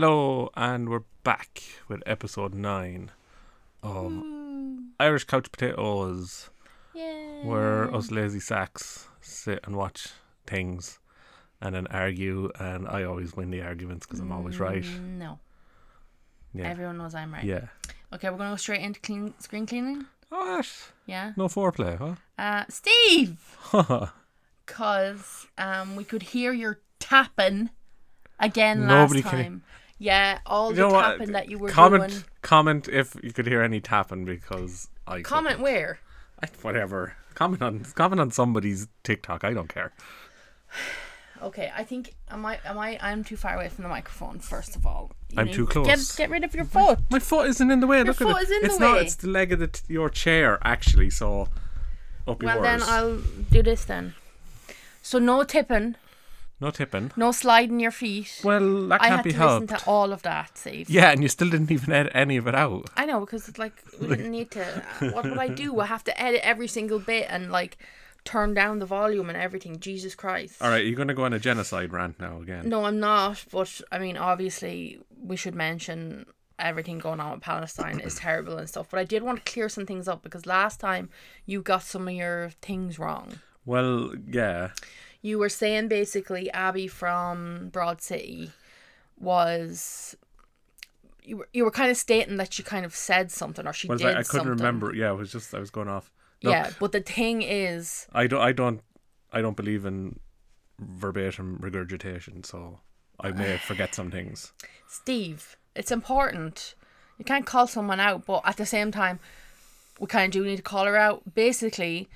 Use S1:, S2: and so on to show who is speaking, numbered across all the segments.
S1: Hello, and we're back with episode nine of
S2: Mm,
S1: Irish Couch Potatoes,
S2: yeah.
S1: where us lazy sacks sit and watch things and then argue, and I always win the arguments because I'm always right.
S2: Mm, No.
S1: Yeah.
S2: Everyone knows I'm right.
S1: Yeah.
S2: Okay, we're gonna go straight into clean screen cleaning.
S1: Oh, that's
S2: Yeah.
S1: no foreplay, huh?
S2: Uh, Steve,
S1: Haha.
S2: cause um we could hear your tapping again
S1: Nobody
S2: last
S1: can-
S2: time. Yeah, all
S1: You
S2: the
S1: know what?
S2: tapping that you were
S1: comment,
S2: doing.
S1: comment if you could hear any tapping because I
S2: Comment
S1: couldn't.
S2: where?
S1: I- whatever. Comment on comment on somebody's TikTok. I don't care.
S2: Okay, I think am I am I I'm too far away from the microphone. First of all, You
S1: I'm
S2: need-
S1: too close.
S2: Get get rid of your foot.
S1: My foot isn't in the way. Look at
S2: foot
S1: it.
S2: is in the
S1: it's not.
S2: way.
S1: It's the leg of the t- your chair actually. So up
S2: Well,
S1: yours.
S2: then I'll do this then. So no tipping,
S1: No tipping.
S2: no sliding your feet.
S1: Well, that
S2: I
S1: can't
S2: had
S1: be
S2: to
S1: helped.
S2: listen to all of that, Steve.
S1: yeah, and you still didn't even edit any of it out.
S2: I know because it's like we didn't need to. uh, What would I do? I have to edit every single bit and like turn down the volume and everything. Jesus Christ!
S1: All right, you're going to go on a genocide rant now again.
S2: No, I'm not. But I mean, obviously, we should mention everything going on with Palestine is terrible and stuff. But I did want to clear some things up because last time you got some of your things wrong.
S1: Well, yeah.
S2: you were saying basically Abby from Broad City was you were, you were kind of stating that she kind of said something or she
S1: Was
S2: did
S1: I, I couldn't
S2: something.
S1: remember. Yeah, it was just I was going off. No,
S2: Yeah, but the thing is,
S1: I don't. I don't. I don't believe in verbatim regurgitation. So I may forget some things.
S2: Steve, it's important. You can't call someone out, but at the same time, we kind of do need to call her out. Basically,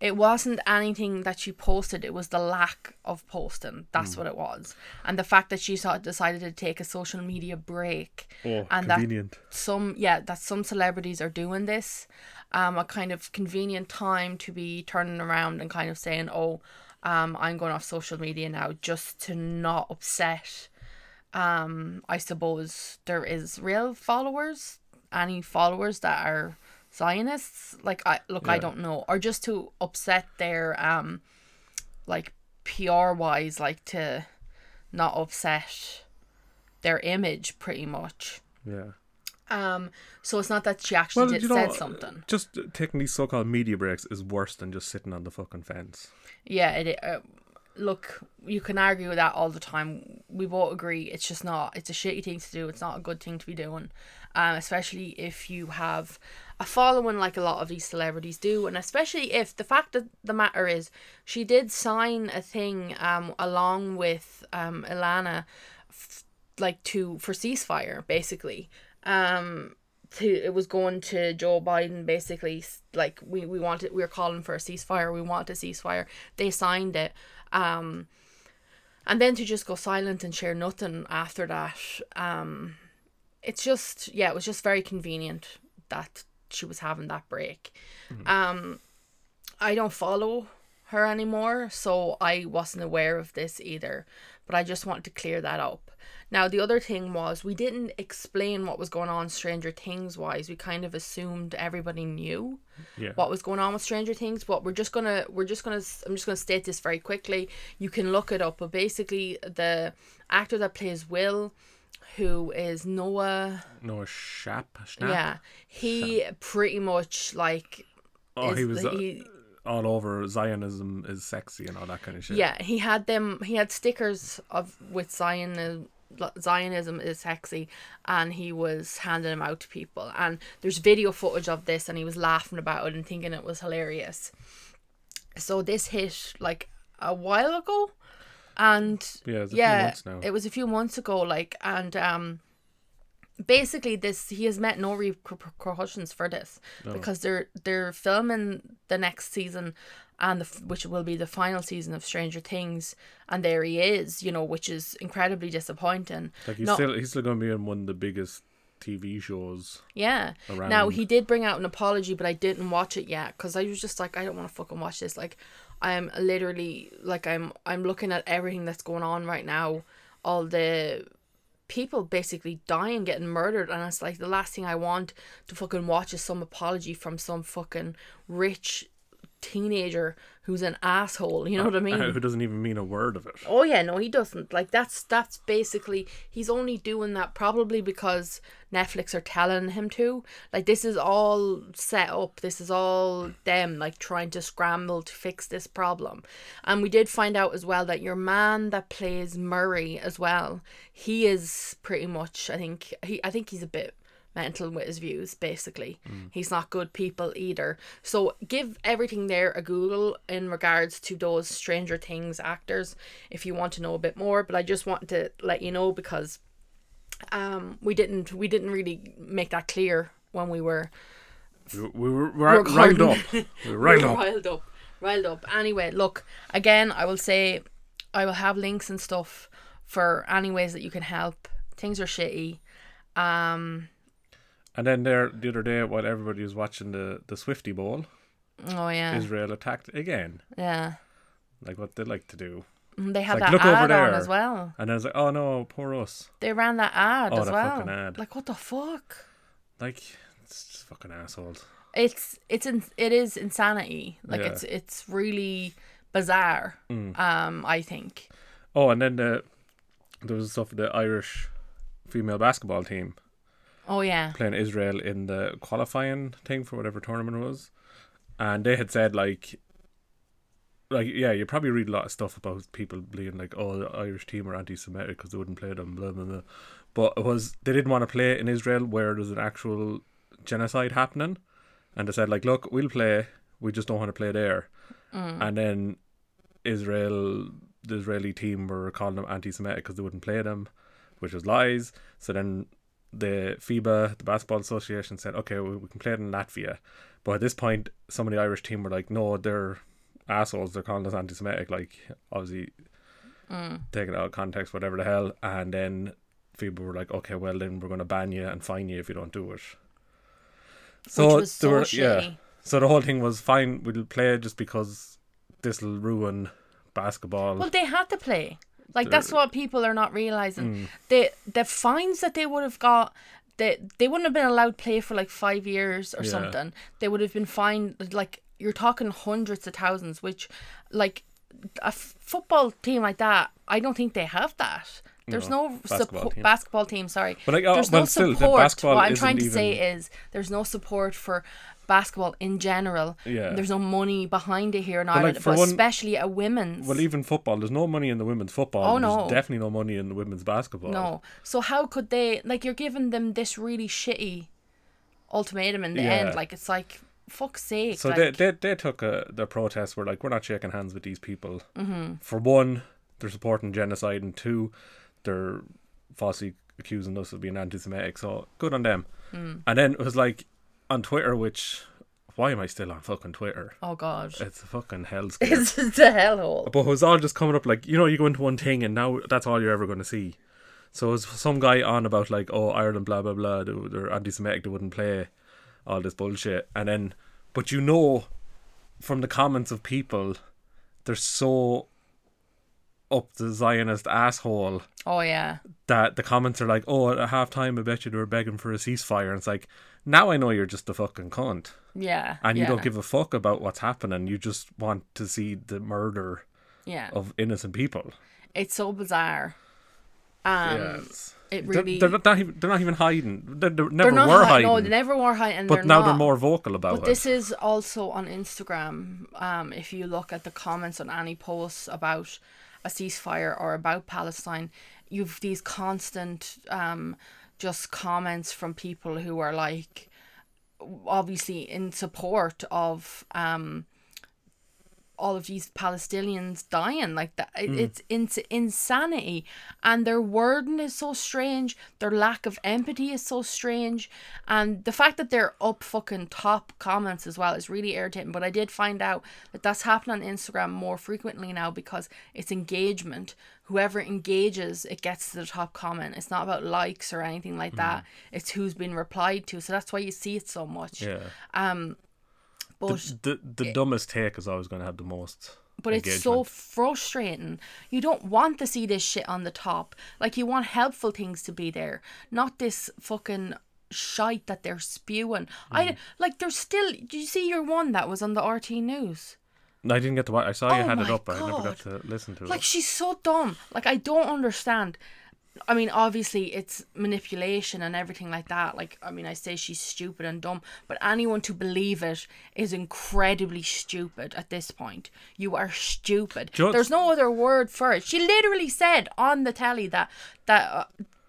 S2: it wasn't anything that she posted, it was the lack of posting. That's what it was. And the fact that she sort of decided to take a social media break.
S1: Oh,
S2: and that
S1: convenient.
S2: some yeah that some celebrities are doing this um a kind of convenient time to be turning around and kind of saying oh um i'm going off social media now just to not upset um i suppose there is real followers any followers that are zionists like i look i
S1: Yeah.
S2: don't know or just to upset their um like pr wise like to not upset their image pretty much
S1: Yeah.
S2: um, so it's not that she actually did, said something.
S1: Just taking these so-called media breaks is worse than just sitting on the fucking fence.
S2: Yeah, it. Uh, look, you can argue with that all the time. We both agree it's just not. It's a shitty thing to do. It's not a good thing to be doing, um, especially if you have a following like a lot of these celebrities do, and especially if the fact that the matter is she did sign a thing um along with um Ilana, f- like to for ceasefire basically. Um, to it was going to Joe Biden basically s- like we we wanted we were calling for a ceasefire we want a ceasefire they signed it um and then to just go silent and share nothing after that um it's just yeah it was just very convenient that she was having that break um I don't follow her anymore so I wasn't aware of this either but I just wanted to clear that up now, the other thing was we didn't explain what was going on Stranger Things wise. We kind of assumed everybody knew
S1: Yeah.
S2: what was going on with Stranger Things, but we're just gonna we're just gonna s- I'm just gonna state this very quickly. You can look it up, but basically the actor that plays Will, who is Noah,
S1: No Shap. Schnapp?
S2: yeah, he pretty much like
S1: Oh,
S2: is
S1: he was
S2: the-
S1: uh, all over Zionism is sexy and all that kind of shit.
S2: Yeah, he had them. He had stickers of with Zionism. Zionism is sexy, and he was handing them out to people. And there's video footage of this, and he was laughing about it and thinking it was hilarious. So this hit like a while ago, and
S1: Yeah, it's a few
S2: yeah,
S1: months now.
S2: it was a few months ago. Like and um, basically this he has met no repercussions for this because they're they're filming the next season and the, f- which will be the final season of Stranger Things and there he is you know which is incredibly disappointing
S1: Like he's
S2: No.
S1: still he's still gonna be in one of the biggest TV shows.
S2: yeah now
S1: Around.
S2: he did bring out an apology but I didn't watch it yet because I was just like I don't want to fucking watch this like I'm literally like I'm I'm looking at everything that's going on right now all the people basically dying, getting murdered, and it's like the last thing I want to fucking watch is some apology from some fucking rich teenager who's an asshole. You know what I mean?
S1: Uh, Who doesn't even mean a word of it.
S2: Oh yeah, no, he doesn't. Like that's that's basically he's only doing that probably because Netflix are telling him to. Like this is all set up. This is all them like trying to scramble to fix this problem. And we did find out as well that your man that plays Murray as well, he is pretty much I think he I think he's a bit mental with his views basically
S1: Mm.
S2: he's not good people either so give everything there a google in regards to those stranger things actors if you want to know a bit more but i just wanted to let you know because um we didn't we didn't really make that clear when we were
S1: We, we were, we're riled
S2: recording.
S1: up. We were riled up.
S2: riled up riled up anyway look again i will say i will have links and stuff for any ways that you can help things are shitty um
S1: And then there the other day, while everybody was watching the the Swifty Bowl,
S2: oh yeah
S1: Israel attacked again,
S2: yeah
S1: like what they like to do.
S2: Mm, They had
S1: like,
S2: that
S1: "Look over
S2: ad on
S1: there."
S2: as well.
S1: And I was like, oh no, poor us.
S2: They ran that ad
S1: Oh,
S2: as
S1: that
S2: well.
S1: fucking ad.
S2: Like what the fuck?
S1: Like it's just fucking assholes.
S2: It's it's in, it is insanity. Like
S1: Yeah. Mm.
S2: it's it's really bizarre. Um, I think.
S1: Oh, and then the there was stuff with the Irish female basketball team
S2: Oh yeah.
S1: playing Israel in the qualifying thing for whatever tournament it was, and they had said like. Like yeah, you probably read a lot of stuff about people being like, "Oh, the Irish team are anti-Semitic because they wouldn't play them." Blah blah blah. But it was they didn't want to play in Israel where there's an actual genocide happening, and they said like, "Look, we'll play. We just don't want to play there."
S2: Mm.
S1: And then Israel, the Israeli team were calling them anti-Semitic because they wouldn't play them, which was lies. So then the FIBA, the Basketball Association, said, okay, we, we can play it in Latvia. But at this point, some of the Irish team were like, no, they're assholes. They're calling us anti-Semitic. Like, obviously,
S2: Mm.
S1: taking it out of context, whatever the hell. And then FIBA were like, okay, well then we're going to ban you and fine you if you don't do it.
S2: Which was
S1: there
S2: so
S1: were-
S2: shitty.
S1: So the whole thing was fine. We'll play just because this will ruin basketball.
S2: Well, they had to play. Like that's what people are not
S1: Mm.
S2: realizing. The the fines that they would have got. They, they wouldn't have been allowed play for like five years or
S1: Yeah.
S2: something. They would have been fined like you're talking hundreds of thousands, which like a f- football team like that, I don't think they have that. There's
S1: No,
S2: no,
S1: basketball
S2: support
S1: team.
S2: basketball team. Sorry,
S1: But, like, oh,
S2: there's
S1: well,
S2: no
S1: still, the
S2: support.
S1: basketball
S2: what I'm
S1: isn't
S2: trying to say
S1: even-
S2: is there's no support for basketball in general.
S1: Yeah.
S2: There's no money behind it here in
S1: like,
S2: Ireland,
S1: for
S2: but
S1: one-
S2: especially at women's.
S1: Well, even football, there's no money in the women's football.
S2: Oh,
S1: and there's
S2: no.
S1: definitely no money in the women's basketball.
S2: No. So how could they like you're giving them this really shitty ultimatum in the
S1: Yeah.
S2: end? Like it's like fuck's sake.
S1: So
S2: like,
S1: they, they they took a their protests were like we're not shaking hands with these people. Mm-hmm. For one, they're supporting genocide, and two, they're falsely accusing us of being anti-Semitic. So good on them.
S2: Mm.
S1: And then it was like on Twitter, which why am I still on fucking Twitter?
S2: oh god.
S1: It's a fucking hellscape.
S2: It's just a hellhole.
S1: But it was all just coming up like you know you go into one thing and now that's all you're ever going to see. So it was some guy on about like oh Ireland blah blah blah they- they're anti-Semitic they wouldn't play all this bullshit and then but you know from the comments of people they're so up the Zionist asshole
S2: Oh yeah.
S1: that the comments are like oh at half time I bet you they were begging for a ceasefire and it's like now I know you're just a fucking cunt
S2: Yeah.
S1: and you
S2: yeah,
S1: don't give a fuck about what's happening you just want to see the murder
S2: Yeah.
S1: of innocent people.
S2: It's so bizarre. Um
S1: Yes.
S2: it
S1: They're-
S2: really
S1: They're, not- not even, they're not even hiding. They they never
S2: they're not
S1: were
S2: hi-
S1: hiding.
S2: No, they never were hiding and
S1: but
S2: they're
S1: now
S2: not.
S1: they're more vocal about
S2: But
S1: it.
S2: this is also on Instagram. Um, if you look at the comments on any posts about a ceasefire or about Palestine, you've these constant um, just comments from people who are like, obviously in support of um, all of these Palestinians dying like that.
S1: Hmm.
S2: It- It's ins insanity, and their wording is so strange. Their lack of empathy is so strange, and the fact that they're up fucking top comments as well is really irritating. But I did find out that that's happening on Instagram more frequently now because it's engagement. Whoever engages, it gets to the top comment. It's not about likes or anything
S1: Hmm.
S2: like that. It's who's been replied to. So that's why you see it so much. Um,
S1: yeah.
S2: But
S1: The, the dumbest take is always going to have the most.
S2: but it's so
S1: engagement.
S2: frustrating. You don't want to see this shit on the top. Like you want helpful things to be there, not this fucking shite that they're spewing. I like there's still. Do you see your one that was on the RT news?
S1: No, I didn't get to watch. I saw you
S2: Oh
S1: had it
S2: my
S1: up, but I never got to
S2: God.
S1: listen to
S2: Like
S1: it.
S2: she's so dumb. Like I don't understand. I mean, obviously it's manipulation and everything like that. Like I mean, I say she's stupid and dumb, but anyone to believe it is incredibly stupid at this point. You are stupid.
S1: Do you know
S2: There's no other word for it. She literally said on the telly that that uh,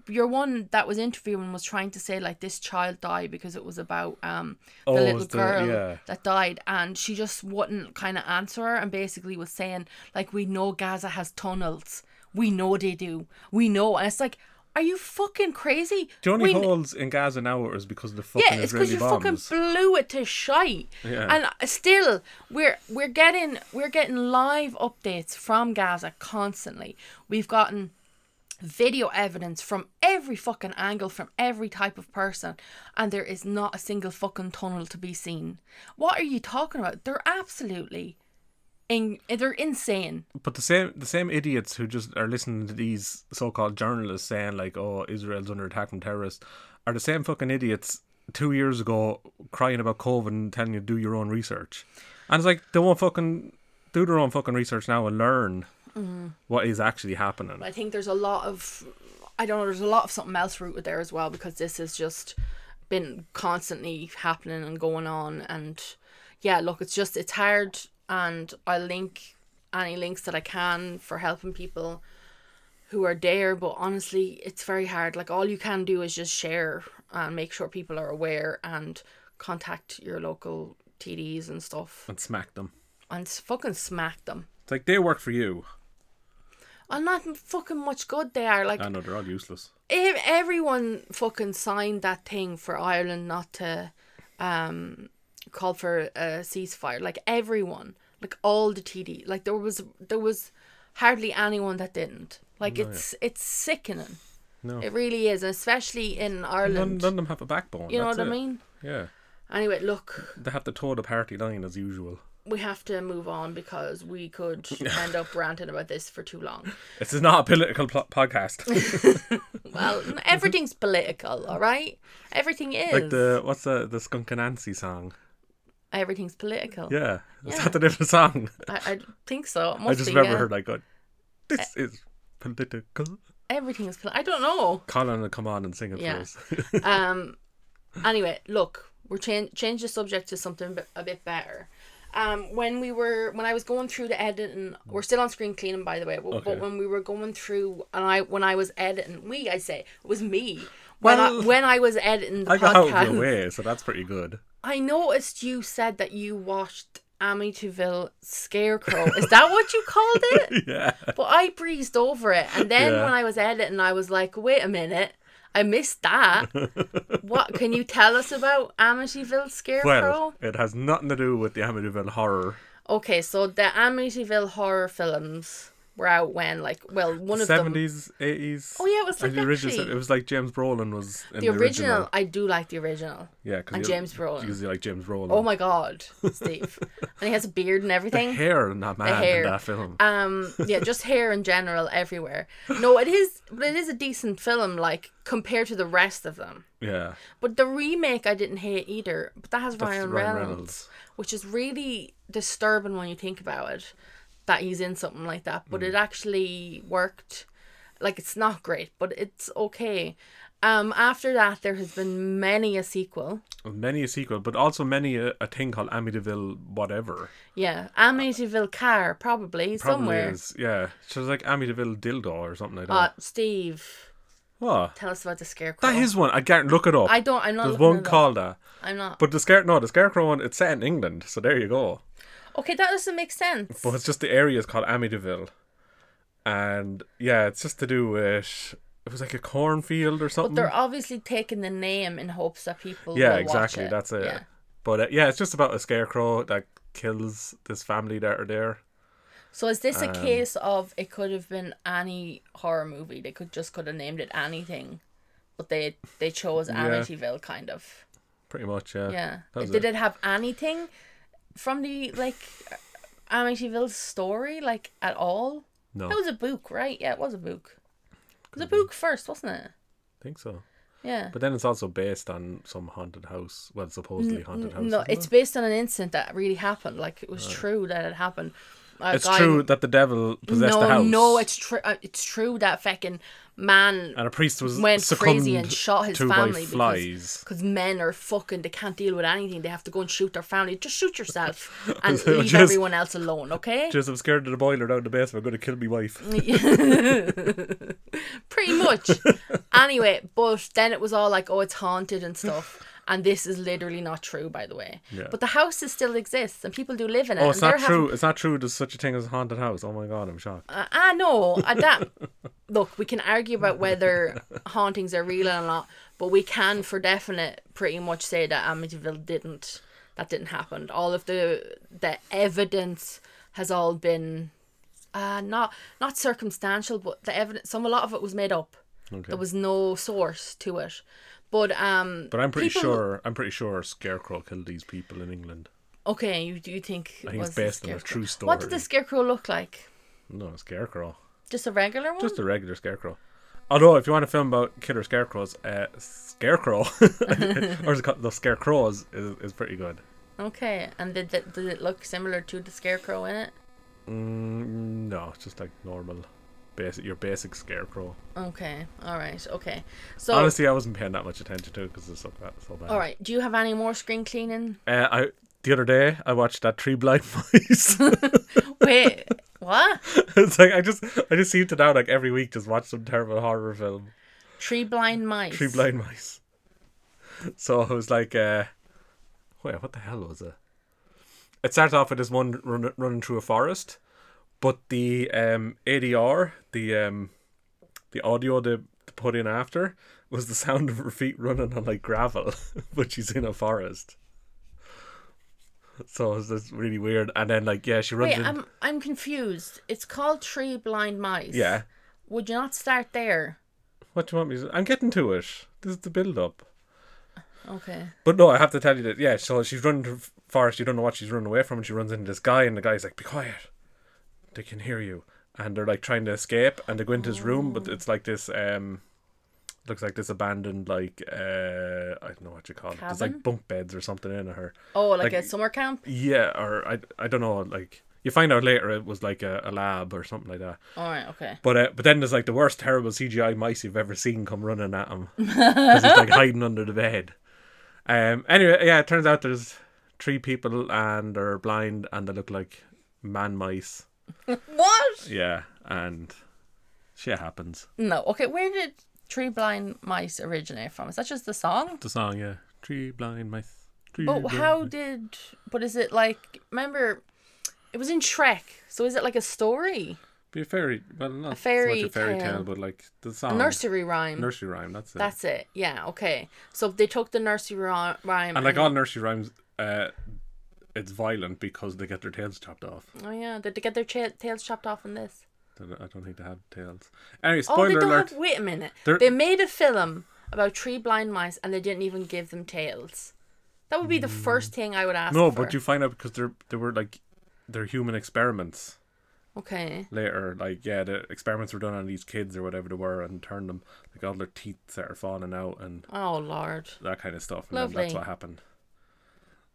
S2: your one that was interviewing was trying to say like this child died because it was about um the
S1: Oh, it
S2: little
S1: was the-
S2: girl
S1: yeah.
S2: that died and she just wouldn't kind of answer her and basically was saying like we know gaza has tunnels we know they do we know and it's like are you fucking crazy
S1: The only
S2: We kn-
S1: holes in Gaza now is because of the fucking
S2: yeah, it's because
S1: Israeli
S2: you
S1: bombs.
S2: fucking blew it to shite.
S1: Yeah.
S2: And uh, still, we're we're getting we're getting live updates from Gaza constantly. We've gotten video evidence from every fucking angle, from every type of person, and there is not a single fucking tunnel to be seen. What are you talking about? They're absolutely, in, they're insane.
S1: But the same the same idiots who just are listening to these so called journalists saying like, "Oh, Israel's under attack from terrorists," are the same fucking idiots two years ago crying about COVID and telling you do your own research, and it's like they won't fucking do their own fucking research now and learn
S2: Mm-hmm.
S1: what is actually happening.
S2: I think there's a lot of, I don't know, there's a lot of something else rooted there as well because this has just been constantly happening and going on. And yeah, look, it's just, it's hard. And I link any links that I can for helping people who are there. But honestly, it's very hard. Like, all you can do is just share and make sure people are aware and contact your local TDs and stuff
S1: and smack them.
S2: and s- fucking smack them.
S1: It's like they work for you.
S2: And not fucking much good they are. Like,
S1: I know Ah, they're all useless.
S2: if everyone fucking signed that thing for Ireland not to um call for a ceasefire like everyone like all the TD like there was there was hardly anyone that didn't like it's it's sickening
S1: No.
S2: it really is and especially in
S1: None,
S2: Ireland
S1: none of them have a backbone.
S2: you know
S1: that's
S2: what I
S1: it.
S2: mean
S1: Yeah,
S2: anyway look
S1: they have to toe the party line as usual.
S2: we have to move on because we could end up ranting about this for too long
S1: This is not a political pl- podcast.
S2: well everything's political all right everything is
S1: like the what's the the Skunk and Nancy song?
S2: everything's political
S1: Yeah, is
S2: Yeah.
S1: that the different song?
S2: I, I think so. It must
S1: I just
S2: be,
S1: remember
S2: yeah.
S1: her like, going, "This is political."
S2: Everything is. pla- I don't know.
S1: Colin will come on and sing it
S2: Yeah.
S1: for us.
S2: Um. anyway, look, we're change change the subject to something b- a bit better. Um, when we were when I was going through the editing, we're still on screen cleaning, by the way. But,
S1: Okay.
S2: but when we were going through, and I when I was editing, we I say it was me. When
S1: Well,
S2: I when I was editing the
S1: I got out of
S2: podcast,
S1: your way, so that's pretty good.
S2: I noticed you said that you watched Amityville Scarecrow. Is that what you called it?
S1: yeah,
S2: But I breezed over it, and then
S1: Yeah.
S2: when I was editing, I was like, "Wait a minute, I missed that. what can you tell us about Amityville Scarecrow?"
S1: well, it has nothing to do with the Amityville horror.
S2: Okay, so the Amityville horror films were out when, like, well, one of them.
S1: Seventies, eighties.
S2: Oh yeah, it was like
S1: the original, it
S2: actually
S1: was like James Brolin was in
S2: the original. I do like the original.
S1: Yeah, because
S2: and James Brolin.
S1: Because you like James Brolin.
S2: Oh my god, Steve, and he has a beard and everything.
S1: hair in that man
S2: hair.
S1: in that film.
S2: Um, yeah, just hair in general everywhere. No, it is, but it is a decent film, like compared to the rest of them.
S1: yeah,
S2: But the remake I didn't hate either. But that has
S1: Ryan
S2: Ryan, Reynolds,
S1: Reynolds.
S2: which is really disturbing when you think about it, that he's in something like that. But
S1: Hmm.
S2: it actually worked. Like it's not great, but it's okay. Um, after that, there has been many a sequel.
S1: many a sequel, but also many a, a thing called Amityville whatever.
S2: Yeah, Amityville Car
S1: Probably
S2: probably, somewhere.
S1: is. Yeah, so it's like Amityville dildo or something like that.
S2: Uh, Steve,
S1: what?
S2: tell us about the scarecrow.
S1: That is one. I can't look it up.
S2: I don't. I'm not.
S1: There's one
S2: looking it up.
S1: called that.
S2: I'm not.
S1: But the scare no, the scarecrow one. It's set in England, so there you go.
S2: okay, that doesn't make sense.
S1: But it's just the area is called Amityville, and yeah, it's just to do with it was like a cornfield or something.
S2: But they're obviously taking the name in hopes that people.
S1: Yeah,
S2: will
S1: exactly.
S2: Watch it.
S1: That's it.
S2: Yeah.
S1: But uh, yeah, it's just about a scarecrow that kills this family that are there.
S2: So is this a
S1: Um,
S2: case of it could have been any horror movie? They could just could have named it anything, but they they chose Amityville kind of.
S1: Pretty much, yeah.
S2: Yeah.
S1: That was
S2: Did
S1: it.
S2: it have anything from the like Amityville story like at all?
S1: No,
S2: It was a book, right? Yeah, it was a book. It was a book first, wasn't it?
S1: I think so.
S2: Yeah.
S1: But then it's also based on some haunted house, well, supposedly haunted house.
S2: No,
S1: isn't
S2: it's
S1: it?
S2: based on an incident that really happened. Like it was true that it happened. A
S1: It's
S2: guy-
S1: true that the devil possessed
S2: no,
S1: the house.
S2: no, it's true. It's true that fucking man
S1: and a priest was
S2: went
S1: succumbed
S2: crazy and shot his
S1: to
S2: family
S1: by
S2: because-
S1: flies.
S2: because men are fucking. They can't deal with anything. They have to go and shoot their family. Just shoot yourself and
S1: So
S2: leave
S1: just-
S2: everyone else alone. Okay.
S1: Just I'm scared of the boiler down the basement. I'm going to kill my wife.
S2: Pretty much. anyway, but then it was all like, oh, it's haunted and stuff. And this is literally not true, by the way.
S1: Yeah.
S2: But the house is still exists and people do live in it.
S1: Oh, it's
S2: and
S1: not
S2: they're
S1: true. It's not true. There's such a thing as a haunted house. Oh my god, I'm shocked.
S2: Having, I I know. I, that, look, we can argue about whether hauntings are real or not, but we can for definite pretty much say that Amityville didn't. That didn't happen. All of the the evidence has all been uh, not not circumstantial, but the evidence. Some a lot of it was made up.
S1: Okay.
S2: There was no source to it. But um
S1: But I'm pretty
S2: people-
S1: sure. I'm pretty sure Scarecrow killed these people in England.
S2: Okay, you do you think it
S1: I think
S2: was
S1: it's
S2: the
S1: based on a
S2: scarecrow.
S1: true story.
S2: What did the scarecrow look like?
S1: No, Scarecrow.
S2: Just a regular one?
S1: Just a regular scarecrow. Although, if you want a film about killer scarecrows, uh, Scarecrow or is it called the Scarecrows is, is pretty good.
S2: Okay. And did that did it look similar to the scarecrow in it?
S1: Mm, no, it's just like normal, basic your basic scarecrow.
S2: Okay. All right. Okay. So
S1: Honestly, I wasn't paying that much attention to it because it's so bad. So bad.
S2: all right, do you have any more screen cleaning?
S1: Uh, I the other day I watched that Tree Blind Mice.
S2: Wait, what?
S1: it's like I just I just seem to now like every week just watch some terrible horror film.
S2: Tree blind mice.
S1: Tree Blind Mice. So I was like, uh, wait, what the hell was it? It started off with this one run, running through a forest, but the um, ADR, the um, the audio they they put in after, was the sound of her feet running on like gravel, but she's in a forest. So it's just really weird. And then like, yeah, she runs
S2: Wait,
S1: in.
S2: I'm I'm confused. It's called tree blind mice.
S1: Yeah,
S2: Would you not start there?
S1: what do you want me? to I'm getting to it. This is the build up.
S2: Okay.
S1: But no, I have to tell you that yeah. So she's running to forest. You don't know what she's running away from, and she runs into this guy, and the guy's like, "Be quiet, they can hear you." And they're like trying to escape, and they go into his room, but it's like this. um Looks like this abandoned, like uh I don't know what you call it. There's
S2: Cabin?
S1: like bunk beds or something in her.
S2: Oh, like,
S1: Like-
S2: a summer camp?
S1: Yeah, or I I don't know. Like you find out later, it was like a, a lab or something like that.
S2: All right, okay.
S1: But uh, but then there's like the worst terrible CGI mice you've ever seen come running at him because he's like hiding under the bed. Um. Anyway, yeah. It turns out there's three people and they're blind and they look like man mice.
S2: What?
S1: Yeah, and shit happens.
S2: No. Okay, where did Tree Blind Mice originate from? Is that just the song?
S1: The song, yeah. Three blind mice. Three
S2: But
S1: blind
S2: how
S1: mice.
S2: did but is it like remember it was in Shrek, so is it like a story?
S1: Be a fairy. Well, not
S2: fairy
S1: so much a fairy tale.
S2: tale.
S1: but like the song.
S2: nursery rhyme.
S1: Um, Nursery rhyme. That's it.
S2: That's it. Yeah, okay. So they took the nursery rhy- rhyme
S1: and like all nursery rhymes, uh, it's violent because they get their tails chopped off.
S2: Oh yeah, did they get their cha- tails chopped off in this?
S1: I don't- I don't think they have tails. Anyway,
S2: Oh, they
S1: spoiler
S2: don't
S1: alert.
S2: have wait a minute.
S1: They're-
S2: They made a film about tree blind mice and they didn't even give them tails. That would be the first thing I would ask
S1: Mm. No,
S2: for.
S1: but you find out because they're they were like they're human experiments
S2: Okay.
S1: later. Like yeah, the experiments were done on these kids or whatever they were, and turned them like all their teeth started falling out and
S2: Oh lord.
S1: that kind of stuff. And then that's
S2: Lovely.
S1: what happened.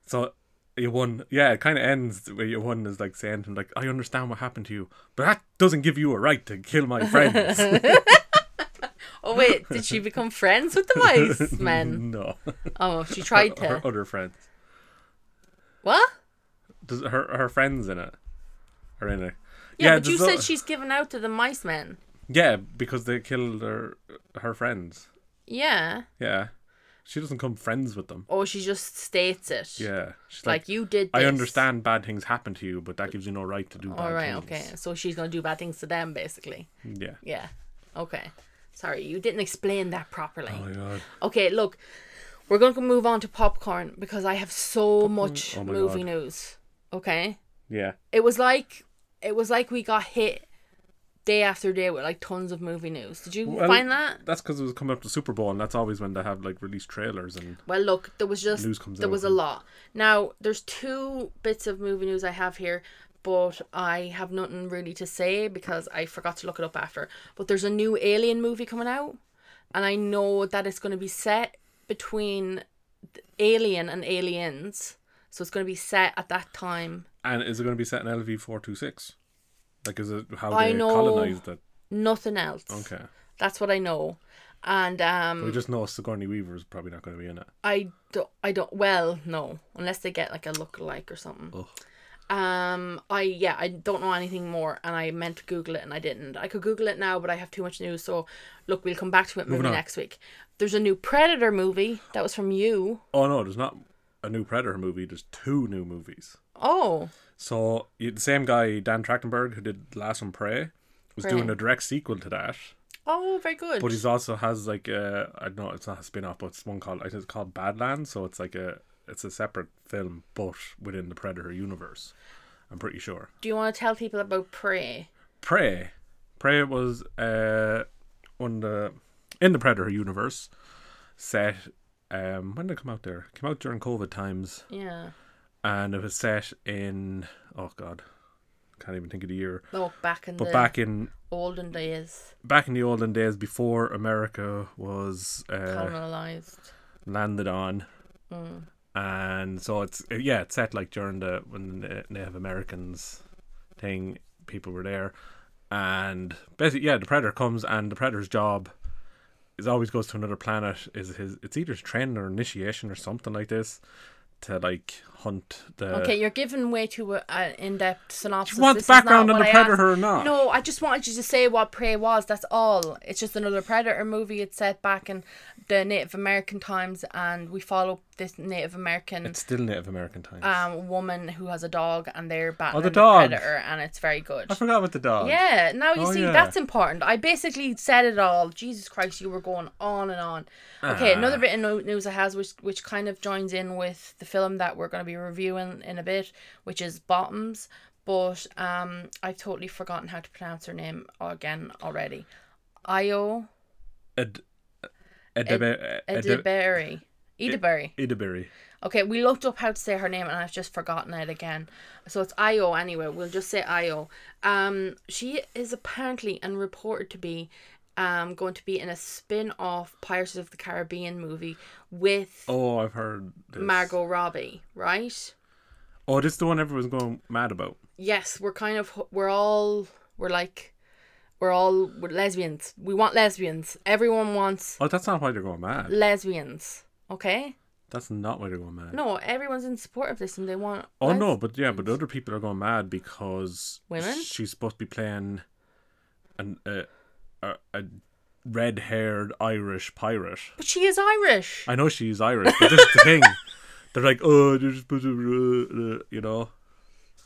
S1: So you won. Yeah, it kind of ends where you won is like saying to him like, "I understand what happened to you, but that doesn't give you a right to kill my friends."
S2: Oh wait, did she become friends with the mice men?
S1: no,
S2: Oh, she tried
S1: her
S2: to.
S1: other friends.
S2: What?
S1: Does her her friends in it are in it?
S2: Yeah, but
S1: there's
S2: you
S1: a-
S2: said she's given out to the mice men.
S1: Yeah, because they killed her her friends.
S2: Yeah.
S1: Yeah. She doesn't come friends with them.
S2: Or she just states it.
S1: Yeah. She's like,
S2: Like, you did
S1: I
S2: this.
S1: understand bad things happen to you, but that gives you no right to do bad
S2: All right,
S1: things.
S2: okay. So she's going to do bad things to them, basically.
S1: Yeah.
S2: Yeah. Okay. Sorry, you didn't explain that properly.
S1: Oh my god.
S2: Okay, look, we're going to move on to popcorn because I have so much
S1: Oh my
S2: movie
S1: God.
S2: news. Okay?
S1: Yeah.
S2: It was like it was like we got hit day after day with like tons of movie news. Did you
S1: Well,
S2: find that?
S1: That's because it was coming up to Super Bowl, and that's always when they have like release trailers and
S2: Well, look, there was just
S1: News comes
S2: there
S1: out
S2: was a
S1: and-
S2: lot. Now, there's two bits of movie news I have here, but I have nothing really to say because I forgot to look it up after. But there's a new Alien movie coming out. and I know that it's going to be set between the Alien and Aliens, so it's going to be set at that time.
S1: And is it going to be set in LV four two six? Like, is it how
S2: I
S1: they
S2: know.
S1: colonized it?
S2: Nothing else.
S1: Okay,
S2: That's what I know, and um,
S1: we just know Sigourney Weaver is probably not going to be in it.
S2: I don't. I don't. Well, no, unless they get like a look-alike or something.
S1: Ugh.
S2: Um, I yeah, I don't know anything more, and I meant to Google it and I didn't. I could Google it now, but I have too much news. So look, we'll come back to it maybe
S1: Moving on.
S2: next week. There's a new Predator movie that was from you.
S1: Oh no, there's not a new Predator movie. There's two new movies.
S2: Oh,
S1: So you- the same guy Dan Trachtenberg who did Last One Prey was doing
S2: Right.
S1: a direct sequel to that,
S2: oh, very good.
S1: but he's also has like a I don't know it's not a spin off, but it's one called I think it's called Badlands. So it's like a it's a separate film, but within the Predator universe. I'm pretty sure.
S2: Do you want to tell people about Prey?
S1: Prey. Prey was uh on the in the Predator universe set um when did it come out there? It came out during COVID times
S2: Yeah.
S1: and it was set in oh god. Can't even think of the year.
S2: Oh, back in
S1: But
S2: the
S1: back in
S2: olden days,
S1: back in the olden days before America was uh,
S2: colonized.
S1: landed on.
S2: Mm.
S1: And so it's yeah, it's set like during the when the Native Americans thing, people were there, and basically yeah, the predator comes and the predator's job is always goes to another planet. Is his it's either his training or initiation or something like this to like hunt the.
S2: okay, you're giving way too uh, an in-depth synopsis.
S1: Do you want
S2: This
S1: the
S2: is not
S1: background on
S2: what
S1: the
S2: I
S1: predator
S2: asked.
S1: or not?
S2: No, I just wanted you to say what Prey was. That's all. It's just another Predator movie. It's set back in the Native American times, and we follow this Native American
S1: It's still Native American times.
S2: um, woman who has a dog, and they're battling the,
S1: Oh, dog.
S2: Predator, and it's very good.
S1: I forgot about the dog.
S2: Yeah, now you
S1: Oh,
S2: see,
S1: yeah.
S2: that's important. I basically said it all. Jesus Christ, you were going on and on. Okay,
S1: Ah.
S2: another bit of no- news I has, which which kind of joins in with the film that we're going to be reviewing in a bit, which is Bottoms. But um, I've totally forgotten how to pronounce her name again already. Io
S1: Ed, Edebe- Ede- E-
S2: Ediberry. Ediberry.
S1: Edeberry.
S2: Okay, we looked up how to say her name and I've just forgotten it again. So it's Io anyway. We'll just say Io. Um, she is apparently and reported to be um going to be in a spin-off Pirates of the Caribbean movie with
S1: Oh, I've heard this.
S2: Margot Robbie, right?
S1: Oh, this is the one everyone's going mad about.
S2: Yes, we're kind of we're all we're like we're all we're lesbians. We want lesbians. Everyone wants
S1: Oh, that's not why they're going mad.
S2: lesbians. Okay?
S1: That's not why they're going mad.
S2: No, everyone's in support of this and they want
S1: Oh no,
S2: les-
S1: but yeah, but other people are going mad because
S2: Women?
S1: She's supposed to be playing an uh, a, a red-haired Irish pirate.
S2: But she is Irish.
S1: I know she's Irish, but this is the thing. They're like, oh, they're just supposed to, uh, uh," you know.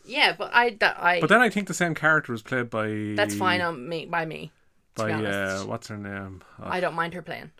S2: Yeah, but I that I
S1: But then I think the same character was played by
S2: that's fine on me by me. To
S1: by
S2: be honest,
S1: uh, what's her name? Oh,
S2: I don't mind her playing.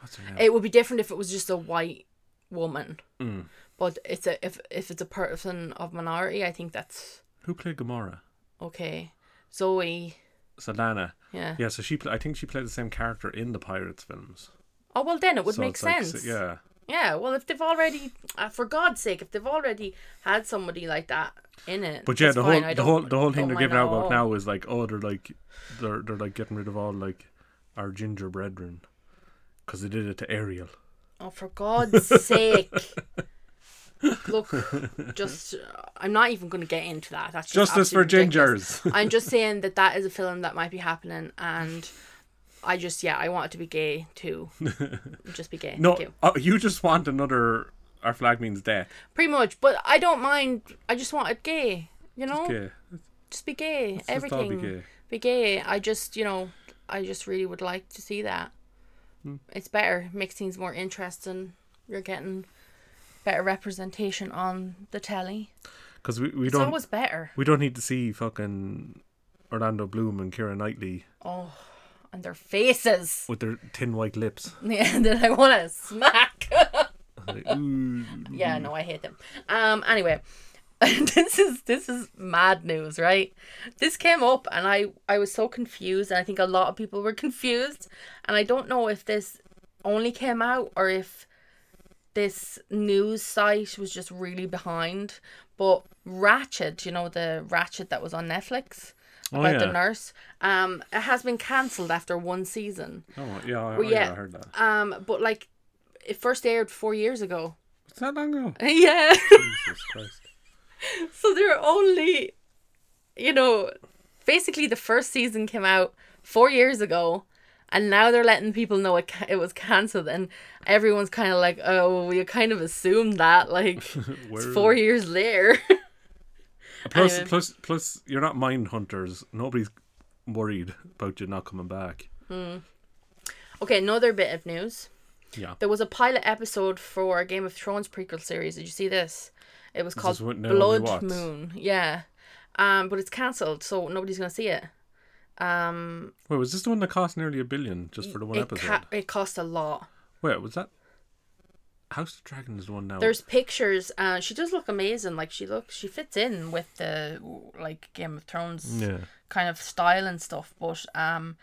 S1: what's her name?
S2: It would be different if it was just a white woman,
S1: Mm.
S2: but it's a if if it's a person of minority, I think that's
S1: Who played Gamora?
S2: okay. Zoe,
S1: Solana.
S2: yeah.
S1: Yeah, so she. Pl- I think she played the same character in the Pirates films.
S2: Oh well, then it would
S1: So
S2: make
S1: it's like,
S2: sense.
S1: yeah.
S2: Yeah, Well, if they've already, uh, for God's sake, if they've already had somebody like that in it,
S1: But yeah,
S2: that's
S1: the
S2: fine.
S1: whole the
S2: I don't-
S1: whole the whole
S2: don't
S1: thing they're
S2: mind
S1: giving
S2: at
S1: out about
S2: all.
S1: now is like, oh, they're like, they're they're like getting rid of all like our ginger brethren because they did it to Ariel.
S2: Oh, for God's sake! Look, just uh, I'm not even going to get into that. That's just
S1: Justice for
S2: absolutely ridiculous.
S1: gingers.
S2: I'm just saying that that is a film that might be happening, and I just yeah, I want it to be gay too. just be gay.
S1: no,
S2: Thank you.
S1: oh, you just want another. Our flag means death.
S2: Pretty much, but I don't mind. I just want it gay. You know,
S1: Okay,
S2: just be gay.
S1: just all
S2: Oh, Everything.
S1: be
S2: be,
S1: gay.
S2: gay. I just you know, I just really would like to see that. It's better. Makes things more interesting. You're getting better representation on the telly.
S1: because we, we
S2: It's
S1: don't
S2: always better.
S1: we don't need to see fucking Orlando Bloom and Kira Knightley
S2: Oh, and their faces.
S1: with their thin white lips.
S2: Yeah, that I want to smack.
S1: Like, ooh.
S2: yeah,
S1: Mm.
S2: no, I hate them. Um, anyway, this is this is mad news, right? This came up, and I I was so confused, and I think a lot of people were confused, and I don't know if this only came out or if this news site was just really behind. But Ratchet, you know the Ratchet that was on Netflix.
S1: Oh,
S2: about
S1: yeah.
S2: the nurse. Um, it has been cancelled after one season.
S1: Oh yeah, I,
S2: Well,
S1: oh, yeah,
S2: yeah.
S1: I heard that.
S2: Um, but like, it first aired four years ago.
S1: Was that long ago?
S2: yeah.
S1: Jesus Christ.
S2: so they're only, you know, basically the first season came out four years ago. And now they're letting people know it, ca- it was cancelled, and everyone's kind of like, "Oh, well, you kind of assumed that." Like, it's
S1: Where-
S2: four years later.
S1: Plus,
S2: Anyway.
S1: plus- plus, you're not mind hunters. Nobody's worried about you not coming back.
S2: okay, another bit of news.
S1: Yeah.
S2: There was a pilot episode for a Game of Thrones prequel series. Did you see this? It was called
S1: this what Naomi
S2: Blood
S1: Watts?
S2: Moon. Yeah. Um, but it's cancelled, so nobody's gonna see it. Um,
S1: Wait, was this the one that cost nearly a billion just for the one
S2: it,
S1: episode?
S2: ca- it cost a lot.
S1: Wait, was that House of Dragon is the one now?
S2: There's pictures, and she does look amazing. Like she looks, she fits in with the like Game of Thrones
S1: yeah.
S2: kind of style and stuff. But um,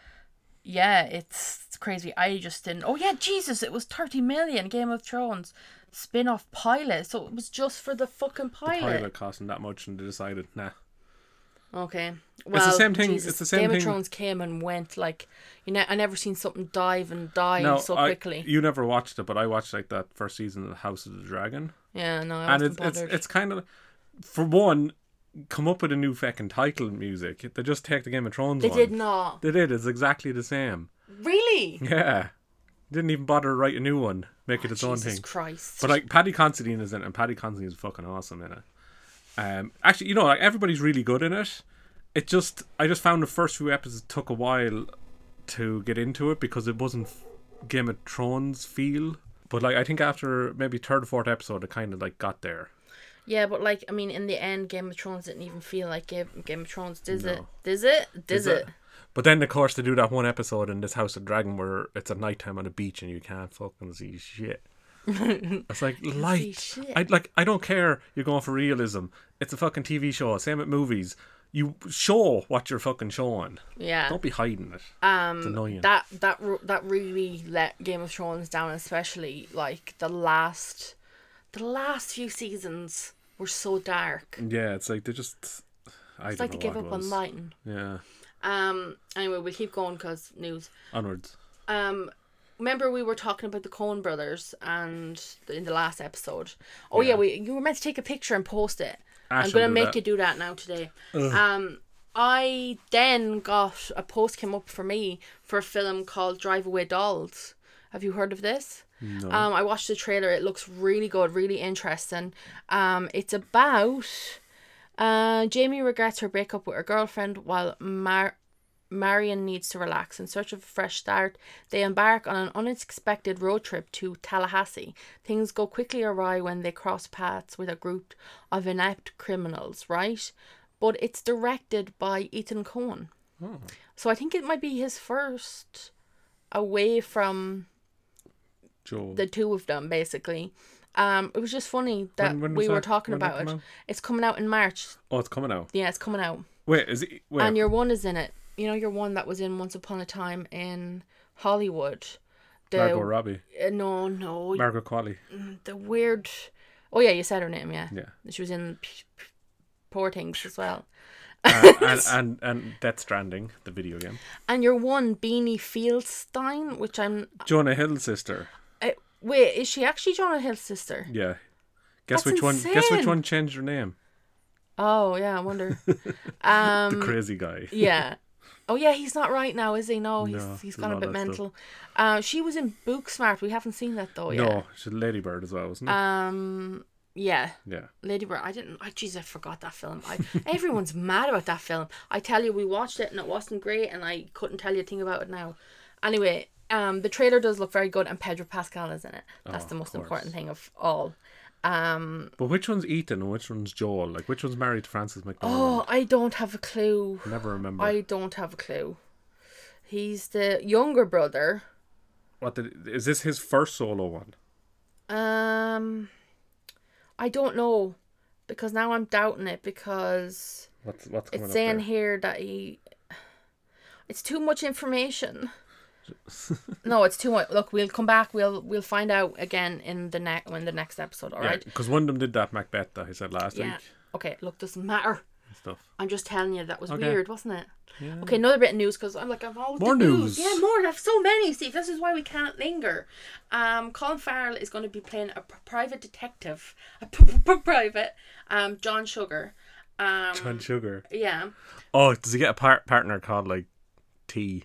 S2: yeah, it's, it's crazy. I just didn't. Oh yeah, Jesus! It was thirty million Game of Thrones spin-off pilot. So it was just for the fucking
S1: The
S2: pilot.
S1: pilot costing that much, and they decided, nah.
S2: Okay. Well,
S1: same thing-
S2: Jesus,
S1: it's the same
S2: Game
S1: thing-
S2: of Thrones came and went. Like you know, I never seen something dive and die
S1: Now,
S2: so
S1: I-
S2: quickly.
S1: you never watched it, but I watched like that first season of House of the Dragon,
S2: yeah, no,
S1: and
S2: I wasn't
S1: it's it's
S2: bothered.
S1: it's kind of for one, come up with a new fucking title music. They just take the Game of Thrones.
S2: they
S1: one.
S2: did not
S1: They did. It's exactly the same.
S2: really.
S1: Yeah. Didn't even bother to write a new one, make it its own
S2: Jesus
S1: thing.
S2: Christ.
S1: But like Paddy Considine is in it, and Paddy Considine is fucking awesome in it. Um, actually, you know, like everybody's really good in it. It just, I just found the first few episodes took a while to get into it because it wasn't Game of Thrones feel. But like, I think after maybe third or fourth episode, it kind of like got there.
S2: yeah, but like I mean, in the end, Game of Thrones didn't even feel like Game, Game of Thrones, does it?
S1: No.
S2: Does it? Does, it?
S1: But then, of course, they do that one episode in this House of Dragon where it's at nighttime on a beach and you can't fucking see shit. it's like light.
S2: shit.
S1: I like. I don't care. You're going for realism. It's a fucking TV show. Same at movies. You show what you're fucking showing.
S2: Yeah. Um,
S1: Don't be hiding it. it's annoying.
S2: That that ru- that really let Game of Thrones down, especially like the last, the last few seasons were so dark.
S1: yeah, it's like they just. I
S2: It's
S1: don't
S2: like they
S1: know
S2: gave
S1: what it
S2: up on
S1: Mm, was.
S2: lighting.
S1: Yeah,
S2: Um. Anyway, we'll keep going because news.
S1: onwards.
S2: Um. Remember we were talking about the Coen Brothers and the, in the last episode. Oh yeah. we you were meant to take a picture and post it.
S1: I
S2: I'm
S1: shall
S2: gonna
S1: do
S2: make
S1: that.
S2: you do that now today. Um. I then got a post came up for me for a film called Drive Away Dolls. Have you heard of this? No. Um, I watched the trailer. It looks really good, really interesting. Um, it's about uh, Jamie regrets her breakup with her girlfriend while Mar- Marion needs to relax. In search of a fresh start, they embark on an unexpected road trip to Tallahassee. Things go quickly awry when they cross paths with a group of inept criminals, right? But it's directed by Ethan Cohen. So I think it might be his first away from
S1: Joe.
S2: the two of them basically. Um, it was just funny that
S1: When- when
S2: we
S1: does
S2: were
S1: that-
S2: talking
S1: when did it
S2: about it.
S1: come out?
S2: It's coming out in March.
S1: oh, it's coming out.
S2: Yeah, it's coming out.
S1: Wait, is it? Wait,
S2: And your one is in it. You know, your one that was in Once Upon a Time in Hollywood. The,
S1: Margot Robbie,
S2: uh, no, no,
S1: Margot Qualley.
S2: the weird. Oh yeah, you said her name. Yeah,
S1: Yeah,
S2: she was in P- P- Poor Things as well.
S1: and, Uh, and and and Death Stranding, the video game.
S2: And your one Beanie Fieldstein, which I'm.
S1: Jonah Hill's sister.
S2: Uh, wait, is she actually Jonah Hill's sister?
S1: Yeah. Guess
S2: That's
S1: which one? Guess which
S2: insane.
S1: one changed her name?
S2: Oh yeah, I wonder. um,
S1: the crazy guy.
S2: yeah. Oh yeah, he's not right now, is he? No, he's
S1: No,
S2: he's
S1: there's
S2: gone a
S1: all
S2: bit
S1: that stuff.
S2: mental. Uh, she was in Booksmart. We haven't seen that though yet.
S1: No, she's Ladybird as well, wasn't it?
S2: Um. Yeah,
S1: yeah.
S2: Lady Bird. I didn't. I jeez, I forgot that film. I, everyone's mad about that film. I tell you, we watched it and it wasn't great, and I couldn't tell you a thing about it now. Anyway, um, the trailer does look very good, and Pedro Pascal is in it. That's
S1: Oh,
S2: the
S1: of
S2: most
S1: course.
S2: important thing of all. Um.
S1: But which one's Ethan and which one's Joel? Like which one's married to Francis McDormand?
S2: Oh, I don't have a clue.
S1: Never remember.
S2: I don't have a clue. He's the younger brother.
S1: What did, is this his first solo one?
S2: Um, I don't know because now I'm doubting it because
S1: What's what's coming
S2: it's
S1: up
S2: saying
S1: there?
S2: here that he. E. It's too much information. no, it's too much. Look, we'll come back. We'll we'll find out again in the next when the next episode. All
S1: Yeah,
S2: right.
S1: because one of them did that Macbeth that I said last
S2: yeah.
S1: week.
S2: Okay. Look, doesn't matter.
S1: stuff.
S2: I'm just telling you that was
S1: Okay.
S2: weird, wasn't it?
S1: Yeah.
S2: Okay, another bit of news because I'm like I've always
S1: More
S2: the
S1: news.
S2: news. Yeah, more. I have so many, Steve. This is why we can't linger. Um, Colin Farrell is going to be playing a p- private detective, a p- p- p- private, um, John Sugar. Um,
S1: John Sugar.
S2: yeah,
S1: Oh, does he get a par- partner called like T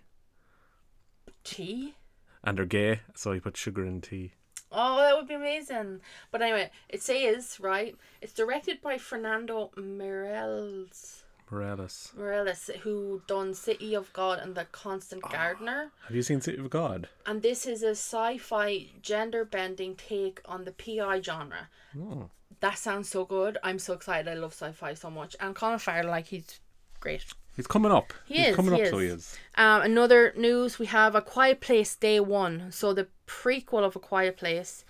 S2: tea.
S1: and they're gay, so he puts sugar in tea.
S2: Oh, that would be amazing. But anyway, it says right. It's directed by Fernando Mireles.
S1: Morales.
S2: Morales, who done City of God and The Constant Gardener.
S1: Have you seen City of God?
S2: And this is a sci fi gender bending take on the PI genre.
S1: Oh.
S2: That sounds so good. I'm so excited. I love sci fi so much. And Colin Farrell, like, he's great.
S1: He's coming up.
S2: He
S1: He's
S2: is,
S1: coming
S2: he
S1: up, so he
S2: is.
S1: is.
S2: Um, another news we have A Quiet Place Day One. So, the prequel of A Quiet Place.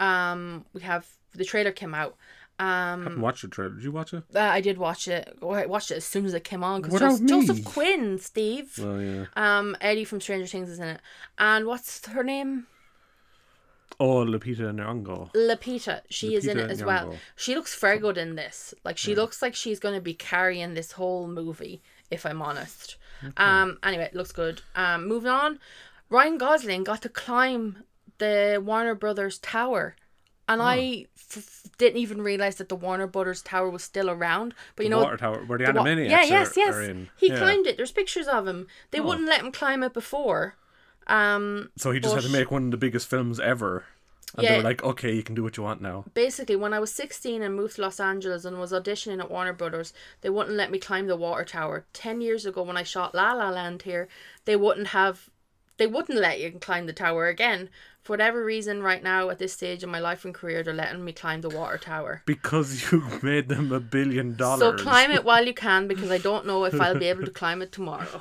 S2: Um, we have the trailer came out. Um,
S1: Haven't watched the trailer. Did you watch it?
S2: uh, I did watch it. I watched it as soon as it came on because
S1: Without
S2: Joseph,
S1: me?
S2: Joseph Quinn, Steve.
S1: Oh yeah.
S2: Um, Eddie from Stranger Things is in it, and what's her name?
S1: Oh, Lupita Nyong'o.
S2: Lapita. She is in
S1: Lupita
S2: it as well.
S1: Nyong'o.
S2: She looks very good in this. Like she looks like she's going to be carrying this whole movie. If I'm honest. Um. Anyway, it looks good. Um. Moving on. Ryan Gosling got to climb the Warner Brothers tower. And I f- f- didn't even realize that the Warner Brothers Tower was still around. But you know,
S1: Water Tower, where the,
S2: the wa-
S1: Animaniacs
S2: yeah,
S1: are,
S2: yes, yes.
S1: are in.
S2: He
S1: Yeah. Oh.
S2: climbed it. There's pictures of him. They wouldn't let him climb it before. Um,
S1: So he just had to
S2: Bush.
S1: make one of the biggest films ever. And they
S2: Yeah.
S1: were like, okay, you can do what you want now.
S2: basically, when I was 16 and moved to Los Angeles and was auditioning at Warner Brothers, they wouldn't let me climb the water tower. Ten years ago, when I shot La La Land here, they wouldn't have, they wouldn't let you climb the tower again. For whatever reason, right now at this stage in my life and career, they're letting me climb the water tower.
S1: Because you made them a billion
S2: So
S1: dollars.
S2: climb it while you can because I don't know if I'll be able to climb it tomorrow.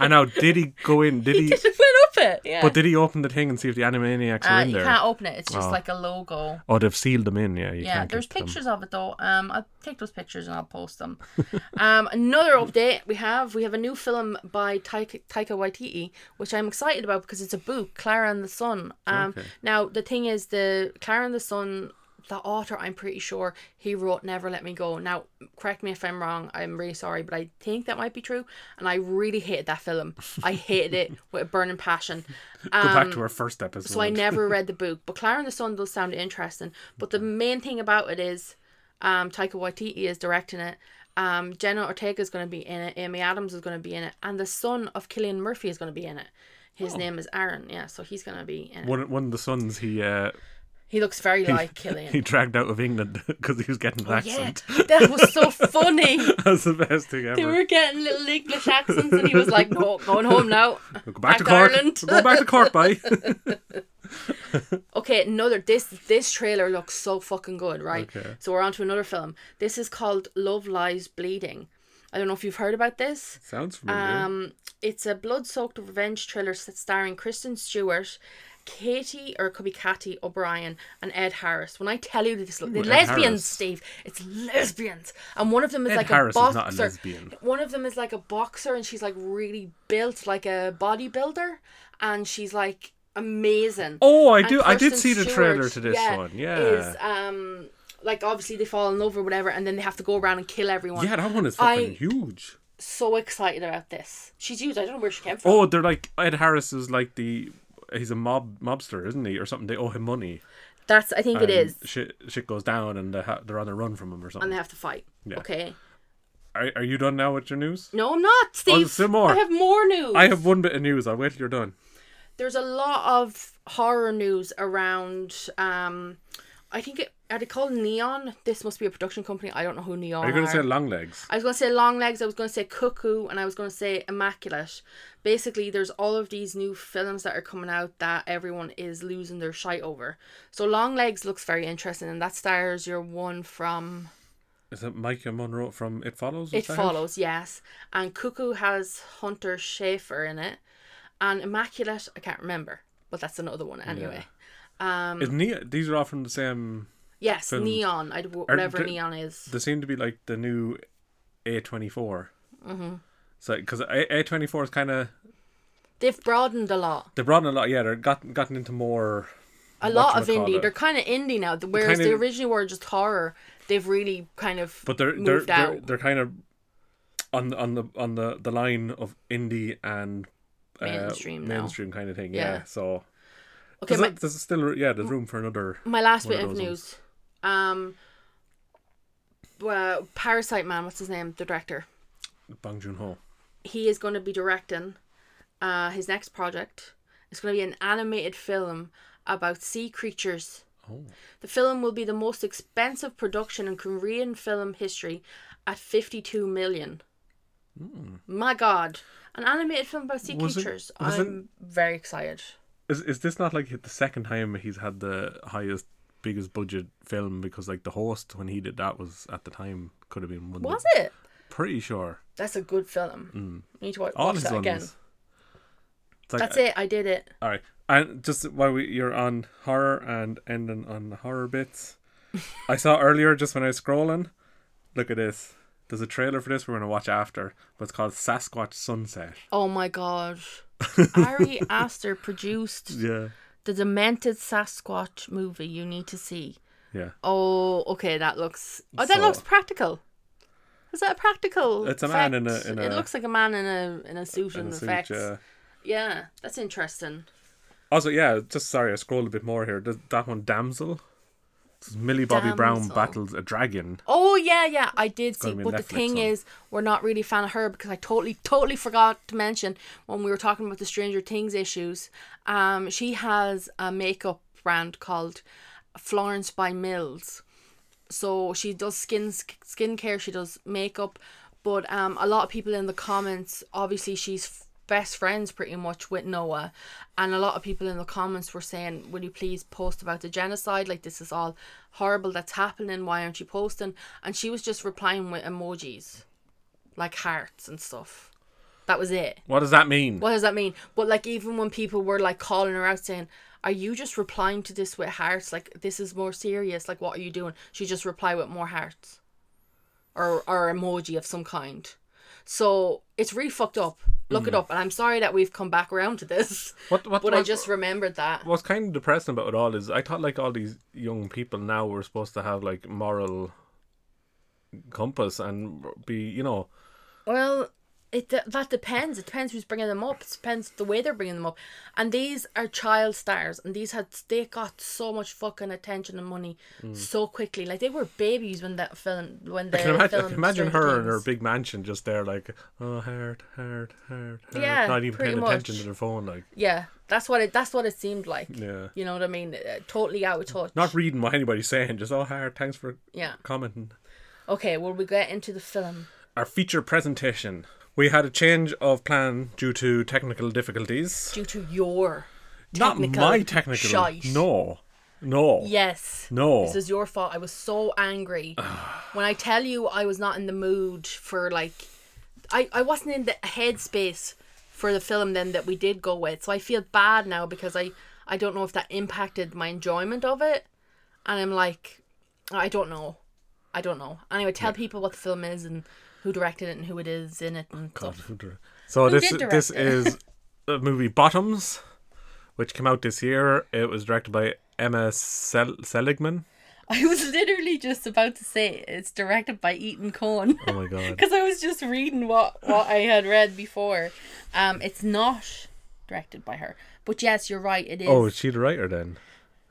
S1: And now, did he go in? Did he?
S2: Just went up it. Yeah.
S1: But did he open the thing and see if the Animaniacs are
S2: Uh,
S1: in
S2: you
S1: there?
S2: can't open it. It's just
S1: Oh.
S2: like a logo.
S1: Oh, they've sealed them in. Yeah, you
S2: Yeah,
S1: can't
S2: there's
S1: get them.
S2: pictures of it though. Um, I'll take those pictures and I'll post them. um, another update we have we have a new film by Taika, Taika Waititi, which I'm excited about because it's a book, Clara and the Sun. Um,
S1: Okay.
S2: now the thing is, the Clara and the Sun, the author, I'm pretty sure he wrote Never Let Me Go. Now, correct me if I'm wrong. I'm really sorry, but I think that might be true. And I really hated that film. I hated it with a burning passion.
S1: Go back to our first episode.
S2: um, So I never read the book, but Clara and the Sun does sound interesting. But the main thing about it is, um, Taika Waititi is directing it. Um, Jenna Ortega is going to be in it. Amy Adams is going to be in it, and the son of Killian Murphy is going to be in it. His name is Aaron. Yeah, so he's going to be in it.
S1: One, one of the sons he uh,
S2: He looks very like Killian.
S1: he dragged out of England because he was getting an
S2: Oh, yeah,
S1: accent.
S2: that was so funny.
S1: That's the best thing
S2: They
S1: ever.
S2: were getting little English accents, and he was like, "No, going home now."
S1: Go back, to
S2: back to
S1: Cork.
S2: Ireland.
S1: Go back to Cork, bye.
S2: Okay, another this this trailer looks so fucking good, right?
S1: Okay.
S2: So we're on to another film. This is called Love Lies Bleeding. I don't know if you've heard about this.
S1: Sounds familiar.
S2: Um, it's a blood-soaked revenge thriller s- starring Kristen Stewart, Katie or it could be Katie O'Brien and Ed Harris. When I tell you this, the
S1: Ed
S2: lesbians,
S1: Harris.
S2: Steve, it's lesbians, and one of them is
S1: Ed
S2: like
S1: Harris
S2: a
S1: is
S2: boxer.
S1: not a lesbian.
S2: One of them is like a boxer, and she's like really built, like a bodybuilder, and she's like amazing.
S1: oh, I
S2: And
S1: do. I did
S2: Kristen
S1: see the
S2: Stewart,
S1: trailer to this one. Yeah.
S2: Is um like obviously they fall in love or whatever, and then they have to go around and kill everyone.
S1: yeah, that one is
S2: I-
S1: fucking huge.
S2: So excited about this. She's used. I don't know where she came from.
S1: Oh, they're like Ed Harris is like the he's a mob mobster, isn't he, or something? They owe him money.
S2: That's. I think it
S1: and
S2: is.
S1: Shit, shit goes down, and they ha- they're on the run from him or
S2: And
S1: something.
S2: they have to fight.
S1: Yeah.
S2: Okay.
S1: Are, are you done now with your news?
S2: No, I'm not, Steve.
S1: Oh, some more.
S2: I have more news.
S1: I have one bit of news. I'll wait till you're done.
S2: There's a lot of horror news around. Um, I think it. Are they called Neon? This must be a production company. I don't know who Neon
S1: Are
S2: are.
S1: you going to say long legs?
S2: I was going to say long legs. I was going to say cuckoo, and I was going to say immaculate. Basically, there's all of these new films that are coming out that everyone is losing their shite over. So long legs looks very interesting, and that stars your one from
S1: Is it Micah Monroe from It Follows?
S2: It
S1: is that him?
S2: Follows, yes, and cuckoo has Hunter Schafer in it, and immaculate I can't remember, but that's another one anyway. um,
S1: Is Nia, these are all from the same.
S2: Yes,
S1: Films.
S2: neon. I whatever
S1: did-
S2: neon is.
S1: They seem to be like the new A24. Mm-hmm. So, because A24 is kind of.
S2: They've broadened a lot.
S1: They've brought in a lot, yeah, they've gotten, gotten into more.
S2: a lot of
S1: whatchamacallit.
S2: indie. They're kind of indie now. th- Whereas
S1: Kinda-
S2: they originally were just horror, they've really kind of
S1: But they're, they're,
S2: moved
S1: they're,
S2: out.
S1: they're kind of on on the on the the line of indie and uh,
S2: Mainstream now.
S1: mainstream kind of thing. Yeah.
S2: Yeah.
S1: So
S2: Okay, Mm.
S1: there's,
S2: my,
S1: a- there's still yeah there's room for another.
S2: my last
S1: one of
S2: bit of
S1: those
S2: news. Um, well, Parasite Man, what's his name? The director.
S1: Bang Joon Ho.
S2: he is going to be directing uh, his next project. It's going to be an animated film about sea creatures.
S1: Oh.
S2: The film will be the most expensive production in Korean film history at 52 million. My god. An animated film about sea
S1: Hmm. Was it-
S2: creatures.
S1: was it-
S2: I'm very excited.
S1: Is is this not like the second time he's had the highest biggest budget film because like the host when he did that was at the time could have been one.
S2: Was
S1: that,
S2: it?
S1: Pretty sure.
S2: That's a good film. Mm. need to wa- watch,
S1: Hmm. All his
S2: that
S1: ones.
S2: again.
S1: It's like, uh,
S2: That's it. I did it.
S1: All right, and just while we, you're on horror and ending on the horror bits, I saw earlier just when I was scrolling. Look at this. There's a trailer for this we're gonna watch after, but it's called Sasquatch Sunset.
S2: Oh my god. Ari Aster produced
S1: Yeah.
S2: the demented Sasquatch movie you need to see.
S1: Yeah.
S2: Oh, okay, that looks. Oh, that
S1: So-
S2: looks practical. Is that a practical?
S1: It's a man in
S2: effect?
S1: a- in
S2: It
S1: a-
S2: looks like a man in a in a suit and
S1: And so,
S2: effects.
S1: yeah.
S2: Yeah, that's interesting.
S1: Also, yeah. Just sorry, I scrolled a bit more here. Th- That one, Damsel. This is Millie Bobby Brown
S2: Damsel.
S1: battles a dragon.
S2: Oh yeah, yeah, I did see.
S1: gotta be
S2: But the
S1: Netflix
S2: thing
S1: on.
S2: is, we're not really a fan of her because I totally, totally forgot to mention when we were talking about the Stranger Things issues. Um, she has a makeup brand called Florence by Mills. So she does skin skincare. She does makeup, but um, a lot of people in the comments, obviously, she's f- best friends pretty much with Noah, and a lot of people in the comments were saying, "Will you please post about the genocide? Like this is all horrible that's happening. Why aren't you posting?" And she was just replying with emojis, like hearts and stuff. That was it.
S1: What does that mean?
S2: What does that mean? But like even when people were like calling her out saying, Are you just replying to this with hearts? Like this is more serious. Like what are you doing? She just replied with more hearts. Or or emoji of some kind. So it's really fucked up. Look it up. And I'm sorry that we've come back around to this.
S1: What? What?
S2: But I
S1: what-
S2: just remembered that.
S1: What's kind of depressing about it all is I thought like all these young people now were supposed to have like moral compass and be you know
S2: Well, it de- that depends. It depends who's bringing them up. It depends the way they're bringing them up. And these are child stars, and these had they got so much fucking attention and money so quickly. Like they were babies when that film when they
S1: I can
S2: filmed.
S1: imagine, I can imagine
S2: Stranger
S1: her in her
S2: Things.
S1: big mansion just there like oh hard hard hard hard
S2: Yeah,
S1: not even
S2: pretty
S1: paying attention
S2: much.
S1: to their phone like
S2: Yeah, that's what it. That's what it seemed like.
S1: yeah
S2: You know what I mean? Uh, totally out of touch.
S1: not reading what anybody's saying just oh hard thanks for
S2: yeah.
S1: commenting
S2: Okay. Well, we get into the film.
S1: our feature presentation we had a change of plan due to technical difficulties
S2: Due to your
S1: not
S2: technical
S1: my technical
S2: shite.
S1: no no
S2: Yes.
S1: No.
S2: This is your fault. I was so angry. when I tell you I was not in the mood for like I, I wasn't in the headspace for the film then that we did go with. So I feel bad now because I I don't know if that impacted my enjoyment of it. And I'm like I don't know. I don't know. Anyway, tell people what the film is and who directed it and who it is in it and
S1: God,
S2: stuff.
S1: who dir- So this
S2: did direct
S1: this
S2: it?
S1: is the movie Bottoms, which came out this year. It was directed by Emma Sel- Seligman.
S2: I was literally just about to say it's directed by Eaton Cohen.
S1: Oh my god!
S2: because I was just reading what what I had read before. Um, it's not directed by her, but yes, you're right. It is.
S1: Oh, is she the writer then?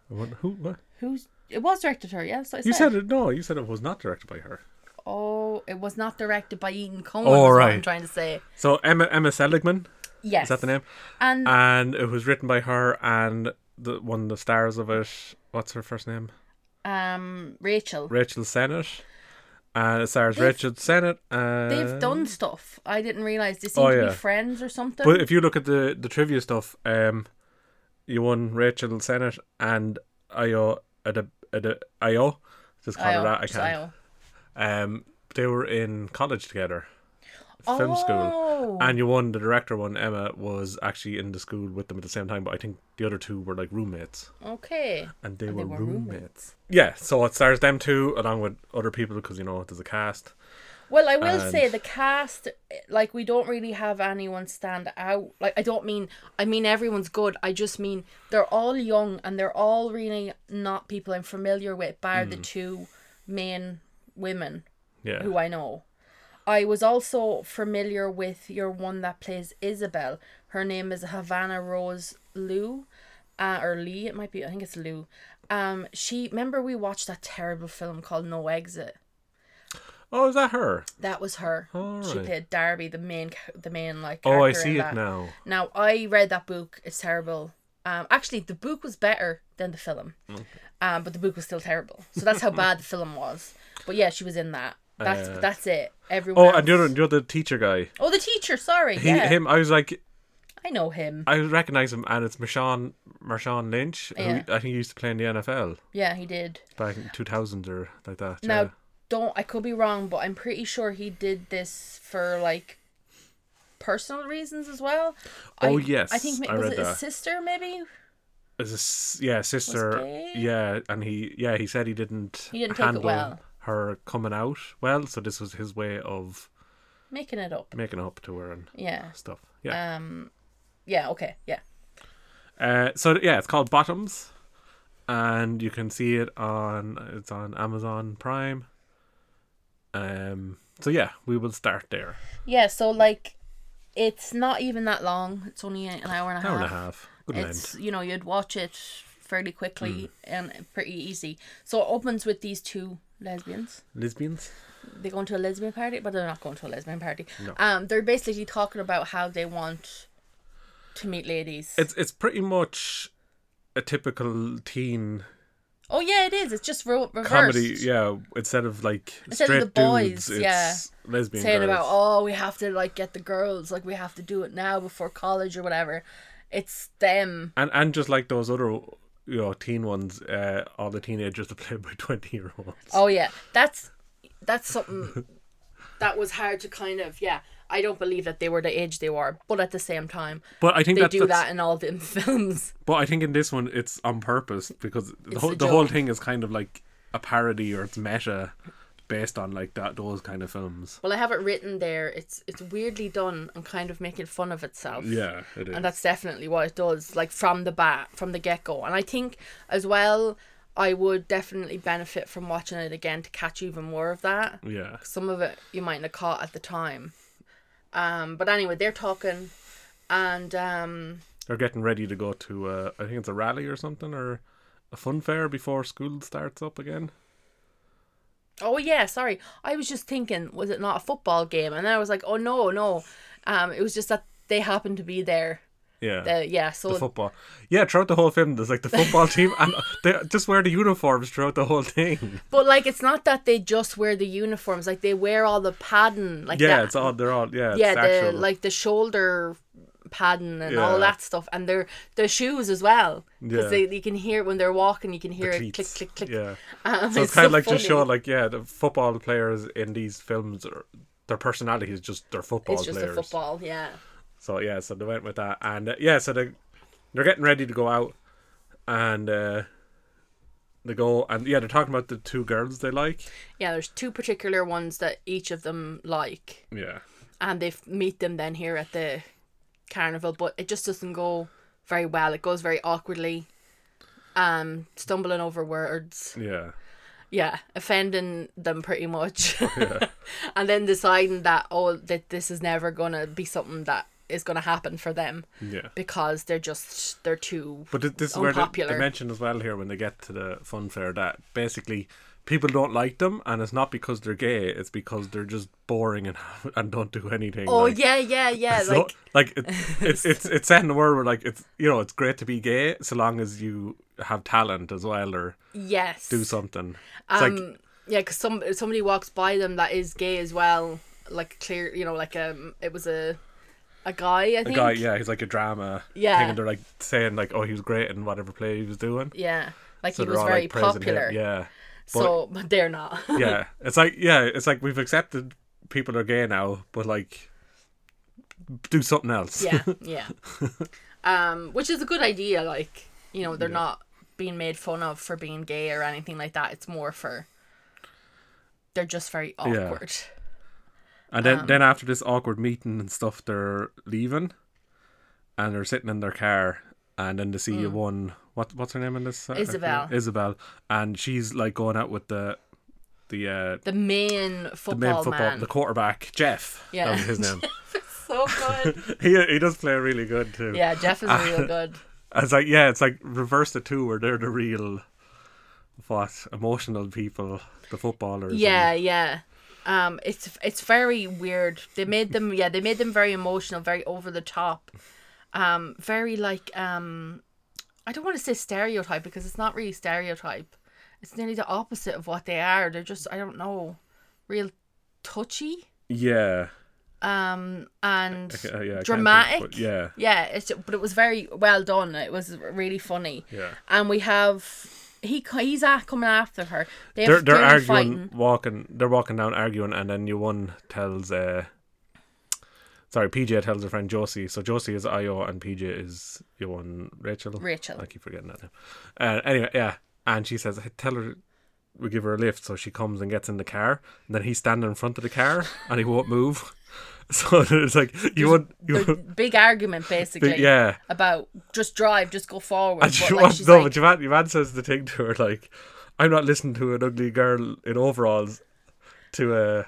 S1: What, who? What?
S2: Who's it was directed her? Yes, I said.
S1: You said it. No, you said it was not directed by her.
S2: Oh, it was not directed by Eaton Cohen.
S1: Oh,
S2: is what I'm
S1: right.
S2: trying to say.
S1: So Emma Emma Seligman
S2: Yes.
S1: is that the name?
S2: And
S1: And it was written by her and the one of the stars of it. What's her first name?
S2: um, Rachel.
S1: Rachel Sennett. And it stars
S2: They've-
S1: Rachel Sennett. And
S2: They've done stuff. I didn't realize they seem
S1: Oh,
S2: to
S1: yeah.
S2: be friends or something.
S1: But if you look at the the trivia stuff, um, you won Rachel Sennett and Io at a at a Io, just call her
S2: Io,
S1: that. I
S2: just
S1: can't.
S2: Io.
S1: Um, they were in college together, film school,
S2: Oh.
S1: and you won the director one. Emma was actually in the school with them at the same time, but I think the other two were like roommates,
S2: okay.
S1: and they,
S2: And
S1: were,
S2: they were
S1: roommates.
S2: roommates.
S1: Yeah, so it stars them two along with other people because you know there's a cast.
S2: Well, I will
S1: And-
S2: say the cast, like we don't really have anyone stand out. Like I don't mean, I mean everyone's good. I just mean they're all young and they're all really not people I'm familiar with, bar the two main women
S1: Hmm. Yeah,
S2: who I know. I was also familiar with your one that plays Isabel. Her name is Havana Rose Lou, uh, or Lee. It might be. I think it's Lou. Um, she. Remember we watched that terrible film called No Exit.
S1: Oh, is that her?
S2: That was her. She
S1: Alright.
S2: played Darby, the main, ca- the main like.
S1: Oh, I
S2: character
S1: see
S2: in
S1: it
S2: that.
S1: now.
S2: Now I read that book. It's terrible. Um, actually, the book was better than the film, um, but the book was still terrible. So that's how bad the film was. But yeah, she was in that. That's
S1: Uh,
S2: that's it. Everyone.
S1: Oh,
S2: else-
S1: and the other, the other teacher guy.
S2: Oh, the teacher. Sorry.
S1: He,
S2: yeah,
S1: him. I was like,
S2: I know him.
S1: I recognize him, and it's Marshawn Marshawn Lynch,
S2: Yeah.
S1: who I think used to play in the NFL
S2: Yeah, he did.
S1: back in two thousand or like that.
S2: Now,
S1: yeah.
S2: don't I could be wrong, but I'm pretty sure he did this for like personal reasons as well.
S1: Oh,
S2: I,
S1: yes,
S2: I think ma-
S1: I
S2: was
S1: read
S2: it
S1: that.
S2: his sister maybe?
S1: Is this- yeah sister
S2: gay?
S1: yeah, and he yeah he said he didn't
S2: He didn't take it
S1: handle
S2: well.
S1: her coming out well, so this was his way of
S2: Making it up.
S1: making up to her and
S2: Yeah.
S1: stuff. Yeah.
S2: Um. Yeah. Okay. Yeah.
S1: uh, so yeah, it's called Bottoms, and you can see it on it's on Amazon Prime. Um. So yeah, we will start there.
S2: Yeah, so like it's not even that long. It's only an hour and a half.
S1: Hour and a half. Good
S2: Uh-huh. It's
S1: length. Mm.
S2: you know, you'd watch it fairly quickly and pretty easy. So it opens with these two lesbians.
S1: Lesbians.
S2: They go into a lesbian party, but they're not going to a lesbian party. Um they're basically talking about how they want to meet ladies.
S1: It's it's pretty much a typical teen
S2: oh yeah, it is. It's just re- reversed.
S1: comedy. Yeah, instead of like
S2: Instead
S1: straight
S2: of the boys,
S1: dudes, it's
S2: yeah.
S1: lesbian
S2: saying
S1: girls.
S2: about oh we have to like get the girls like we have to do it now before college or whatever it's them
S1: and and just like those other you know teen ones, uh, all the teenagers are played by twenty year olds.
S2: Oh yeah, that's that's something that was hard to kind of yeah. I don't believe that they were the age they were, but at the same time,
S1: But I think
S2: they
S1: that,
S2: do
S1: that's
S2: that in all them films.
S1: But I think in this one, it's on purpose because the, whole,
S2: a
S1: the whole
S2: joke.
S1: thing is kind of like a parody or it's meta, based on like that those kind of films.
S2: Well, I have it written there. It's it's weirdly done and kind of making fun of itself.
S1: Yeah, it is.
S2: and that's definitely what it does. Like from the bat, from the get go, and I think as well, I would definitely benefit from watching it again to catch even more of that.
S1: yeah,
S2: some of it you mightn't have caught at the time. Um, but anyway, they're talking, and um,
S1: they're getting ready to go to uh, I think it's a rally or something or a fun fair before school starts up again.
S2: oh yeah, sorry, I was just thinking, was it not a football game? And then I was like, oh no, no, um, it was just that they happened to be there.
S1: Yeah.
S2: Uh, yeah, so
S1: the football, yeah. Throughout the whole film, there's like the football team, and they just wear the uniforms throughout the whole thing.
S2: but like, it's not that they just wear the uniforms; like they wear all the padding, like
S1: Yeah,
S2: that.
S1: it's all they're all yeah. It's
S2: yeah,
S1: actual,
S2: the like the shoulder padding and all
S1: Yeah.
S2: that stuff, and their their shoes as well, because
S1: Yeah.
S2: they you can hear when they're walking, you can hear it click
S1: cleats.
S2: click click.
S1: Yeah,
S2: Um,
S1: so it's, kind of like
S2: funny.
S1: just showing like yeah, the football players in these films are their personality is just their football
S2: It's just
S1: players.
S2: a football, yeah.
S1: So yeah, so they went with that, and uh, yeah, so they they're getting ready to go out, and uh, they go and yeah, they're talking about the two girls they like.
S2: Yeah, there's two particular ones that each of them like,
S1: Yeah,
S2: and they f- meet them then here at the carnival, but it just doesn't go very well. It goes very awkwardly, um, stumbling over words,
S1: yeah,
S2: yeah, offending them pretty much, and then deciding that oh that this is never gonna be something that is gonna happen for them
S1: yeah.
S2: because they're just they're too
S1: Mm. But th- this is where they, they
S2: Unpopular.
S1: mention as well here when they get to the fun fair that basically people don't like them, and it's not because they're gay; it's because they're just boring and and don't do anything.
S2: oh
S1: like,
S2: yeah yeah yeah
S1: So,
S2: like
S1: like, it, it's it's it's saying the word where like it's you know it's great to be gay so long as you have talent as well or
S2: yes
S1: do something. It's
S2: Um,
S1: like
S2: Yeah, because some somebody walks by them that is gay as well. Like clear, you know, like um, it was a a guy. I
S1: the
S2: think.
S1: guy, yeah, he's like a drama.
S2: Yeah.
S1: thing, and they're like saying like, oh, he was great in whatever play he was doing.
S2: Yeah, like
S1: So
S2: he
S1: they're
S2: was
S1: all
S2: very
S1: like praising him.
S2: popular.
S1: Yeah,
S2: So, but they're not.
S1: yeah. It's like yeah, it's like we've accepted people are gay now, but like do something else.
S2: yeah, yeah. Um, which is a good idea. Like you know, they're not being made fun of for being gay or anything like that. It's more for they're just very awkward.
S1: and
S2: um,
S1: then then after this awkward meeting and stuff, they're leaving, and they're sitting in their car. And then they see you one. What what's her name in this? uh,
S2: Hmm. Isabel.
S1: Isabel, and she's like going out with the the uh,
S2: The main
S1: the
S2: football,
S1: main football,
S2: man.
S1: the quarterback Jeff.
S2: Yeah.
S1: that was his name.
S2: so good.
S1: he he does play really good too.
S2: yeah, Jeff is real good.
S1: It's like yeah, it's like reverse the two where they're the real what emotional people, the footballers. and-
S2: Yeah, yeah. Um, it's it's very weird. They made them yeah, they made them very emotional, very over the top. Um, very like um I don't want to say stereotype because it's not really stereotype. It's nearly the opposite of what they are. They're just I don't know, real touchy.
S1: yeah,
S2: Um and
S1: Uh, yeah, I can't
S2: dramatic.
S1: think, but yeah,
S2: Yeah, it's but it was very well done. It was really funny.
S1: yeah.
S2: And we have he co- he's at coming after her. They have
S1: They're they're
S2: dirty
S1: arguing,
S2: fighting.
S1: walking. They're walking down, arguing, and then your one tells. uh Sorry, PJ tells her friend Josie. So Josie is Io, and PJ is your one Rachel.
S2: Rachel.
S1: I keep forgetting that now. Uh, anyway, yeah, and she says, "Tell her we give her a lift." So she comes and gets in the car. And then he's standing in front of the car, and he won't move. So it's like you want, you
S2: the
S1: want,
S2: big argument basically
S1: yeah.
S2: about just drive, just go forward.
S1: And
S2: But
S1: she
S2: like,
S1: wants
S2: she's
S1: no,
S2: like,
S1: but your man, your man says the thing to her like, "I'm not listening to an ugly girl in overalls." To uh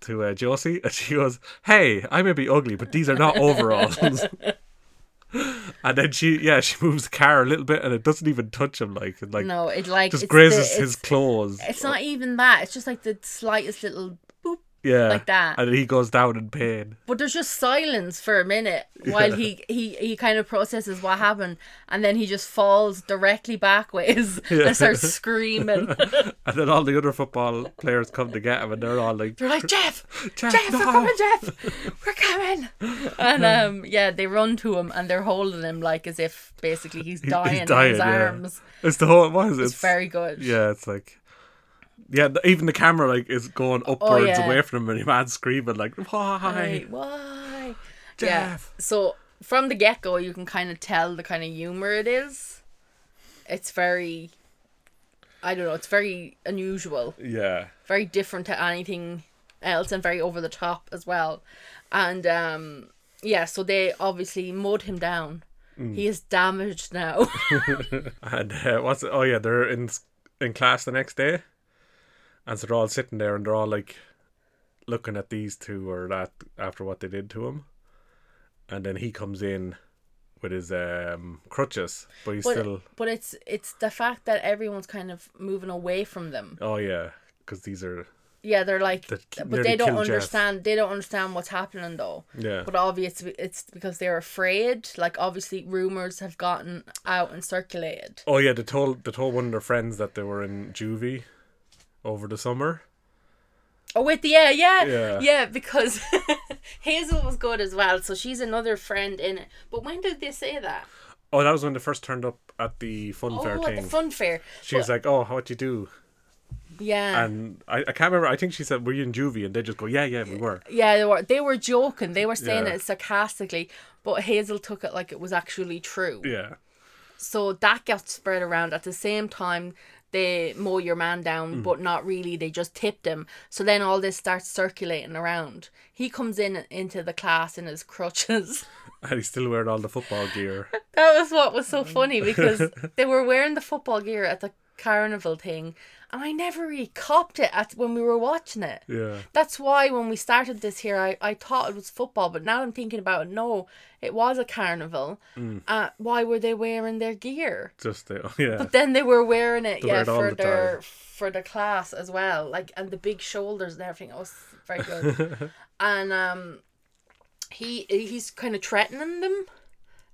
S1: to uh, Josie, and she goes, "Hey, I may be ugly, but these are not overalls." and then she, yeah, she moves the car a little bit, and it doesn't even touch him. Like, it, like
S2: no, it like
S1: just
S2: it's
S1: grazes
S2: the,
S1: his
S2: It's,
S1: claws.
S2: it's not even that. It's just like the slightest little boop.
S1: yeah,
S2: like that.
S1: and he goes down in pain.
S2: But there's just silence for a minute while he, he he kind of processes what happened, and then he just falls directly backwards
S1: Yeah.
S2: and starts screaming.
S1: And then all the other football players come to get him, and they're all like,
S2: They're like, Jeff,
S1: Jeff,
S2: Jeff,
S1: no."
S2: we're coming, Jeff, we're coming. And um, yeah, they run to him and they're holding him like as if basically he's
S1: "He-
S2: dying,
S1: "He's dying."
S2: in his
S1: yeah.
S2: arms.
S1: It's the whole. What is it?
S2: It's, very good.
S1: Yeah, it's like. Yeah, th- even the camera like is going upwards
S2: Oh, yeah.
S1: away from him, and he man's screaming like, "Why,
S2: Right, why?
S1: Jeff?"
S2: Yeah. So from the get go, you can kind of tell the kind of humor it is. It's very, I don't know. It's very unusual,
S1: Yeah,
S2: very different to anything else, and very over the top as well. And um, yeah, so they obviously mowed him down.
S1: Mm.
S2: He is damaged now.
S1: and uh, what's it? Oh yeah, they're in s- in class the next day, and so they're all sitting there, and they're all like looking at these two or that after what they did to him, and then he comes in with his um crutches, but he's
S2: but,
S1: still.
S2: but it's it's the fact that everyone's kind of moving away from them.
S1: Oh yeah, because these are
S2: Yeah, they're like,
S1: That k-
S2: but
S1: nearly
S2: they don't
S1: killed Jeff.
S2: understand. They don't understand what's happening though.
S1: Yeah.
S2: But obviously, it's because they're afraid. Like obviously, rumors have gotten out and circulated.
S1: Oh yeah, they told they told one of their friends that they were in juvie over the summer.
S2: Oh wait, yeah, yeah,
S1: Yeah.
S2: yeah, because Hazel was good as well, so she's another friend in it. But when did they say that?
S1: Oh, that was when they first turned up at the fun fair
S2: oh, at
S1: thing.
S2: the fun fair.
S1: she was like, "Oh, how'd you do?"
S2: Yeah.
S1: And I, I can't remember. I think she said, "Were you in juvie?" And they just go, "Yeah, yeah, we were."
S2: yeah, they were they were joking. They were saying
S1: Yeah.
S2: it sarcastically, but Hazel took it like it was actually true.
S1: Yeah,
S2: So that got spread around at the same time they mow your man down, but not really. They just tipped him. So then all this starts circulating around. He comes in into the class in his crutches.
S1: and he's still wearing all the football gear.
S2: that was what was so funny because they were wearing the football gear at the carnival thing, and I never really copped it at when we were watching it.
S1: Yeah,
S2: That's why when we started this here, I, I thought it was football, but now I'm thinking about it. No, it was a carnival. Uh, why were they wearing their gear?
S1: just the, oh, yeah,
S2: But then they were wearing it,
S1: They wear
S2: yeah,
S1: it all
S2: for
S1: the
S2: their
S1: time.
S2: for the class as well, like and the big shoulders and everything. It was very good. and um, he he's kind of threatening them,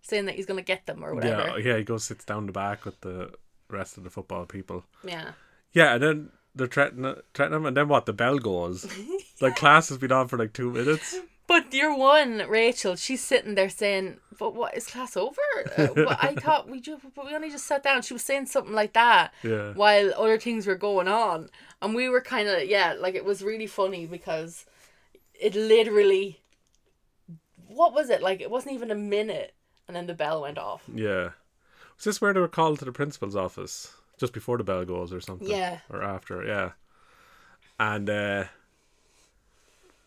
S2: saying that he's gonna get them or
S1: yeah,
S2: whatever.
S1: yeah. He goes sits down the back with the rest of the football people.
S2: Yeah,
S1: Yeah, and then they're threatening threatening him, and then what? The bell goes. like class has been on for like two minutes.
S2: but your one Rachel, she's sitting there saying, "But what is class over? Uh, well, I thought we just, but we only just sat down." She was saying something like that.
S1: Yeah.
S2: while other things were going on. And we were kind of, yeah, like it was really funny because it literally, what was it? Like it wasn't even a minute and then the bell went off.
S1: Yeah. Was this where they were called to the principal's office? Just before the bell goes or something?
S2: Yeah.
S1: Or after, yeah. And uh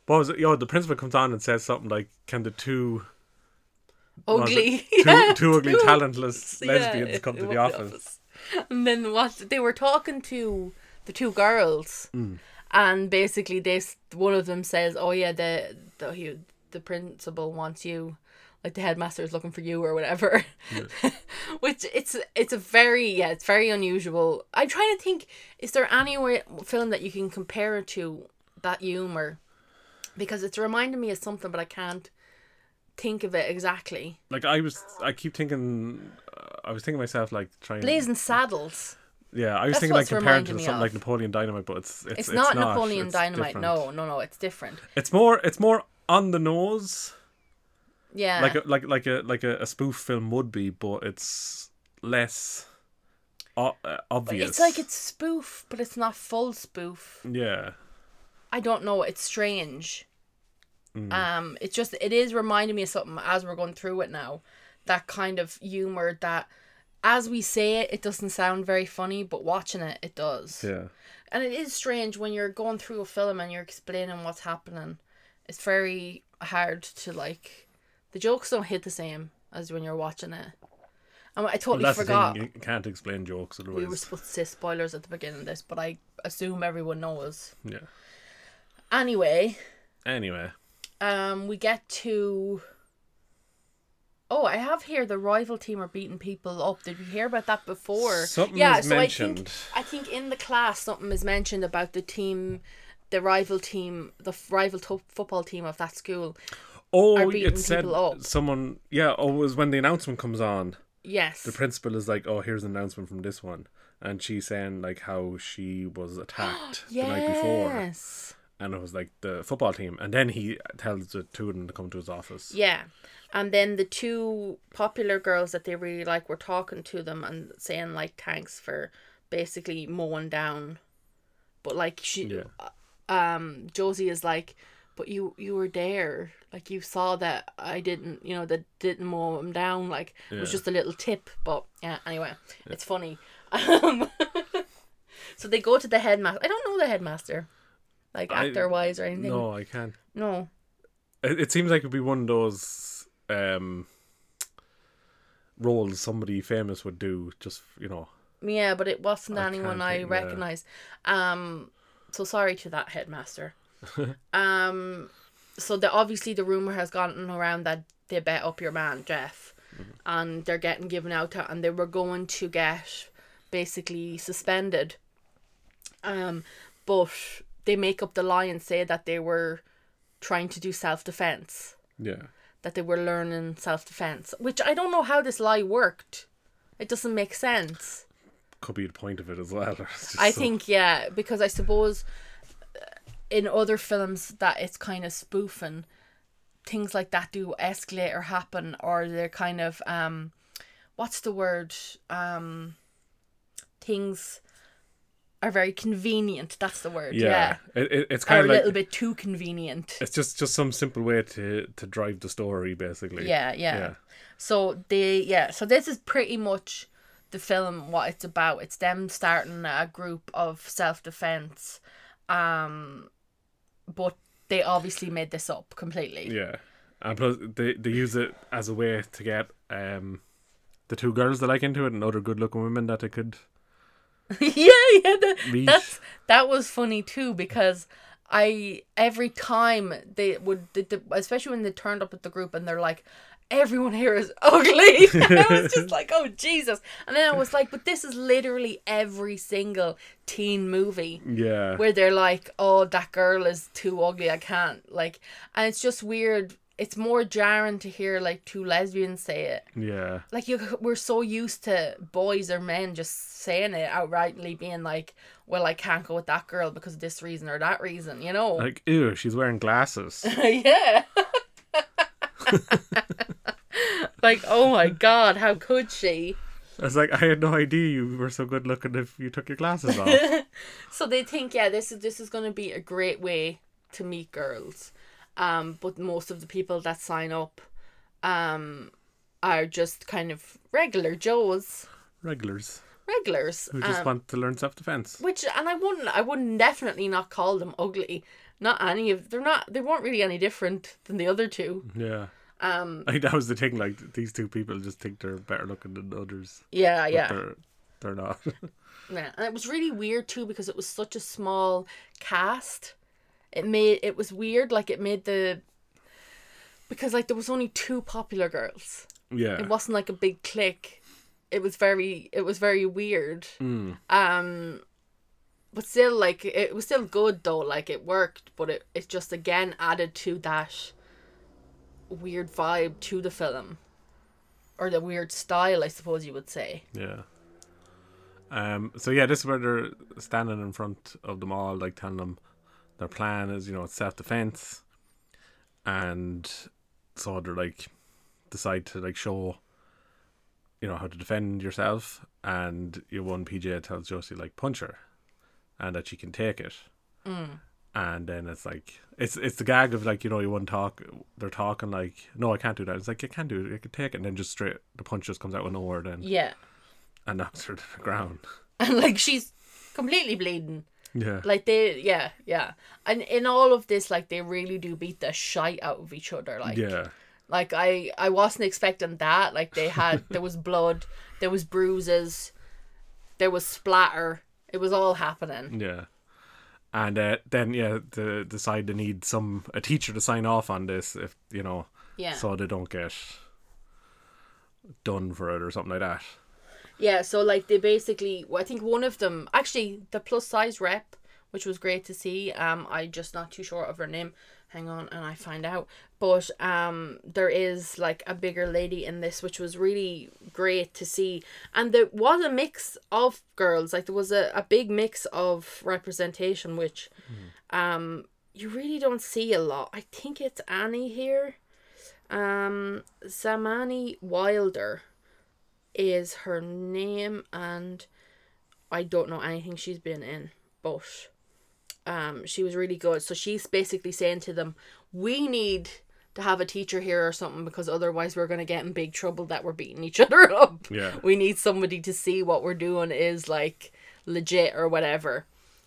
S1: what was it? Yo, the principal comes on and says something like, Can the two what was it?
S2: Ugly.
S1: two,
S2: Yeah,
S1: two ugly,
S2: two-
S1: talentless
S2: yeah,
S1: lesbians come to
S2: it-
S1: the
S2: it was
S1: office?
S2: And then what? They were talking to the two girls,
S1: Mm.
S2: and basically this one of them says, "Oh yeah, the the he, the principal wants you." Like the headmaster is looking for you or whatever, which it's it's a very yeah it's very unusual. I'm trying to think, is there any way, film that you can compare it to that humor? Because it's reminding me of something, but I can't think of it exactly.
S1: Like I was, I keep thinking, uh, I was thinking myself like trying.
S2: Blazing Saddles.
S1: yeah, I was
S2: that's
S1: thinking like
S2: what's
S1: comparing to
S2: reminding me
S1: something
S2: of.
S1: like Napoleon Dynamite, but it's it's,
S2: It's, not Napoleon
S1: it's
S2: Dynamite.
S1: different.
S2: No, no, no. It's different.
S1: it's more it's more on the nose,
S2: Yeah.
S1: like a, like like a like a, a spoof film would be, but it's less o- uh, obvious.
S2: It's like it's spoof, but it's not full spoof.
S1: yeah.
S2: I don't know. It's strange.
S1: Mm.
S2: Um, it's just it is reminding me of something as we're going through it now. That kind of humor that, as we say it, it doesn't sound very funny, but watching it, it does.
S1: Yeah.
S2: And it is strange when you're going through a film and you're explaining what's happening. It's very hard to like. The jokes don't hit the same as when you're watching it. And I totally
S1: That's
S2: forgot.
S1: the thing. You can't explain jokes otherwise.
S2: We were supposed to say spoilers at the beginning of this, but I assume everyone knows.
S1: Yeah.
S2: Anyway,
S1: Anyway,
S2: um, we get to. Oh, I have here the rival team are beating people up. Did we hear about that before?
S1: Something
S2: yeah,
S1: is
S2: so
S1: mentioned.
S2: I think I think in the class something is mentioned about the team, the rival team, the f- rival to football team of that school.
S1: oh,
S2: Are beating
S1: it said
S2: people up.
S1: someone. Yeah, oh, it was when the announcement comes on.
S2: Yes.
S1: The principal is like, "Oh, here's an announcement from this one," and she's saying like how she was attacked the night before,
S2: Yes.
S1: and it was like the football team, and then he tells the two of them to come to his office.
S2: Yeah. And then the two popular girls that they really like were talking to them and saying like thanks for basically mowing down. But like she uh, um Josie is like but you you were there. Like you saw that I didn't, you know, that didn't mow them down like it was
S1: Yeah.
S2: just a little tip, but yeah, anyway, it's funny. Um, so they go to the headmaster. I don't know the headmaster. Like
S1: I-
S2: actor wise or anything.
S1: No, I can't.
S2: no.
S1: It, it seems like it'd be one of those um, roles somebody famous would do. Just you know,
S2: Yeah, but it wasn't
S1: I
S2: anyone
S1: can't
S2: I
S1: think- yeah.
S2: recognise. Um, so sorry to that headmaster. um, so the obviously the rumor has gotten around that they bet up your man Jeff,
S1: Mm-hmm.
S2: and they're getting given out, to, and they were going to get basically suspended. Um, but they make up the lie and say that they were trying to do self defense,
S1: yeah.
S2: that they were learning self defense, which I don't know how this lie worked. It doesn't make sense.
S1: Could be the point of it as well. It's just
S2: I
S1: so-
S2: think yeah, because I suppose uh, in other films that it's kind of spoofing things like that do escalate or happen or they're kind of um what's the word um things are very convenient that's the word yeah,
S1: yeah, It, it, it's
S2: Or
S1: kind
S2: a
S1: of like
S2: little bit too convenient
S1: it's just just some simple way to to drive the story basically.
S2: yeah, yeah
S1: Yeah.
S2: so they yeah so this is pretty much the film what it's about it's them starting a group of self-defense um but they obviously made this up completely
S1: Yeah, and plus they they use it as a way to get um the two girls that like into it and other good looking women that they could.
S2: yeah yeah that,
S1: Leash.
S2: that's that was funny too because i every time they would the, the, especially when they turned up at the group and they're like everyone here is ugly i was just like oh jesus and then i was like but this is literally every single teen movie
S1: Yeah,
S2: where they're like, "Oh, that girl is too ugly. I can't." Like, and it's just weird. It's more jarring to hear like two lesbians say it.
S1: yeah,
S2: Like you, we're so used to boys or men just saying it outrightly, being like, "Well, I can't go with that girl because of this reason or that reason," you know?
S1: like ew, she's wearing glasses.
S2: yeah. like, oh my god, how could she?
S1: I was like, I had no idea you were so good looking if you took your glasses off.
S2: So they think, yeah, this is this is going to be a great way to meet girls, um, but most of the people that sign up, um, are just kind of regular Joes,
S1: Regulars
S2: regulars,
S1: who
S2: um,
S1: just want to learn self defense.
S2: which and I wouldn't, I wouldn't definitely not call them ugly. Not any of they're not they weren't really any different than the other two.
S1: Yeah. Um, that was the thing. Like these two people just think they're better looking than others.
S2: Yeah, yeah.
S1: They're they're not.
S2: Yeah, and it was really weird too because it was such a small cast. It made it was weird, like it made the because like there was only two popular girls.
S1: yeah.
S2: It wasn't like a big clique. It was very it was very weird.
S1: Mm.
S2: Um but still like it was still good though, like it worked, but it, it just again added to that weird vibe to the film. Or the weird style, I suppose you would say.
S1: Yeah. Um. So yeah, this is where they're standing in front of the mall, like telling them their plan is, you know, it's self defense, and so they're like decide to like show, you know, how to defend yourself, and your one PJ tells Josie like punch her, and that she can take it. And then it's like it's it's the gag of like you know you one talk they're talking like no I can't do that it's like you can do it I can take it and then just straight the punch just comes out of nowhere then
S2: Yeah.
S1: and knocks her to the ground.
S2: And like she's completely bleeding.
S1: Yeah.
S2: Like they, yeah, yeah, and in all of this, like they really do beat the shite out of each other. Like,
S1: yeah.
S2: like I, I wasn't expecting that. Like they had, there was blood, there was bruises, there was splatter. It was all happening.
S1: Yeah. And uh, then yeah, the decide they need some a teacher to sign off on this if you know
S2: Yeah,
S1: so they don't get done for it or something like that.
S2: yeah. So like they basically, well, I think one of them actually the plus size rep, which was great to see. Um, I just not too sure of her name. Hang on, and I find out. But um, there is like a bigger lady in this, which was really great to see. And there was a mix of girls. Like there was a, a big mix of representation, which um you really don't see a lot. I think it's Annie here. Um, Zamani Wilder is her name, and I don't know anything she's been in, but um, she was really good. So she's basically saying to them, "We need to have a teacher here or something because otherwise we're gonna get in big trouble that we're beating each other up.
S1: Yeah.
S2: We need somebody to see what we're doing is like legit or whatever.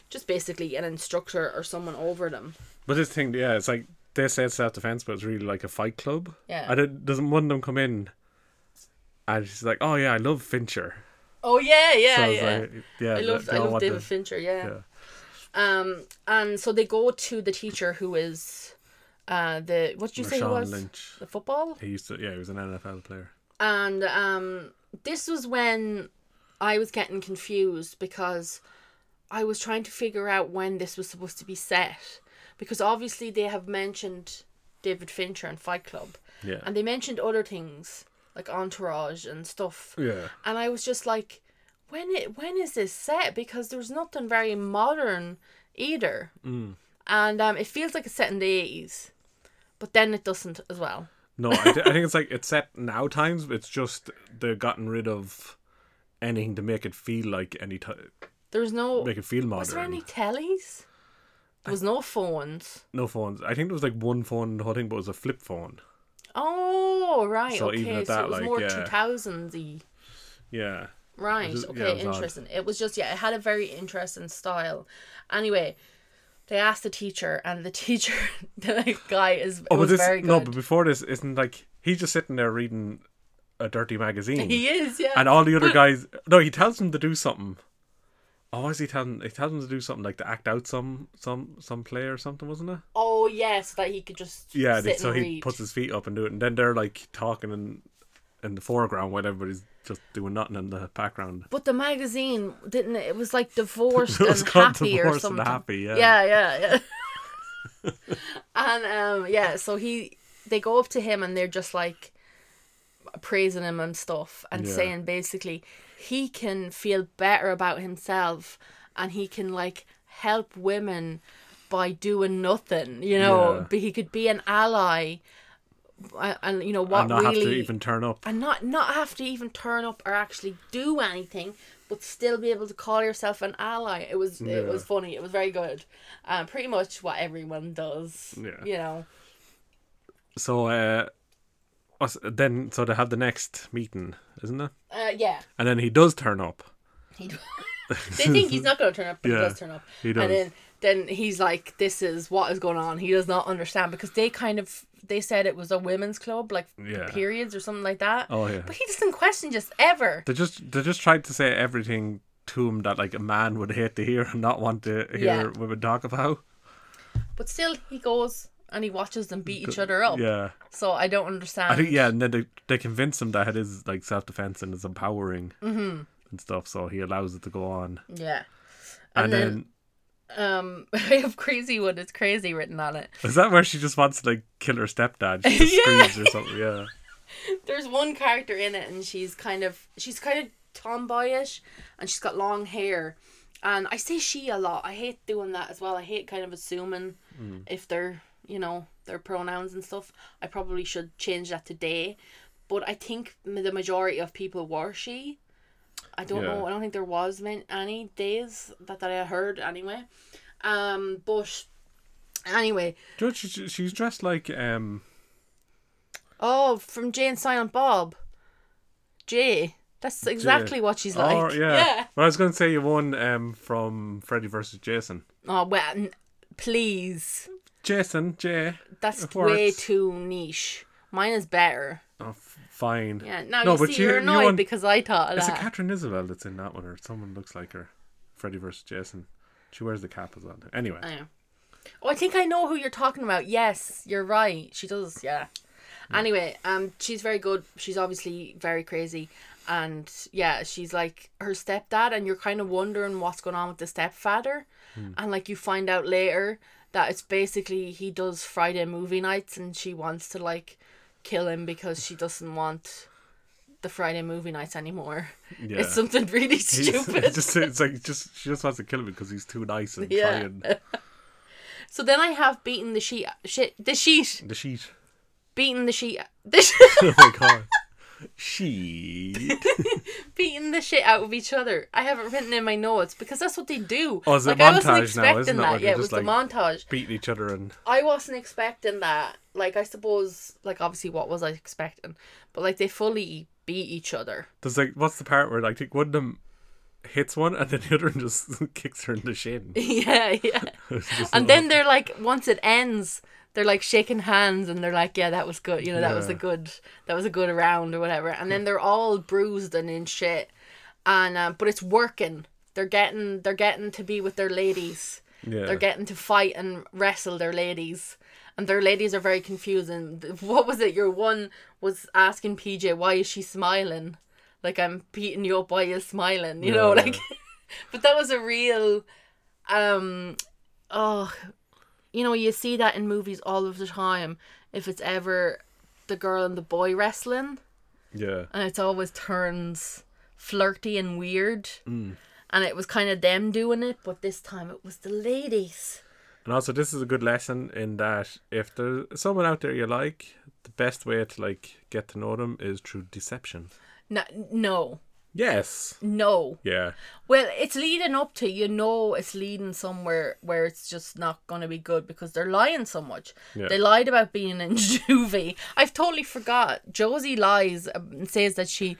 S2: Just basically an instructor or someone over them.
S1: But this thing, yeah, it's like they say it's self defense, but it's really like a fight club.
S2: Yeah.
S1: And it doesn't one of them come in, and she's like, "Oh yeah, I love Fincher."
S2: Oh yeah, yeah,
S1: So it's
S2: yeah.
S1: like, yeah.
S2: I
S1: they-
S2: love
S1: they
S2: I
S1: all
S2: love
S1: want
S2: David
S1: to-
S2: Fincher, yeah.
S1: yeah.
S2: Um, and so they go to the teacher who is, uh, the what did you say he
S1: Marshawn
S2: was
S1: Lynch.
S2: the football,
S1: He used to, yeah, he was an NFL player.
S2: and um, this was when I was getting confused because I was trying to figure out when this was supposed to be set because obviously they have mentioned David Fincher and Fight Club,
S1: Yeah.
S2: and they mentioned other things like Entourage and stuff
S1: yeah.
S2: and I was just like, when it when is this set? Because there's nothing very modern either, and um, it feels like it's set in the eighties, but then it doesn't as well.
S1: No, I, thi- I think it's like it's set now times. but It's just they've gotten rid of anything to make it feel like any ti
S2: There's no
S1: make it feel modern.
S2: was there any tellies? There was no phones.
S1: No phones. I think there was like one phone in the whole thing, but it was a flip phone.
S2: Oh right,
S1: So
S2: okay,
S1: even at
S2: so
S1: that,
S2: it was
S1: like,
S2: more
S1: yeah.
S2: two thousandsy.
S1: Yeah,
S2: Right.
S1: just- yeah,
S2: okay.
S1: it was odd.
S2: interesting. It was just yeah. It had a very interesting style. Anyway, they asked the teacher, and the teacher, the guy is
S1: Oh, but
S2: was
S1: this
S2: very good.
S1: no. But before this, isn't like he's just sitting there reading a dirty magazine,
S2: he is yeah.
S1: and all the other guys. No, he tells him to do something. Oh, is he telling? He tells him to do something like to act out some some some play or something, wasn't it?
S2: Oh yes, that he could just
S1: Yeah, they,
S2: sit
S1: so
S2: and
S1: he
S2: read.
S1: puts his feet up and do it, and then they're like talking in in the foreground while everybody's just doing nothing in the background.
S2: But the magazine didn't. It was like divorced
S1: It was
S2: and
S1: called
S2: happy or
S1: Divorced and
S2: something.
S1: Happy, yeah.
S2: yeah, yeah, yeah. and um, yeah, so he they go up to him and they're just like praising him and stuff and
S1: Yeah.
S2: saying basically he can feel better about himself and he can like help women by doing nothing. You know,
S1: Yeah.
S2: but he could be an ally. uh, And you know what
S1: and not
S2: really
S1: have to even turn up.
S2: and not not have to even turn up or actually do anything, but still be able to call yourself an ally. It was it was
S1: Yeah.
S2: funny. It was very good. Um, pretty much what everyone does.
S1: Yeah.
S2: You know.
S1: So uh, us- then so they have the next meeting, isn't it?
S2: Uh, yeah.
S1: And then he does turn up,
S2: He They think he's not going to turn up, but
S1: Yeah,
S2: he does turn up.
S1: he does.
S2: And then then he's like, "This is what is going on." He does not understand because they kind of they said it was a women's club, like
S1: Yeah.
S2: periods or something like that.
S1: Oh, yeah.
S2: But he doesn't question just ever.
S1: They just they just tried to say everything to him that like a man would hate to hear and not want to hear
S2: Yeah.
S1: women talk about.
S2: But still, he goes and he watches them beat each other up.
S1: Yeah,
S2: So I don't understand.
S1: I think yeah, and then they they convince him that it is like self defense and it's empowering
S2: Mm-hmm.
S1: and stuff, so he allows it to go on.
S2: Yeah.
S1: And,
S2: And,
S1: then,
S2: then, um, I have crazy one. It's crazy written on it.
S1: is that where she just wants to like kill her stepdad? She just
S2: Yeah.
S1: screams or something. Yeah,
S2: There's one character in it, and she's kind of she's kind of tomboyish, and she's got long hair. And I say she a lot. I hate doing that as well. I hate kind of assuming if they're you know their pronouns and stuff. I probably should change that today, but I think m- the majority of people were she. I don't
S1: Yeah.
S2: know. I don't think there was man- any days that, that I heard anyway. Um, but anyway,
S1: Do you know, she, she- she's dressed like um
S2: Oh, from Jay and Silent Bob. Jay. That's exactly what she's like.
S1: or- Oh, yeah. But I was going to say you won um from Freddy versus Jason.
S2: Oh, well, n- please.
S1: Jason, Jay.
S2: That's
S1: It
S2: way
S1: works.
S2: too niche. Mine is better.
S1: Oh, f- fine.
S2: Yeah, now
S1: No,
S2: you
S1: but
S2: see,
S1: you-
S2: you're
S1: you
S2: annoyed
S1: want-
S2: because I thought of
S1: It's a
S2: that.
S1: Catherine Isabel that's in that one, or someone looks like her. Freddy versus Jason. She wears the cap as well. Anyway,
S2: I know. Oh, I think I know who you're talking about. Yes, you're right. She does. Yeah. Anyway, um, she's very good. She's obviously very crazy, and yeah, she's like her stepdad, and you're kind of wondering what's going on with the stepfather, and like you find out later that it's basically he does Friday movie nights, and she wants to like kill him because she doesn't want the Friday movie nights anymore.
S1: yeah.
S2: It's something really
S1: He's-
S2: stupid.
S1: it's just, it's like just she just wants to kill him because he's too nice and
S2: Yeah.
S1: trying
S2: So then I have beaten the sheet, shit, the sheet,
S1: the sheet.
S2: beaten the sheet, the sh-
S1: Oh my god, sheet.
S2: beating the shit out of each other. I have it written in my notes because that's what they do.
S1: Oh, is it
S2: I wasn't
S1: montage now, isn't
S2: expecting
S1: it?
S2: that.
S1: Like,
S2: yeah,
S1: you're
S2: it was
S1: just
S2: the montage.
S1: Beating each other and
S2: I wasn't expecting that. Like, I suppose, like, obviously, what was I expecting? But like, they fully beat each other.
S1: there's like what's the part where like I think one of them hits one and then the other one just kicks her in the shin.
S2: yeah, yeah.
S1: It's just
S2: And
S1: like-
S2: then they're like, once it ends, they're like shaking hands and they're like, yeah, that was good. You know, that was a
S1: Yeah.
S2: good, that was a good round or whatever. And then they're all bruised and in shit. And uh, but it's working. They're getting, they're getting to be with their ladies.
S1: yeah.
S2: They're getting to fight and wrestle their ladies. And their ladies are very confusing. What was it? Your one was asking PJ, why is she smiling? Like, I'm beating you up, why is smiling? You know,
S1: Yeah.
S2: like, but that was a real, um, oh, you know, you see that in movies all of the time. If it's ever the girl and the boy wrestling,
S1: yeah.
S2: and it's always turns flirty and weird.
S1: Mm.
S2: And it was kind of them doing it, but this time it was the ladies.
S1: And also, this is a good lesson in that if there's someone out there you like, the best way to like get to know them is through deception.
S2: No, no,
S1: Yes.
S2: no.
S1: Yeah.
S2: Well, it's leading up to you know it's leading somewhere where it's just not going to be good because they're lying so much.
S1: Yeah.
S2: They lied about being in juvie. I've totally forgot. Josie lies um, and says that she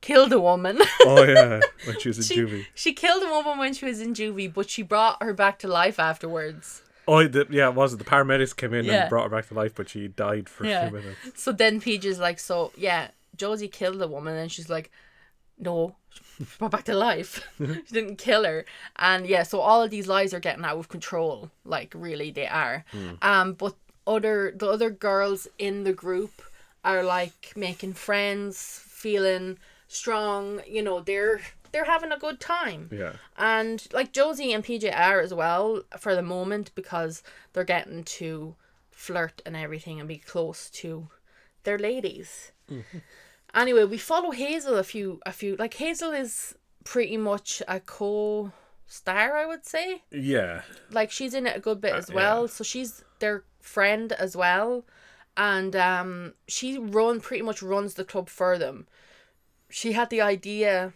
S2: killed a woman.
S1: Oh yeah. When she was in
S2: she,
S1: juvie.
S2: she killed a woman when she was in juvie, but she brought her back to life afterwards.
S1: Oh the, yeah, it was the paramedics came in
S2: Yeah.
S1: and brought her back to life, but she died for
S2: Yeah.
S1: a few minutes.
S2: So then Paige is like, so yeah, Josie killed the woman, and she's like, no, she brought back to life. she didn't kill her, and yeah, so all of these lies are getting out of control. Like really, they are. Um, but other the other girls in the group are like making friends, feeling strong. You know, they're they're having a good time.
S1: Yeah.
S2: And like Josie and PJ are as well for the moment because they're getting to flirt and everything and be close to their ladies. Anyway, we follow Hazel a few a few like Hazel is pretty much a co star, I would say.
S1: Yeah.
S2: Like she's in it a good bit as
S1: Uh, yeah.
S2: well. So she's their friend as well. And um she run pretty much runs the club for them. She had the idea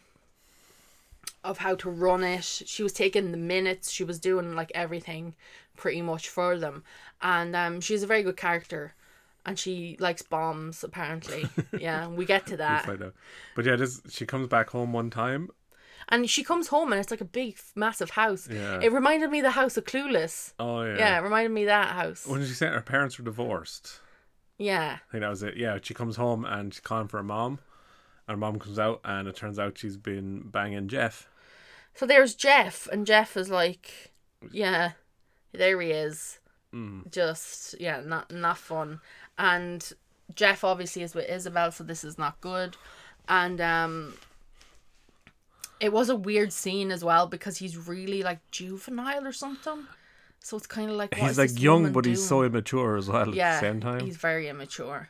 S2: of how to run it. She was taking the minutes. She was doing like everything pretty much for them. And um, she's a very good character. And she likes bombs, apparently. yeah, we get to
S1: We'll
S2: that.
S1: find out. But yeah, this she comes back home one time
S2: And she comes home and it's like a big, massive house.
S1: Yeah.
S2: It reminded me of the house of Clueless.
S1: Oh yeah.
S2: Yeah, it reminded me of that house.
S1: When did she say her parents were divorced?
S2: yeah.
S1: I think that was it. Yeah, she comes home and she's calling for her mom. And her mom comes out and it turns out she's been banging Jeff.
S2: So there's Jeff, and Jeff is like, yeah, there he is.
S1: Hmm.
S2: Just yeah, not not fun. And Jeff obviously is with Isabel, so this is not good. And um, it was a weird scene as well because he's really like juvenile or something. So it's kind of like what is
S1: he's like
S2: this
S1: young,
S2: woman
S1: but he's
S2: doing?
S1: so immature as well
S2: yeah,
S1: at the same time.
S2: he's very immature,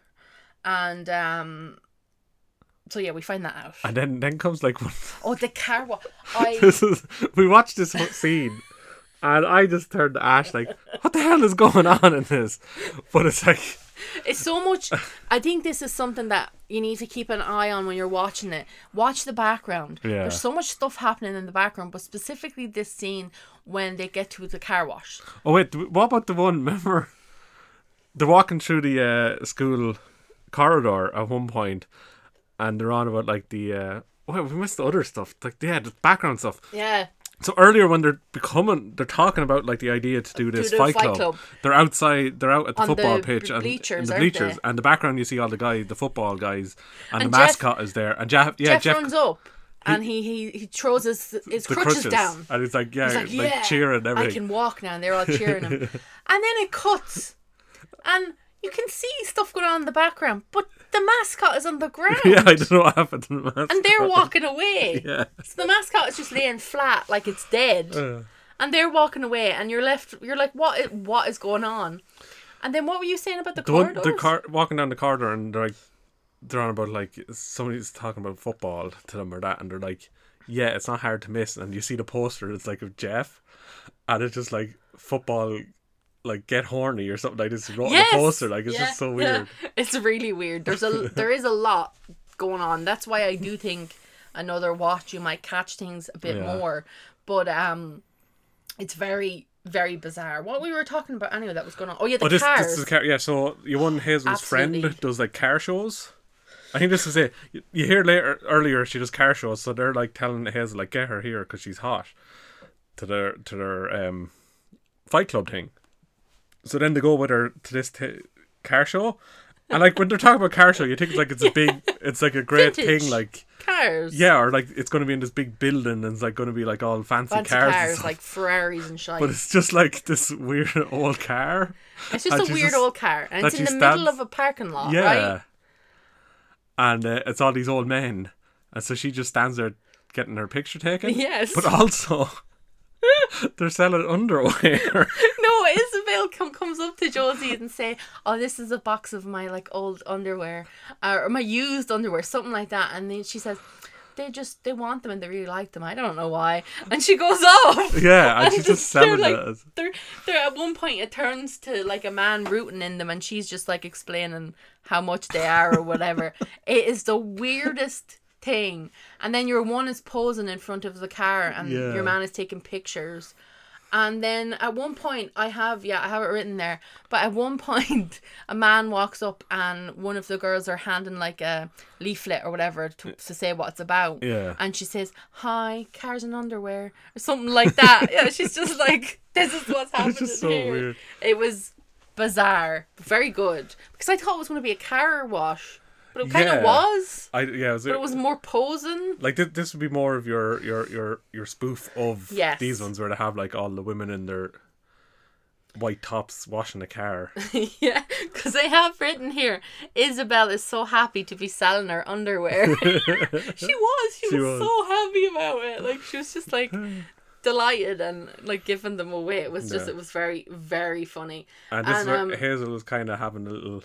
S2: and um, so yeah, we find that out.
S1: And then then comes like one
S2: oh, the car wa- I
S1: this is we watched this whole scene and I just turned to Ash like, What the hell is going on in this? But it's like
S2: It's so much. I think this is something that you need to keep an eye on when you're watching it. Watch the background.
S1: Yeah.
S2: There's so much stuff happening in the background, but specifically this scene when they get to the car wash.
S1: Oh wait, what about the one? Remember, they're walking through the uh, school corridor at one point, and they're on about like the. Uh, well, we missed the other stuff, like yeah, the background stuff.
S2: Yeah.
S1: So earlier, when they're becoming, they're talking about like the idea to do this
S2: the
S1: fight,
S2: fight
S1: club.
S2: club.
S1: They're outside, they're out at the
S2: On
S1: football
S2: the
S1: pitch
S2: ble-
S1: and
S2: bleachers,
S1: in the
S2: aren't
S1: bleachers,
S2: they?
S1: and the background you see all the guys, the football guys, and,
S2: And
S1: the
S2: Jeff-
S1: mascot is there, and Jeff, yeah,
S2: Jeff,
S1: Jeff,
S2: runs up and he he, he throws his his
S1: the
S2: crutches, down.
S1: and it's like yeah,
S2: He's
S1: like,
S2: like, yeah,
S1: cheering and
S2: I
S1: everything.
S2: can walk now, and they're all cheering him. and then it cuts, and you can see stuff going on in the background, but the mascot is on the ground.
S1: Yeah, I don't know what happened. To the mascot.
S2: And they're walking away.
S1: Yeah. Uh.
S2: So the mascot is just laying flat like it's dead. and they're walking away and you're left you're like what is, what is going on? And then what were you saying about the,
S1: the one
S2: corridors?
S1: the car walking down the corridor and they're like they're on about like somebody's talking about football to them or that and they're like yeah it's not hard to miss and you see the poster it's like of Jeff and it's just like football like get horny or something like this wrote
S2: Yes!
S1: on the poster like it's
S2: Yeah.
S1: just so weird
S2: it's really weird. There's a there is a lot going on. That's why I do think another watch you might catch things a bit
S1: Yeah.
S2: more. But um it's very very bizarre. What we were talking about anyway that was going on. Oh yeah, the
S1: but this,
S2: cars.
S1: this is car- yeah so your one Hazel's friend
S2: Absolutely.
S1: does like car shows I think this is it you, you hear later earlier she does car shows so they're like telling Hazel like get her here because she's hot to their to their um Fight Club thing. So then they go with her to this t- car show, and like when they're talking about car show, you think like it's a big, it's like a great
S2: Vintage.
S1: thing, like
S2: cars.
S1: yeah, or like it's going to be in this big building and it's like going to be like all fancy,
S2: Fancy
S1: cars,
S2: cars,
S1: and stuff.
S2: like Ferraris and shit.
S1: But it's just like this weird old car.
S2: It's just
S1: and
S2: a
S1: she's
S2: weird
S1: just-
S2: old car, and
S1: that
S2: it's in the
S1: she
S2: middle
S1: stabs-
S2: of a parking lot,
S1: Yeah.
S2: right?
S1: And uh, it's all these old men. And so she just stands there getting her picture taken.
S2: Yes.
S1: But also, they're selling underwear.
S2: No, Isabel come, comes up to Josie and say, "Oh, this is a box of my like old underwear, uh, or my used underwear, something like that." And then she says, "They just they want them and they really like them. I don't know why." And she goes off.
S1: yeah, and she's just
S2: they're
S1: selling
S2: like
S1: it.
S2: they're, they're at one point it turns to like a man rooting in them, and she's just like explaining how much they are or whatever. it is the weirdest thing. And then your one is posing in front of the car, and
S1: Yeah.
S2: your man is taking pictures. And then at one point, I have, yeah, I have it written there, but at one point, a man walks up and one of the girls are handing like a leaflet or whatever to, to say what it's about.
S1: Yeah.
S2: And she says, Hi, cars and underwear, or something like that. yeah, she's just like, This is what's happening.
S1: just so
S2: here.
S1: weird.
S2: It was bizarre, but very good. Because I thought it was going to be a car wash, but it kind
S1: Yeah.
S2: of was,
S1: I, yeah, was
S2: but it was more posing.
S1: like this, this would be more of your your your your spoof of
S2: Yes.
S1: these ones where they have like all the women in their white tops washing the car
S2: Yeah, because I have written here, Isabel is so happy to be selling her underwear. she was, she,
S1: She
S2: was,
S1: was.
S2: so happy about it. Like she was just like delighted and like giving them away. It was just,
S1: Yeah.
S2: it was very, very funny.
S1: and this is
S2: And,
S1: where
S2: um,
S1: hazel is kind of having a little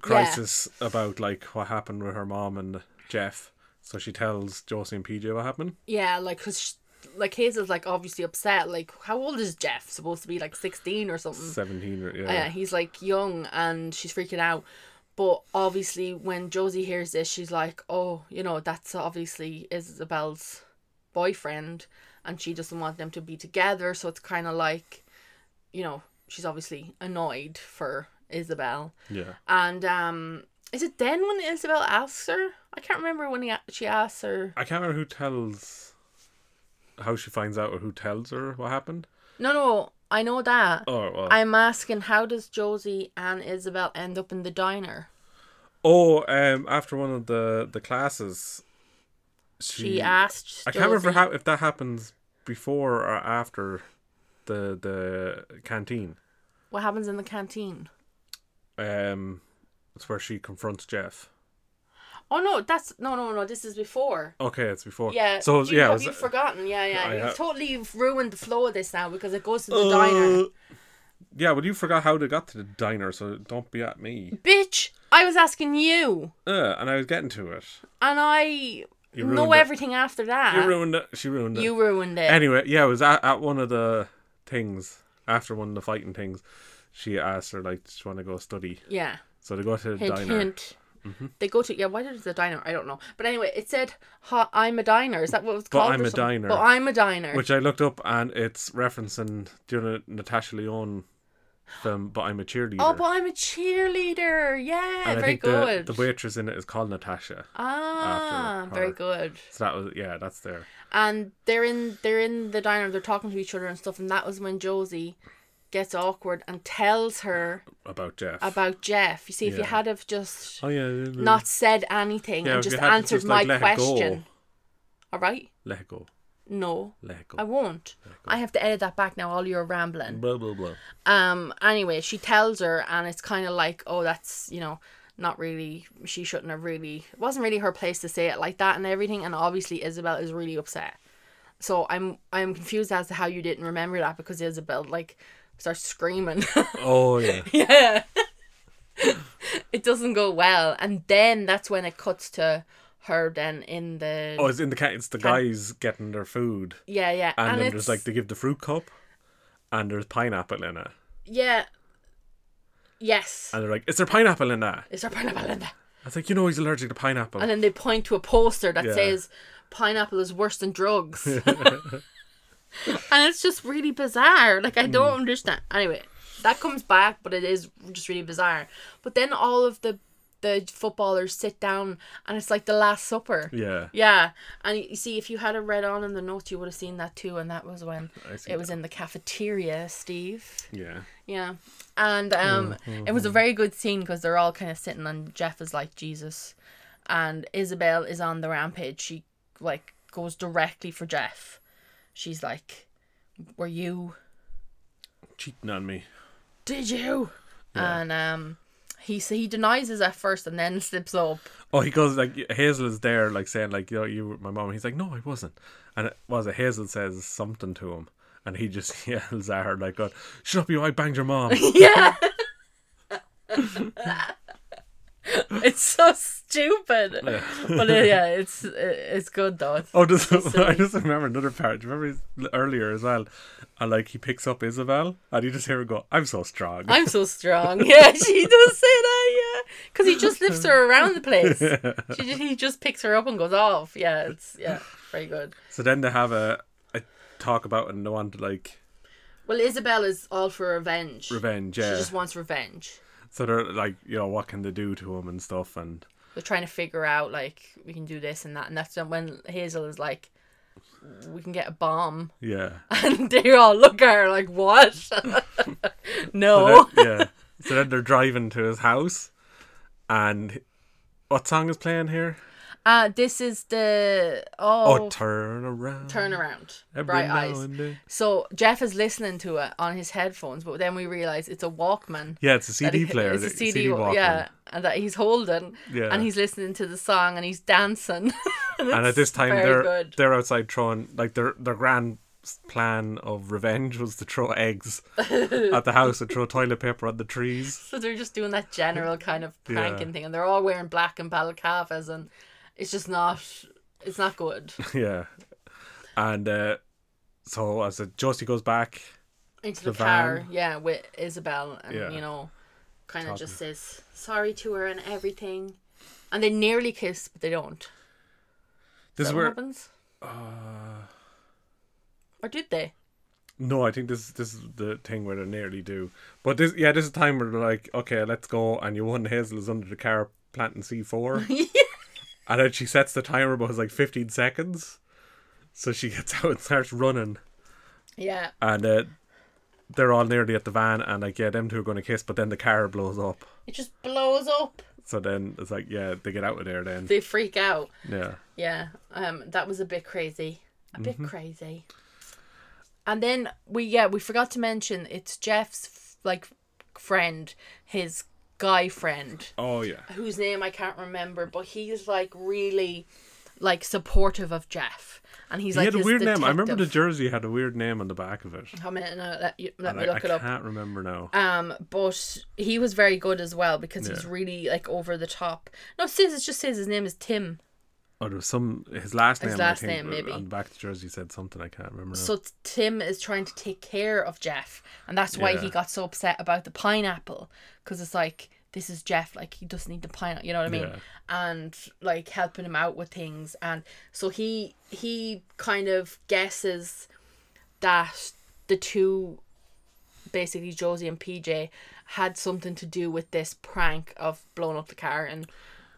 S1: crisis about like what happened with her mom and jeff so she tells josie and pj what happened
S2: Yeah, like because like Hazel's like obviously upset. Like how old is Jeff? Supposed to be like sixteen or something.
S1: 17 or yeah,
S2: Yeah, Uh, he's like young and she's freaking out. But obviously, when Josie hears this, she's like, oh, you know, that's obviously Isabel's boyfriend and she doesn't want them to be together. So it's kind of like, you know, she's obviously annoyed for Isabel.
S1: yeah.
S2: And um, Is it then when Isabel asks her? I can't remember when he, a- she asks her.
S1: I can't remember who tells how she finds out or who tells her what happened.
S2: No, no, I know that.
S1: Oh, well.
S2: I'm asking how does Josie and Isabel end up in the diner?
S1: oh, um, after one of the the classes,
S2: She asked.
S1: Mm. I can't remember
S2: Josie-
S1: how if that happens before or after the the canteen.
S2: what happens in the canteen.
S1: Um, it's where she confronts Jeff.
S2: Oh no, that's no, no, no. This is before.
S1: Okay, it's before.
S2: Yeah.
S1: Oh. So it was-
S2: you,
S1: yeah, it
S2: have
S1: was- uh,
S2: you forgotten? Yeah, yeah.
S1: I
S2: You've
S1: ha-
S2: totally ruined the flow of this now because it goes to the diner.
S1: Uh, Yeah, well, you forgot how they got to the diner, so don't be at me.
S2: Bitch, I was asking you,
S1: Uh, and I was getting to it.
S2: and I know
S1: ruined it.
S2: everything after that.
S1: You ruined it. She ruined it.
S2: You ruined it.
S1: Anyway, yeah, it was at, at one of the things after one of the fighting things. She asked her like, "Does she want to go study?"
S2: yeah.
S1: So they go to the
S2: Hint,
S1: diner. Mm-hmm.
S2: hint. They go to yeah. Why did it the diner? I don't know. But anyway, it said "Ha- "I'm a diner." Is that what it was
S1: But
S2: called?
S1: I'm
S2: or
S1: a
S2: something?
S1: diner.
S2: But I'm a diner.
S1: Which I looked up and it's referencing do you know Natasha Leone film But I'm a Cheerleader.
S2: oh, but I'm a cheerleader. Yeah,
S1: and I
S2: very
S1: think the,
S2: good.
S1: the waitress in it is called Natasha.
S2: ah,
S1: after
S2: very
S1: her.
S2: good.
S1: So that was yeah, that's there.
S2: and they're in they're in the diner they're talking to each other and stuff and that was when josie gets awkward and tells her
S1: About Jeff.
S2: about jeff you see if you
S1: Yeah.
S2: had have just
S1: oh yeah.
S2: not said anything
S1: yeah,
S2: and
S1: if you
S2: just
S1: had to
S2: answered
S1: just, like,
S2: my
S1: let it go.
S2: question all right
S1: Let it go.
S2: no
S1: Let it go.
S2: i won't i have to edit that back now all your rambling
S1: blah blah blah.
S2: um anyway she tells her and it's kind of like oh that's you know not really she shouldn't have really it wasn't really her place to say it like that and everything and obviously isabel is really upset so i'm i'm confused as to how you didn't remember that because isabel like starts screaming
S1: Oh yeah.
S2: yeah it doesn't go well and then that's when it cuts to her then in the
S1: Oh, it's in the cat. It's the guys getting their food,
S2: yeah yeah
S1: and, then
S2: it's
S1: there's like they give the fruit cup, and there's pineapple in it,
S2: yeah yes
S1: and they're like, "Is there pineapple in that?"
S2: is there pineapple in there
S1: I was like, "You know, he's allergic to pineapple."
S2: and then they point to a poster that
S1: Yeah.
S2: says pineapple is worse than drugs and it's just really bizarre like i
S1: Mm.
S2: don't understand anyway that comes back but it is just really bizarre but then all of the the footballers sit down and it's like the last supper
S1: yeah.
S2: yeah and you see if you had it read on in the notes you would have seen that too and that was when
S1: I see
S2: it was in the cafeteria steve
S1: Yeah.
S2: yeah. And um, it was a very good scene because they're all kind of sitting, and Jeff is like Jesus, and Isabel is on the rampage. She like goes directly for Jeff. She's like, "Were you?
S1: Cheating on me.
S2: Did you?" And um, he so he denies it at first, and then slips up.
S1: Oh, he goes like Hazel is there, like saying like you know you were my mom. He's like, no, I wasn't. And it was it Hazel says something to him, and he just yells at her like, "God, shut up, you! I banged your mom."
S2: Yeah. it's so stupid, but uh, yeah, it's it's good though. It's-
S1: Oh, does, I just remember another part. Do you remember his- earlier as well? And like he picks up Isabel, and you just hear her go, "I'm so strong."
S2: I'm so strong. Yeah, she does say that. Yeah, because he just lifts her around the place. She just, he just picks her up and goes off. Yeah, it's yeah, very good.
S1: so then they have a, a talk about and they want to like
S2: Well, Isabel is all for revenge.
S1: revenge.
S2: She
S1: Yeah.
S2: just wants revenge.
S1: So they're like, you know, what can they do to him and stuff, and
S2: They're trying to figure out like we can do this and that, and that's when Hazel is like, "We can get a bomb,"
S1: yeah,
S2: and they all look at her like, "What? no." Oh.
S1: So then- yeah. So then they're driving to his house, and what song is playing here?
S2: Uh, this is the
S1: Oh,
S2: oh,
S1: turn around,
S2: turn around,
S1: every
S2: bright
S1: now
S2: eyes.
S1: and then.
S2: So Jeff is listening to it on his headphones, but then we realize it's a Walkman.
S1: Yeah, it's a
S2: that
S1: CD
S2: he-
S1: player.
S2: It's a
S1: the
S2: CD,
S1: Walkman.
S2: yeah, and that he's holding.
S1: Yeah.
S2: And he's listening to the song and he's dancing.
S1: and at this time
S2: very
S1: they're
S2: good.
S1: they're outside throwing like their their grand s- plan of revenge was to throw eggs at the house and throw toilet paper on the trees.
S2: so they're just doing that general kind of
S1: Yeah.
S2: pranking thing, and they're all wearing black and balaclavas, and it's just not. It's not good.
S1: yeah, and uh, so as a, Josie goes back,
S2: Into the,
S1: The
S2: car,
S1: van.
S2: yeah, with Isabel, and
S1: Yeah.
S2: you know, kind of
S1: Talking.
S2: just says sorry to her and everything, and they nearly kiss, but they don't.
S1: this is
S2: Is that what
S1: where
S2: happens?
S1: uh,
S2: Or did they?
S1: no, I think this this is the thing where they nearly do, but this yeah this is the time where they're like okay let's go and your one Hazel is under the car planting C4. And then she sets the timer, but it's like 15 seconds. So she gets out and starts running.
S2: yeah.
S1: And uh, they're all nearly at the van, and like, yeah, them two are going to kiss, but then the car blows up.
S2: It just blows up.
S1: So then it's like, yeah, they get out of there then.
S2: They freak out.
S1: Yeah.
S2: Yeah, um, that was a bit crazy. A bit
S1: Mm-hmm.
S2: crazy. And then we yeah we forgot to mention it's Jeff's f- like friend, his guy friend
S1: Oh, yeah.
S2: whose name I can't remember, but he's like really like supportive of Jeff, and he's
S1: He
S2: like
S1: had a
S2: his
S1: weird name. I remember the
S2: detective.
S1: jersey had a weird name on the back of it.
S2: Come in, uh, let, you, let
S1: And
S2: me
S1: I,
S2: look
S1: I
S2: it up.
S1: can't remember now.
S2: Um, but he was very good as well because he's
S1: Yeah.
S2: really like over the top. No, Sis, it just says his name is Tim.
S1: Or there was some his last name.
S2: His last
S1: I think,
S2: name, maybe.
S1: On the back of the jersey said something I can't remember. Now.
S2: So t- Tim is trying to take care of Jeff, and that's why he
S1: Yeah.
S2: got so upset about the pineapple because it's like this is Jeff, like he doesn't need the pineapple, you know what I mean?
S1: Yeah.
S2: And like helping him out with things, and so he he kind of guesses that the two, basically Josie and PJ, had something to do with this prank of blowing up the car and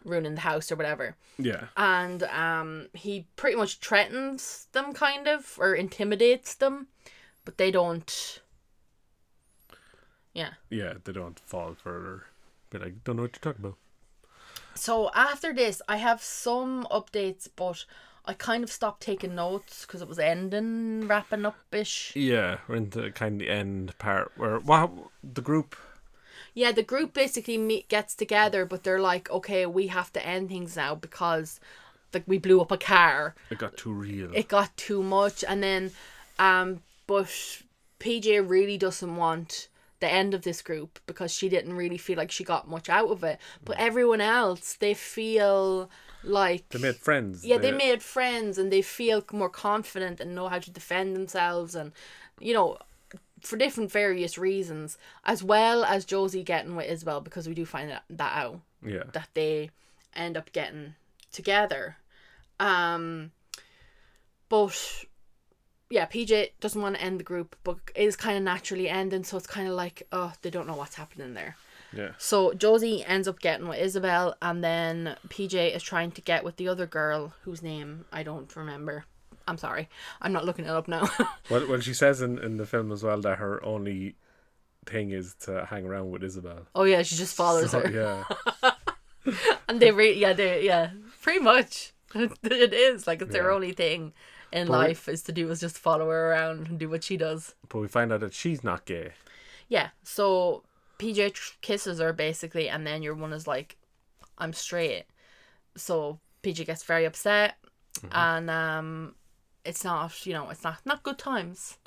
S2: ruining the house or whatever
S1: yeah.
S2: and um, he pretty much threatens them, kind of, or intimidates them, but they don't. Yeah.
S1: Yeah, they don't fall further. Be like, don't know what you're talking about.
S2: So after this, I have some updates, but I kind of stopped taking notes because it was ending, wrapping up ish.
S1: Yeah, we're into kind of the end part where wow, the group.
S2: Yeah, the group basically meet, gets together, but they're like, okay, we have to end things now because like we blew up a car.
S1: It got too real.
S2: it got too much and then um but PJ really doesn't want the end of this group because she didn't really feel like she got much out of it. But everyone else they feel like
S1: they made friends.
S2: yeah, they made friends and they feel more confident and know how to defend themselves and you know for different various reasons as well as Josie getting with Isabel because we do find that, that out
S1: Yeah,
S2: that they end up getting together. Um, but yeah, PJ doesn't want to end the group, but is kind of naturally ending, so it's kind of like, oh, they don't know what's happening there.
S1: yeah,
S2: So Josie ends up getting with Isabel, and then PJ is trying to get with the other girl whose name I don't remember. I'm sorry, I'm not looking it up now.
S1: Well, well, she says in, in the film as well that her only thing is to hang around with Isabel.
S2: oh yeah, she just follows
S1: So,
S2: her,
S1: yeah,
S2: and they re- yeah they yeah pretty much it is like it's their
S1: Yeah.
S2: only thing in
S1: we-
S2: life is to do is just follow her around and do what she does.
S1: but we find out that she's not gay.
S2: Yeah, so PJ tr- kisses her basically, and then your one is like, "I'm straight," so PJ gets very upset,
S1: Mm-hmm.
S2: and um, it's not you know it's not not good times.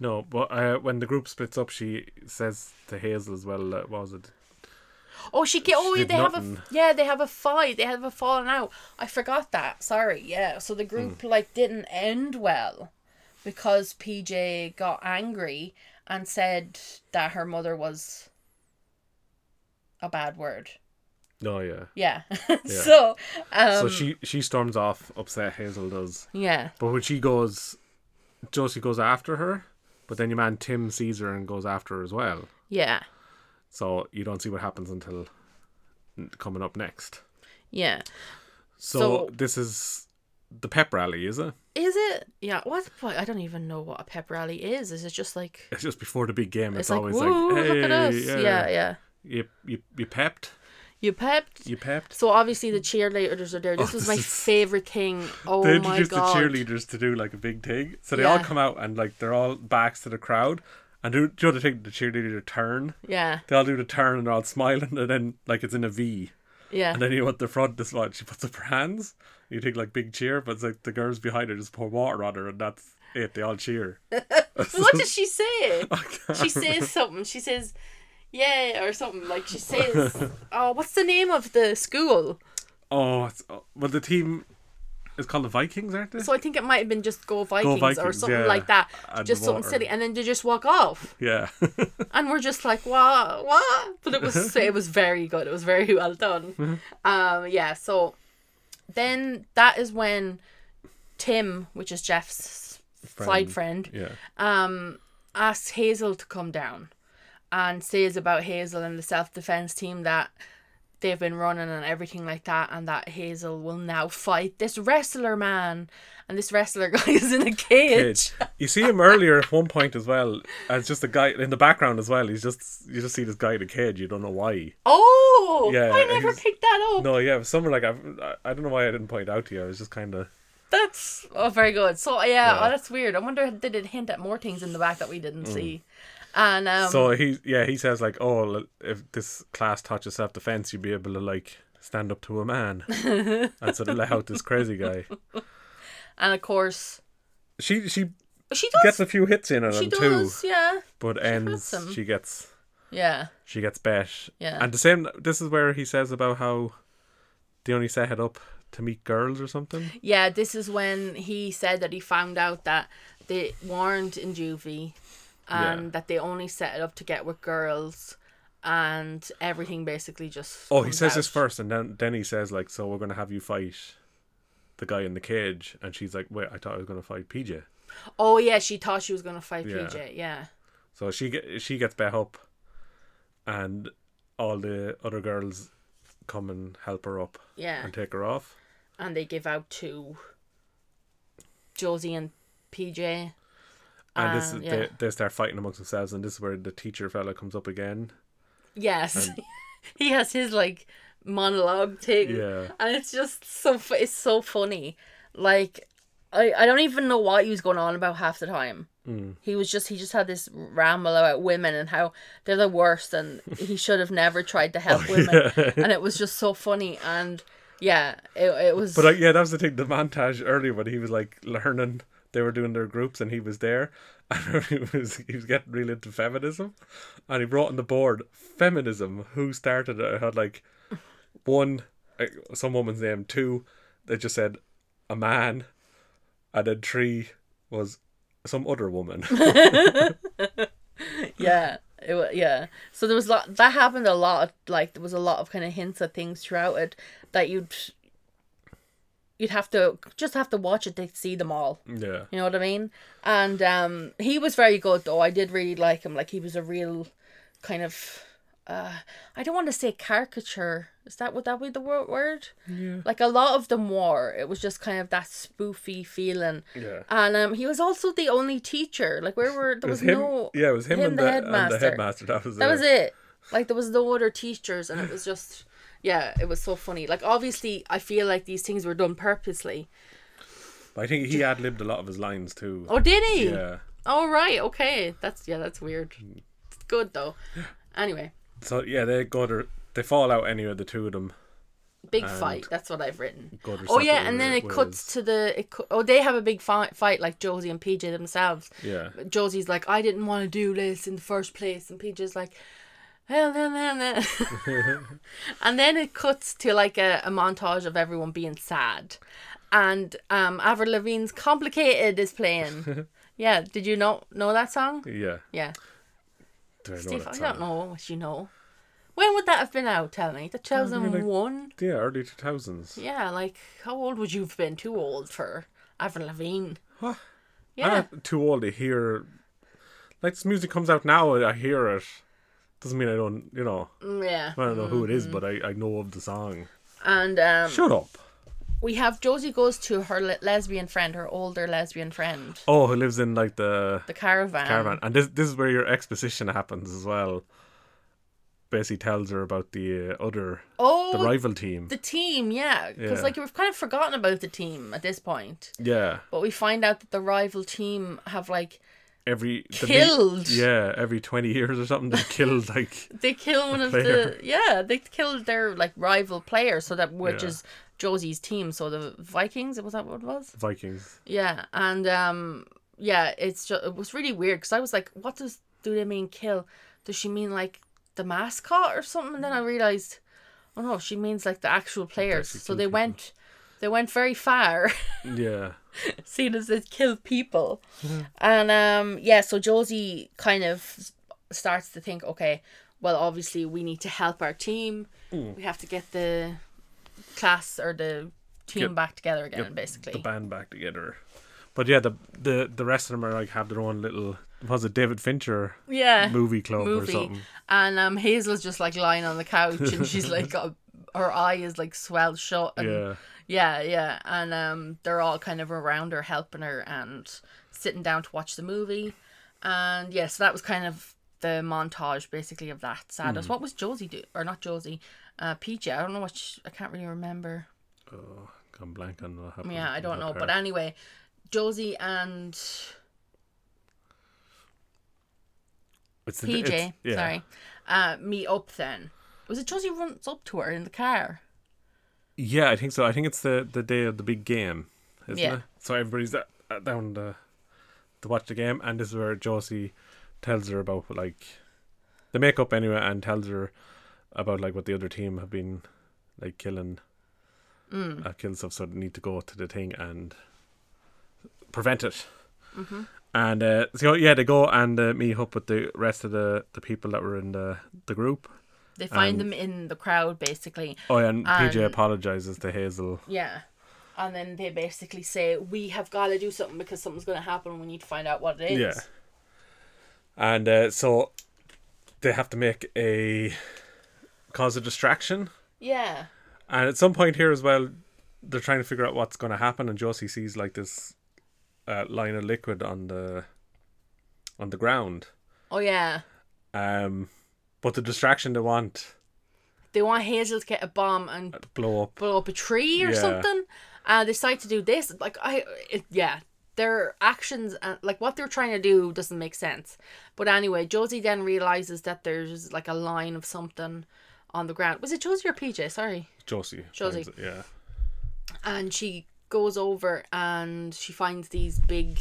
S1: No, but uh, when the group splits up, she says to Hazel as well. Uh, what was it?
S2: Oh, she get oh
S1: did
S2: they have a
S1: nothing.
S2: yeah they have a fight they have a falling out. I forgot that. Sorry. Yeah. So the group like didn't end well because PJ got angry and said that her mother was a bad word.
S1: No, yeah.
S2: Yeah. so um
S1: so she she storms off, upset Hazel does.
S2: yeah.
S1: But when she goes, Josie goes after her. But then your man Tim sees her and goes after her as well.
S2: Yeah.
S1: So you don't see what happens until n- coming up next.
S2: Yeah.
S1: So,
S2: So-
S1: this is the pep rally, is it?
S2: Is it? Yeah. What? what? I don't even know what a pep rally is. Is it just like
S1: It's just before the big game. It's,
S2: it's, like
S1: always
S2: woo?
S1: like, hey,
S2: look at us.
S1: yeah,
S2: yeah. Yeah.
S1: You, you you pepped,
S2: You pepped.
S1: you pepped.
S2: So obviously the cheerleaders are there. This was
S1: Oh, this
S2: my
S1: is-
S2: favorite thing. Oh
S1: they
S2: my
S1: introduced the
S2: god!
S1: cheerleaders to do like a big thing. So they all
S2: Yeah.
S1: come out and like they're all backs to the crowd. And do, do you know the thing? The cheerleader turn.
S2: Yeah,
S1: They all do the turn and they're all smiling, and then like it's in a V.
S2: yeah,
S1: And then you know at the front is what she puts up her hands. You take like big cheer, but it's like the girls behind her just pour water on her, and that's it. They all cheer.
S2: what does she say? She says something. She says, "Yeah" or something. Like she says, "Oh, what's the name of the school?"
S1: Oh, it's, oh, well, the team is called the Vikings, aren't they?
S2: So I think it might have been just "Go Vikings" or
S1: Vikings,
S2: something
S1: yeah.
S2: like that.
S1: And
S2: just
S1: the
S2: something
S1: water.
S2: silly, and then they just walk off,
S1: yeah.
S2: and we're just like, "What? What?" But it was it was very good. It was very well done. Um, yeah. So then that is when Tim, which is Jeff's flight friend,
S1: yeah.
S2: um, asks Hazel to come down and says about Hazel and the self defense team that they've been running and everything like that, and that Hazel will now fight this wrestler man, and this wrestler guy is in a
S1: Kid.
S2: cage.
S1: You see him earlier at one point as well as just a guy in the background as well. He's just you just see this guy in a cage. You don't know why.
S2: Oh,
S1: Yeah,
S2: I never
S1: he's-
S2: picked that up.
S1: No, yeah, somewhere like I've, I- I don't know why I didn't point out to you. I was just kind of
S2: That's oh very good. So yeah,
S1: Yeah. Mm.
S2: Oh, that's weird. I wonder did it hint at more things in the back that we didn't see, and um,
S1: so he yeah he says like oh l- if this class touches self defense you'd be able to like stand up to a man and sort of let out this crazy guy.
S2: and of course
S1: She she
S2: she does.
S1: gets a few hits in on
S2: she
S1: him too,
S2: does. Yeah.
S1: but ends
S2: some.
S1: she gets
S2: Yeah.
S1: she gets bet.
S2: Yeah.
S1: And the same this is where he says about how they only set it up to meet girls or something.
S2: Yeah, this is when he said that he found out that they weren't in juvie and
S1: Yeah.
S2: that they only set it up to get with girls and everything basically just
S1: Oh, he
S2: comes
S1: says this
S2: out.
S1: first, and then then he says like, "So we're gonna have you fight the guy in the cage," and she's like, "Wait, I thought I was gonna fight PJ."
S2: Oh yeah, she thought she was gonna fight
S1: Yeah.
S2: PJ, yeah.
S1: So she get, she gets bet up, and all the other girls come and help her up
S2: Yeah.
S1: and take her off.
S2: And they give out to Josie and PJ.
S1: And this
S2: Um,
S1: is
S2: yeah.
S1: they, they start fighting amongst themselves, and this is where the teacher fella comes up again.
S2: Yes. he has his like monologue thing.
S1: Yeah.
S2: And it's just so fu- it's so funny. Like I I don't even know what he was going on about half the time. Mm. He was just he just had this ramble about women and how they're the worst and he should have never tried to
S1: Oh,
S2: help women. And it was just so funny and yeah, it it was
S1: But like, yeah, that was the thing. The montage earlier when he was like learning, they were doing their groups, and he was there, and he was he was getting really into feminism, and he brought on the board feminism. Who started it? It had like one, like, some woman's name. Two, they just said a man, and then three was some other woman.
S2: yeah it wa yeah so there was a lot that happened a lot like there was a lot of kind of hints at things throughout it that you'd you'd have to just have to watch it to see them all
S1: yeah,
S2: you know what i mean and um he was very good though i did really like him like he was a real kind of uh i don't want to say caricature is that would that be the wor- word
S1: yeah,
S2: like a lot of them were it was just kind of that spoofy feeling
S1: yeah.
S2: and um he was also the only teacher like where were
S1: It
S2: there
S1: was
S2: was,
S1: him.
S2: no
S1: yeah, it was him,
S2: him,
S1: and,
S2: the
S1: the, and the
S2: headmaster.
S1: headmaster. That was
S2: that
S1: it.
S2: was it. Like there was no other teachers, and it was just yeah, it was so funny. Like obviously, I feel like these things were done purposely.
S1: But I think he ad libbed a lot of his lines too.
S2: Oh, did he?
S1: Yeah.
S2: All right. Okay. That's yeah. That's weird. It's good though. Anyway,
S1: So yeah, they go to they fall out anyway. The two of them.
S2: big fight. That's what I've written.
S1: go their
S2: Oh yeah,
S1: separate
S2: and then
S1: wa-
S2: it
S1: ways.
S2: cuts to the it. Cu- oh, they have a big fight, fight like Josie and PJ themselves.
S1: Yeah.
S2: Josie's like, I didn't want to do this in the first place, and PJ's like, hell, hell, hell, hell." and then it cuts to like a, a montage of everyone being sad, and um, Avril Lavigne's "Complicated" is playing. yeah, did you know know that song?
S1: Yeah.
S2: Yeah,
S1: Do I know
S2: Steve,
S1: that
S2: I
S1: song?
S2: don't know what you know. When would that have been out? Tell me, two thousand one.
S1: Yeah, early two thousands.
S2: Yeah, like how old would you have been? Too old for Avril Lavigne.
S1: Huh.
S2: Yeah.
S1: I'm not Ah, too old to hear. Like this music comes out now, and I hear it. Doesn't mean I don't, you know,
S2: mm, Yeah.
S1: I don't know who it is, but I, I know of the song.
S2: And um,
S1: Shut up.
S2: we have Josie goes to her le- lesbian friend, her older lesbian friend,
S1: Oh, who lives in like the
S2: the caravan.
S1: caravan, and this this is where your exposition happens as well. Basically, tells her about the uh, other,
S2: Oh,
S1: the rival team.
S2: the team, yeah. Because
S1: Yeah.
S2: like we've kind of forgotten about the team at this point,
S1: yeah,
S2: but we find out that the rival team have like
S1: every the meet-
S2: Killed.
S1: yeah, every twenty years or something, they killed like
S2: they kill one of
S1: player.
S2: the yeah they killed their like rival player, so that which
S1: Yeah.
S2: is Josie's team. So the Vikings was that what it was?
S1: Vikings.
S2: Yeah, and um, yeah, it's just it was really weird because I was like, what does do they mean kill? Does she mean like the mascot or something? And then I realized, oh no, she means like the actual players.
S1: actually
S2: So
S1: kill
S2: they
S1: people.
S2: went, they went very far,
S1: Yeah,
S2: seeing as they kill people, and um, yeah, so Josie kind of s- starts to think, okay, well, obviously we need to help our team.
S1: Mm.
S2: We have to get the class or the team
S1: Get-
S2: back together again, basically.
S1: the band back together. But yeah, the the the rest of them are like have their own little was it David Fincher
S2: yeah.
S1: movie club or
S2: movie.
S1: something.
S2: And um, Hazel's just like lying on the couch and she's like got a her eye is like swelled shut and
S1: yeah.
S2: yeah, yeah. And um, they're all kind of around her, helping her and sitting down to watch the movie. And yeah, so that was kind of the montage basically of that sadness.
S1: Hmm.
S2: What was Josie do? Or not Josie, uh, Peachy. I don't know what she, I can't really remember.
S1: Oh, gone blank on what happened.
S2: Yeah, I don't know.
S1: with
S2: But
S1: her.
S2: anyway, Josie and
S1: it's the-
S2: PJ,
S1: it's- yeah.
S2: uh, sorry, uh, meet up then. Was it Josie runs up to her in the car?
S1: Yeah, I think so. I think it's the the day of the big game, isn't
S2: Yeah.
S1: it? So everybody's uh, uh, down to to watch the game, and this is where Josie tells her about like the makeup anyway, and tells her about like what the other team have been like killing, mm. uh, killing stuff. So they need to go to the thing and prevent it.
S2: Mm-hmm.
S1: And uh, so yeah, they go and uh, meet up with the rest of the, the people that were in the the group.
S2: They find
S1: And-
S2: them in the crowd basically.
S1: Oh, yeah, and PJ
S2: And-
S1: apologizes to Hazel.
S2: Yeah. And then they basically say, We have got to do something because something's going to happen. and We need to find out what it is.
S1: Yeah. And uh, so they have to make a cause a distraction.
S2: Yeah.
S1: And at some point here as well, they're trying to figure out what's going to happen. And Josie sees like this uh, line of liquid on the on the ground.
S2: Oh, yeah.
S1: Um, but the distraction they want uh,
S2: They want Hazel to get a bomb and
S1: blow up.
S2: blow up a tree or
S1: Yeah.
S2: something. Uh, they decide to do this. Like, I, it, yeah. Their actions, and like what they're trying to do, doesn't make sense. But anyway, Josie then realizes that there's like a line of something on the ground. Was it Josie or PJ? Sorry.
S1: Josie.
S2: Josie.
S1: finds it, Yeah.
S2: And she goes over and she finds these big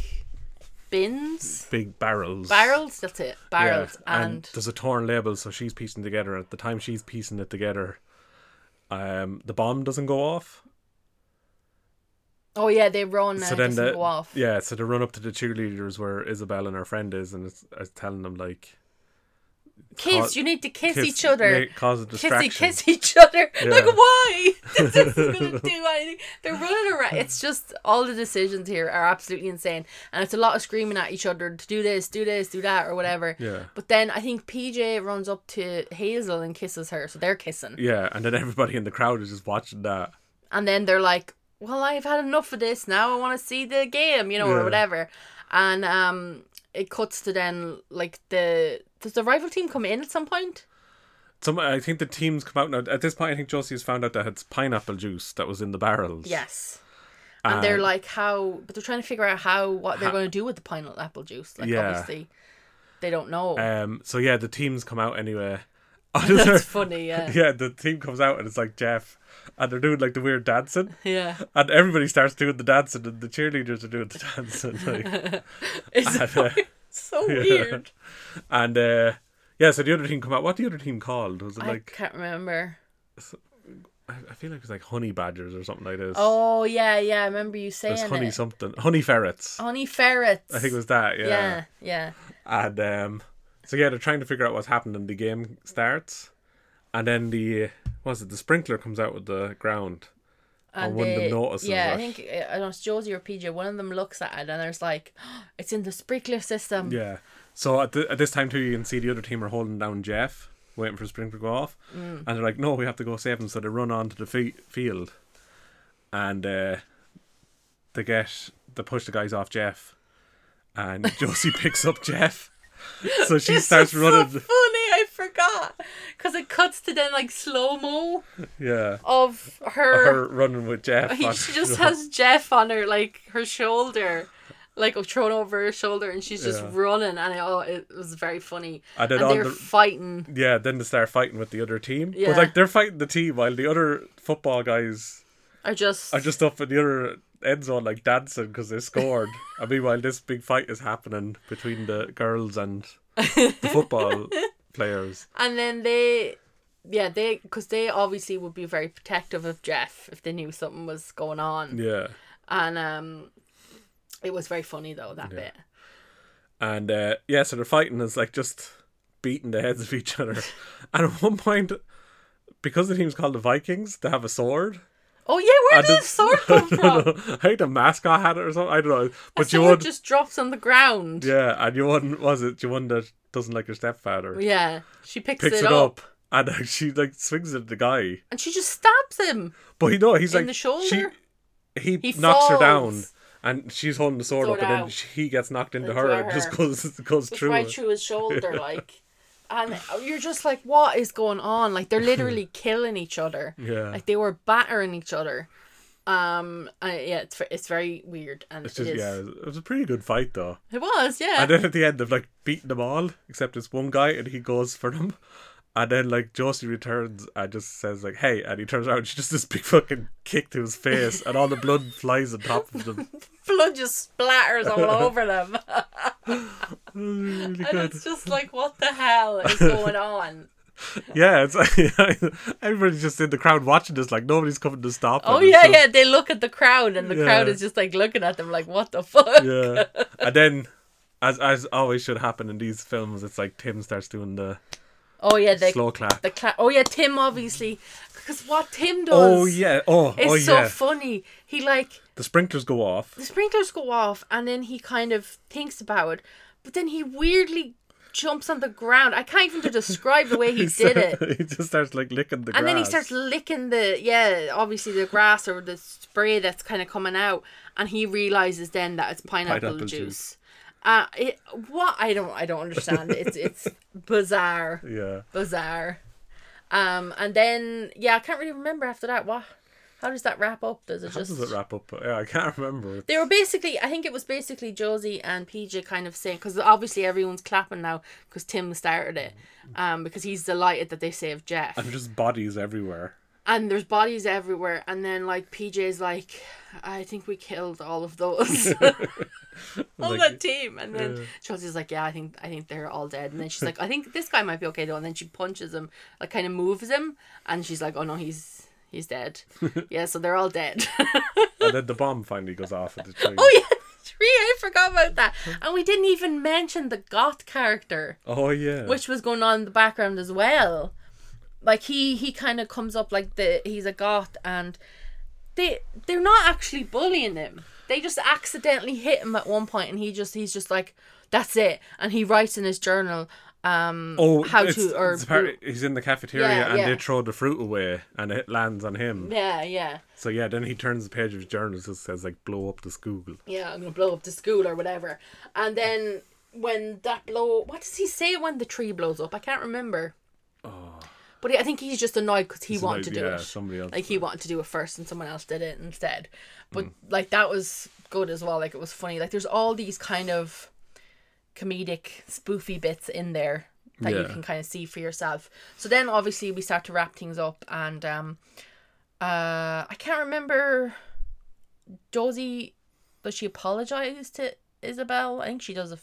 S2: bins.
S1: Big barrels.
S2: Barrels, that's it.
S1: Yeah,
S2: Barrels and,
S1: there's a torn label, so she's piecing together. At the time she's piecing it together, um, the bomb doesn't go off.
S2: oh yeah, they run and
S1: so
S2: it
S1: then
S2: doesn't
S1: the
S2: go off.
S1: yeah, so they run up to the cheerleaders where Isabel and her friend is, and it's, it's telling them like
S2: kiss,
S1: ca-
S2: you need to kiss,
S1: kiss-
S2: each other.
S1: ma- cause a distraction.
S2: Kissy, kiss each other. Like
S1: Yeah.
S2: why? this isn't gonna do anything. They're running around. It's just all the decisions here are absolutely insane, and it's a lot of screaming at each other to do this, do this, do that, or whatever.
S1: Yeah.
S2: But then I think PJ runs up to Hazel and kisses her, so they're kissing,
S1: Yeah, and then everybody in the crowd is just watching that.
S2: and then they're like, "Well, I've had enough of this. Now I want to see the game, you know, or
S1: Yeah.
S2: whatever." And um, it cuts to then like the does the rival team come in at some point?
S1: Some, I think the teams come out now. At this point, I think Josie has found out that it's pineapple juice that was in the barrels.
S2: Yes. And
S1: Uh,
S2: they're like how but they're trying to figure out how what they're going to do with the pineapple juice. Like
S1: Yeah.
S2: obviously they don't know.
S1: Um. So yeah, the teams come out anyway.
S2: That's funny, yeah.
S1: yeah, the team comes out and it's like Jeff, and they're doing like the weird dancing.
S2: Yeah.
S1: And everybody starts doing the dancing, and the cheerleaders are doing the dancing. Like,
S2: It's so,
S1: uh,
S2: it's so weird.
S1: and uh, yeah, so the other team come out. What the other team called? Was it
S2: I
S1: like
S2: can't remember.
S1: I, I feel like it's like honey badgers or something like this.
S2: Oh yeah, yeah, I remember you
S1: it was
S2: saying
S1: honey
S2: it.
S1: something, honey ferrets.
S2: honey ferrets.
S1: I think it was that. Yeah.
S2: yeah, yeah.
S1: And um, so yeah, they're trying to figure out what's happened, and the game starts. And then the what was it the sprinkler comes out with the ground.
S2: And
S1: one of them
S2: they-
S1: notices
S2: Yeah, I
S1: it.
S2: think I don't know, it's Josie or PJ. One of them looks at it and there's like, it's in the sprinkler system.
S1: Yeah. So at, the, at this time too, you can see the other team are holding down Jeff, waiting for the sprinkler to go off,
S2: Mm.
S1: and they're like, "No, we have to go save him." So they run onto the fe- field, and uh, they get they push the guys off Jeff, and Josie picks up Jeff, so she
S2: This
S1: starts
S2: is So
S1: running.
S2: funny, I forgot because it cuts to then like slow mo
S1: Yeah,
S2: of
S1: her
S2: her.
S1: running with Jeff. on-
S2: she just has Jeff on her like her shoulder, like oh, thrown over her shoulder, and she's just
S1: Yeah.
S2: running. And it, oh, it was very funny.
S1: And then
S2: and
S1: on
S2: they're
S1: the-
S2: fighting.
S1: yeah. Then they start fighting with the other team,
S2: Yeah.
S1: but like they're fighting the team while the other football guys
S2: Are just
S1: are just up in the other end zone like dancing because they scored. and meanwhile, this big fight is happening between the girls and the football players.
S2: and then they. Yeah, they because they obviously would be very protective of Jeff if they knew something was going on,
S1: Yeah,
S2: and um, it was very funny though that bit.
S1: and uh, yeah, so they're fighting is like just beating the heads of each other. and at one point, because the team's called the Vikings, they have a sword.
S2: Oh yeah, where
S1: And
S2: did the
S1: it's-
S2: sword come
S1: I don't
S2: from?
S1: know. I think the mascot had it or something. I don't know. But you
S2: Someone
S1: won.
S2: just drops on the ground. Yeah,
S1: Yeah, and you won. Was it you won that doesn't like your stepfather?
S2: she picks,
S1: Picks
S2: it,
S1: it
S2: up.
S1: up. and uh, she like swings at the guy.
S2: and she just stabs him.
S1: But you know, he's
S2: In
S1: like
S2: the shoulder?
S1: She, he,
S2: He
S1: knocks her down,
S2: falls.
S1: and she's holding the sword,
S2: Sword
S1: up, and then
S2: out.
S1: she, he gets knocked into
S2: Into
S1: her, and
S2: her.
S1: just goes goes
S2: Just
S1: through.
S2: right
S1: it.
S2: through his shoulder, like. And you're just like, what is going on? Like they're literally killing each other.
S1: Yeah.
S2: Like they were battering each other. Um. uh, yeah. It's ve- it's very weird, and
S1: It's just
S2: it is.
S1: yeah, it was a pretty good fight though.
S2: It was. Yeah.
S1: And then at the end, they've like beaten them all except this one guy, and he goes for them. And then like Josie returns and just says like, "Hey!" And he turns around, and she just this big fucking kick to his face, and all the blood flies on top of them.
S2: blood just splatters all over them.
S1: It was really
S2: and
S1: good.
S2: it's just like, what the hell is going on?
S1: Yeah, it's everybody's just in the crowd watching this. Like nobody's coming to stop.
S2: Oh
S1: it. It's
S2: yeah,
S1: just-
S2: yeah. They look at the crowd, and the crowd
S1: Yeah.
S2: is just like looking at them, like, what the fuck?
S1: yeah. And then, as as always should happen in these films, it's like Tim starts doing the
S2: Oh yeah, they
S1: slow clap.
S2: the cla- Oh yeah, Tim obviously, because what Tim does.
S1: oh yeah, oh
S2: It's
S1: oh
S2: so
S1: yeah.
S2: funny. He like
S1: the sprinklers go off.
S2: the sprinklers go off, and then he kind of thinks about it, but then he weirdly jumps on the ground. I can't even to describe the way he did it.
S1: he just starts like licking the grass.
S2: And then he starts licking the yeah, obviously the grass or the spray that's kind of coming out, and he realizes then that it's pineapple,
S1: Pineapple
S2: juice.
S1: juice.
S2: Uh, it, what I don't I don't understand. It's it's bizarre,
S1: Yeah.
S2: bizarre. Um, and then yeah, I can't really remember after that. What? How does that wrap up? Does it
S1: How
S2: just?
S1: does it wrap up? Yeah, I can't remember.
S2: They were basically, I think it was basically Josie and PJ kind of saying, because obviously everyone's clapping now because Tim started it,
S1: Mm.
S2: um, because he's delighted that they saved Jeff
S1: I'm just bodies everywhere.
S2: and there's bodies everywhere and then like pj's like i think we killed all of those all
S1: Like-
S2: that team and then
S1: Yeah.
S2: chelsea's like yeah i think i think they're all dead and then she's like i think this guy might be okay though and then she punches him like kind of moves him and she's like oh no he's he's dead yeah so they're all dead
S1: and then the bomb finally goes off at the train.
S2: oh yeah Tree, I forgot about that. And we didn't even mention the goth character,
S1: Oh, yeah.
S2: which was going on in the background as well. Like he he kind of comes up like the he's a goth and they they're not actually bullying him. They just accidentally hit him at one point, and he just he's just like, "That's it." And he writes in his journal, um,
S1: Oh,
S2: how
S1: it's-
S2: to or
S1: it's apparent- he's in the cafeteria
S2: Yeah,
S1: and
S2: yeah.
S1: they throw the fruit away and it lands on him.
S2: yeah, yeah,
S1: So yeah, then he turns the page of his journal and just says like blow up the school.
S2: yeah. I'm gonna blow up the school or whatever. And then when that blow, what does he say when the tree blows up? I can't remember. But I think he's just annoyed because he wanted
S1: like,
S2: to do
S1: Oh. yeah,
S2: it.
S1: somebody else Hmm.
S2: like he wanted to do it first, and someone else did it instead. But like that was good as well. Like it was funny. Like there's all these kind of comedic spoofy bits in there that you
S1: Yeah.
S2: can kind of see for yourself. So then obviously we start to wrap things up, and um, uh, I can't remember. Josie, does she apologize to Isabel? I think she does. A,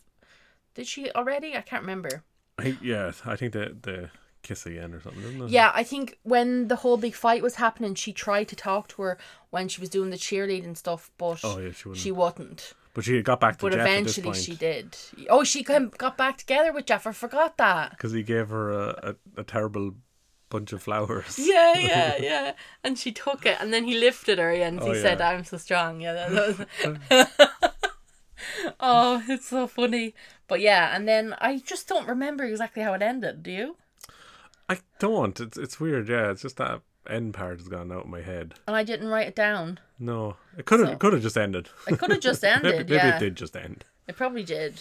S2: did she already? I can't remember.
S1: I think yeah, I think the the kiss again or something, isn't it?
S2: Yeah, I think when the whole big fight was happening, she tried to talk to her when she was doing the cheerleading stuff, but
S1: Oh yeah, she wouldn't.
S2: she wasn't.
S1: but she got back to
S2: But
S1: Jeff at
S2: eventually
S1: this
S2: she
S1: point
S2: did. Oh, she came, got back together with Jeff. I forgot that.
S1: because he gave her a, a, a terrible bunch of flowers.
S2: Yeah, yeah, yeah. And she took it, and then he lifted her, and he
S1: Oh,
S2: said,
S1: yeah.
S2: "I'm so strong." Yeah, that, was. oh, it's so funny. But yeah, and then I just don't remember exactly how it ended. Do you?
S1: I don't. It's it's weird. Yeah, it's just that end part has gone out of my head.
S2: And I didn't write it down.
S1: No, it could have
S2: So-
S1: it could have just ended.
S2: It could have just ended.
S1: maybe maybe
S2: yeah,
S1: it did just end.
S2: it probably did.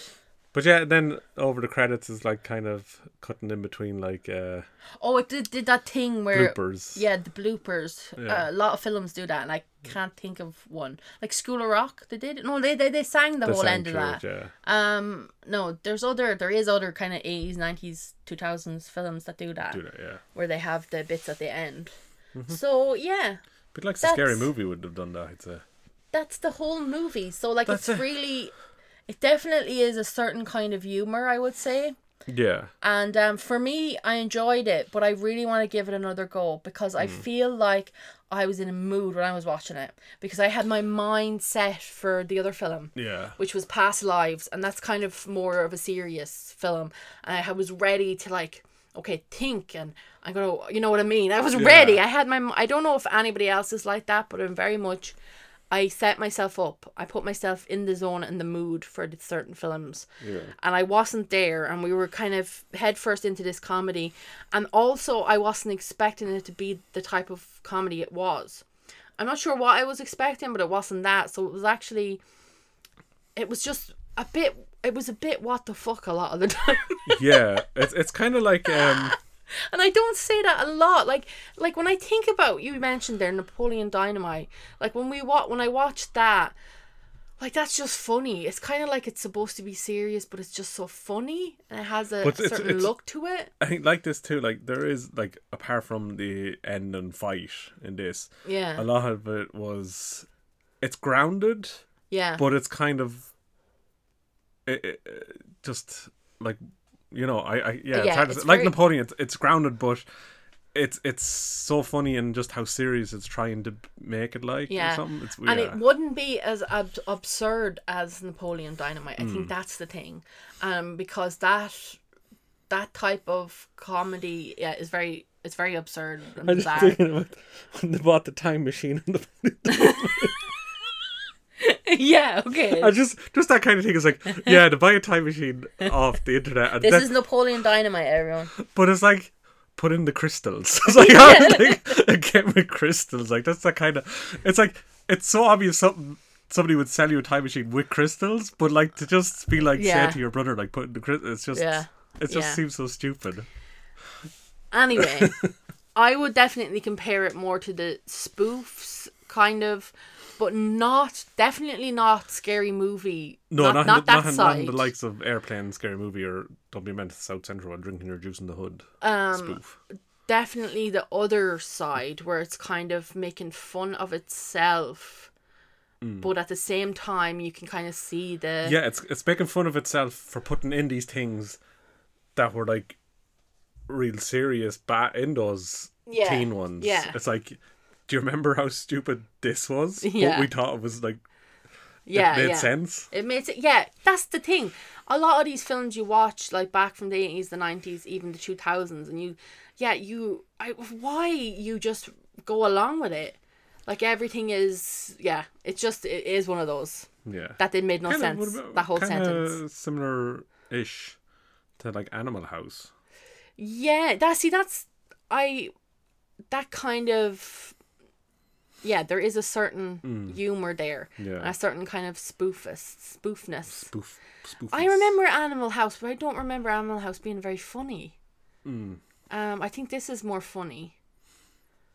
S1: But yeah, then over the credits is like kind of cutting in between like uh
S2: Oh, it did, did that thing where
S1: bloopers.
S2: Yeah, the bloopers.
S1: Yeah.
S2: Uh, a lot of films do that, and I can't think of one. Like School of Rock, they did. it. No, they they, they sang the
S1: the
S2: whole end
S1: soundtrack,
S2: of that.
S1: Yeah.
S2: Um, no, there's other. There is other kind of eighties, nineties, two thousands films that do that,
S1: Do that, yeah.
S2: where they have the bits at the end.
S1: Mm-hmm.
S2: So yeah,
S1: But like a scary
S2: That's-
S1: movie would have done that, I'd say.
S2: that's the whole movie. So like,
S1: That's
S2: it's
S1: it.
S2: really, it definitely is a certain kind of humor. I would say.
S1: Yeah.
S2: And um, for me, I enjoyed it, but I really want to give it another go because
S1: Mm.
S2: I feel like I was in a mood when I was watching it because I had my mind set for the other film,
S1: Yeah.
S2: which was Past Lives, and that's kind of more of a serious film. And I was ready to like, okay, think, and I'm gonna, you know what I mean. I was ready. I had my, m- I don't know if anybody else is like that, but I'm very much I set myself up. I put myself in the zone and the mood for the certain films.
S3: Yeah.
S2: And I wasn't there, and we were kind of headfirst into this comedy. And also, I wasn't expecting it to be the type of comedy it was. I'm not sure what I was expecting, but it wasn't that. So it was actually, it was just a bit. It was a bit what the fuck a lot of the time.
S1: yeah, it's it's kind of like um,
S2: and I don't say that a lot. Like like when I think about you mentioned there Napoleon Dynamite. Like when we wa- when I watched that, like that's just funny. It's kind of like it's supposed to be serious, but it's just so funny and it has a
S1: But it's-
S2: certain
S1: it's-
S2: look to it.
S1: I think like this too. Like there is like apart from the end and fight in this,
S2: Yeah,
S1: a lot of it was it's grounded,
S2: yeah,
S1: but it's kind of it, it- it just like you know I, I yeah, it's
S2: Yeah,
S1: hard to
S2: it's
S1: say. like
S2: very-
S1: Napoleon. It's, it's grounded, but it's it's so funny and just how serious it's trying to make it like or
S2: yeah.
S1: something. It's
S2: And
S1: yeah.
S2: it wouldn't be as ab- absurd as Napoleon Dynamite. I
S1: Hmm.
S2: think that's the thing, um, because that that type of comedy yeah is very it's very absurd and
S3: I'm just
S2: bizarre.
S3: thinking about when they bought the time machine. And the,
S2: yeah, okay.
S1: I just just that kind of thing is like yeah to buy a time machine off the internet and
S2: This
S1: that-
S2: is Napoleon Dynamite, everyone.
S1: but it's like put in the crystals it's like, how like get with crystals like that's the kind of it's like it's so obvious something somebody would sell you a time machine with crystals but like to just be like
S2: Yeah.
S1: say to your brother like put in the crystals it's just
S2: Yeah.
S1: it just
S2: Yeah.
S1: seems so stupid
S2: Anyway, I would definitely compare it more to the spoofs kind of, but not definitely not scary movie.
S1: no
S2: not,
S1: not, in
S2: not
S1: the,
S2: that
S1: not, in- not
S2: side.
S1: in the likes of airplane scary movie or don't be meant to south central and drinking your juice in the hood
S2: um,
S1: spoof
S2: definitely the other side where it's kind of making fun of itself, but at the same time you can kind of see the
S1: Mm. yeah it's it's making fun of itself for putting in these things that were like real serious bat in those
S2: Yeah,
S1: teen ones
S2: yeah.
S1: it's like do you remember how stupid this was
S2: Yeah.
S1: but we thought it was like
S2: yeah
S1: it made
S2: yeah.
S1: sense
S2: It makes it yeah, that's the thing. A lot of these films you watch like back from the eighties, the nineties, even the two thousands, and you yeah, you I why you just go along with it. Like everything is yeah, it's just it is one of those.
S1: yeah
S2: That did made no sense. that whole sentence.
S1: similar ish to like animal house
S2: Yeah, that see that's I that kind of yeah, there is a certain humor there.
S1: Yeah.
S2: And a certain kind of spoofus spoofness.
S1: spoof spoof
S2: I remember Animal House, but I don't remember Animal House being very funny.
S1: Mm.
S2: Um, I think this is more funny,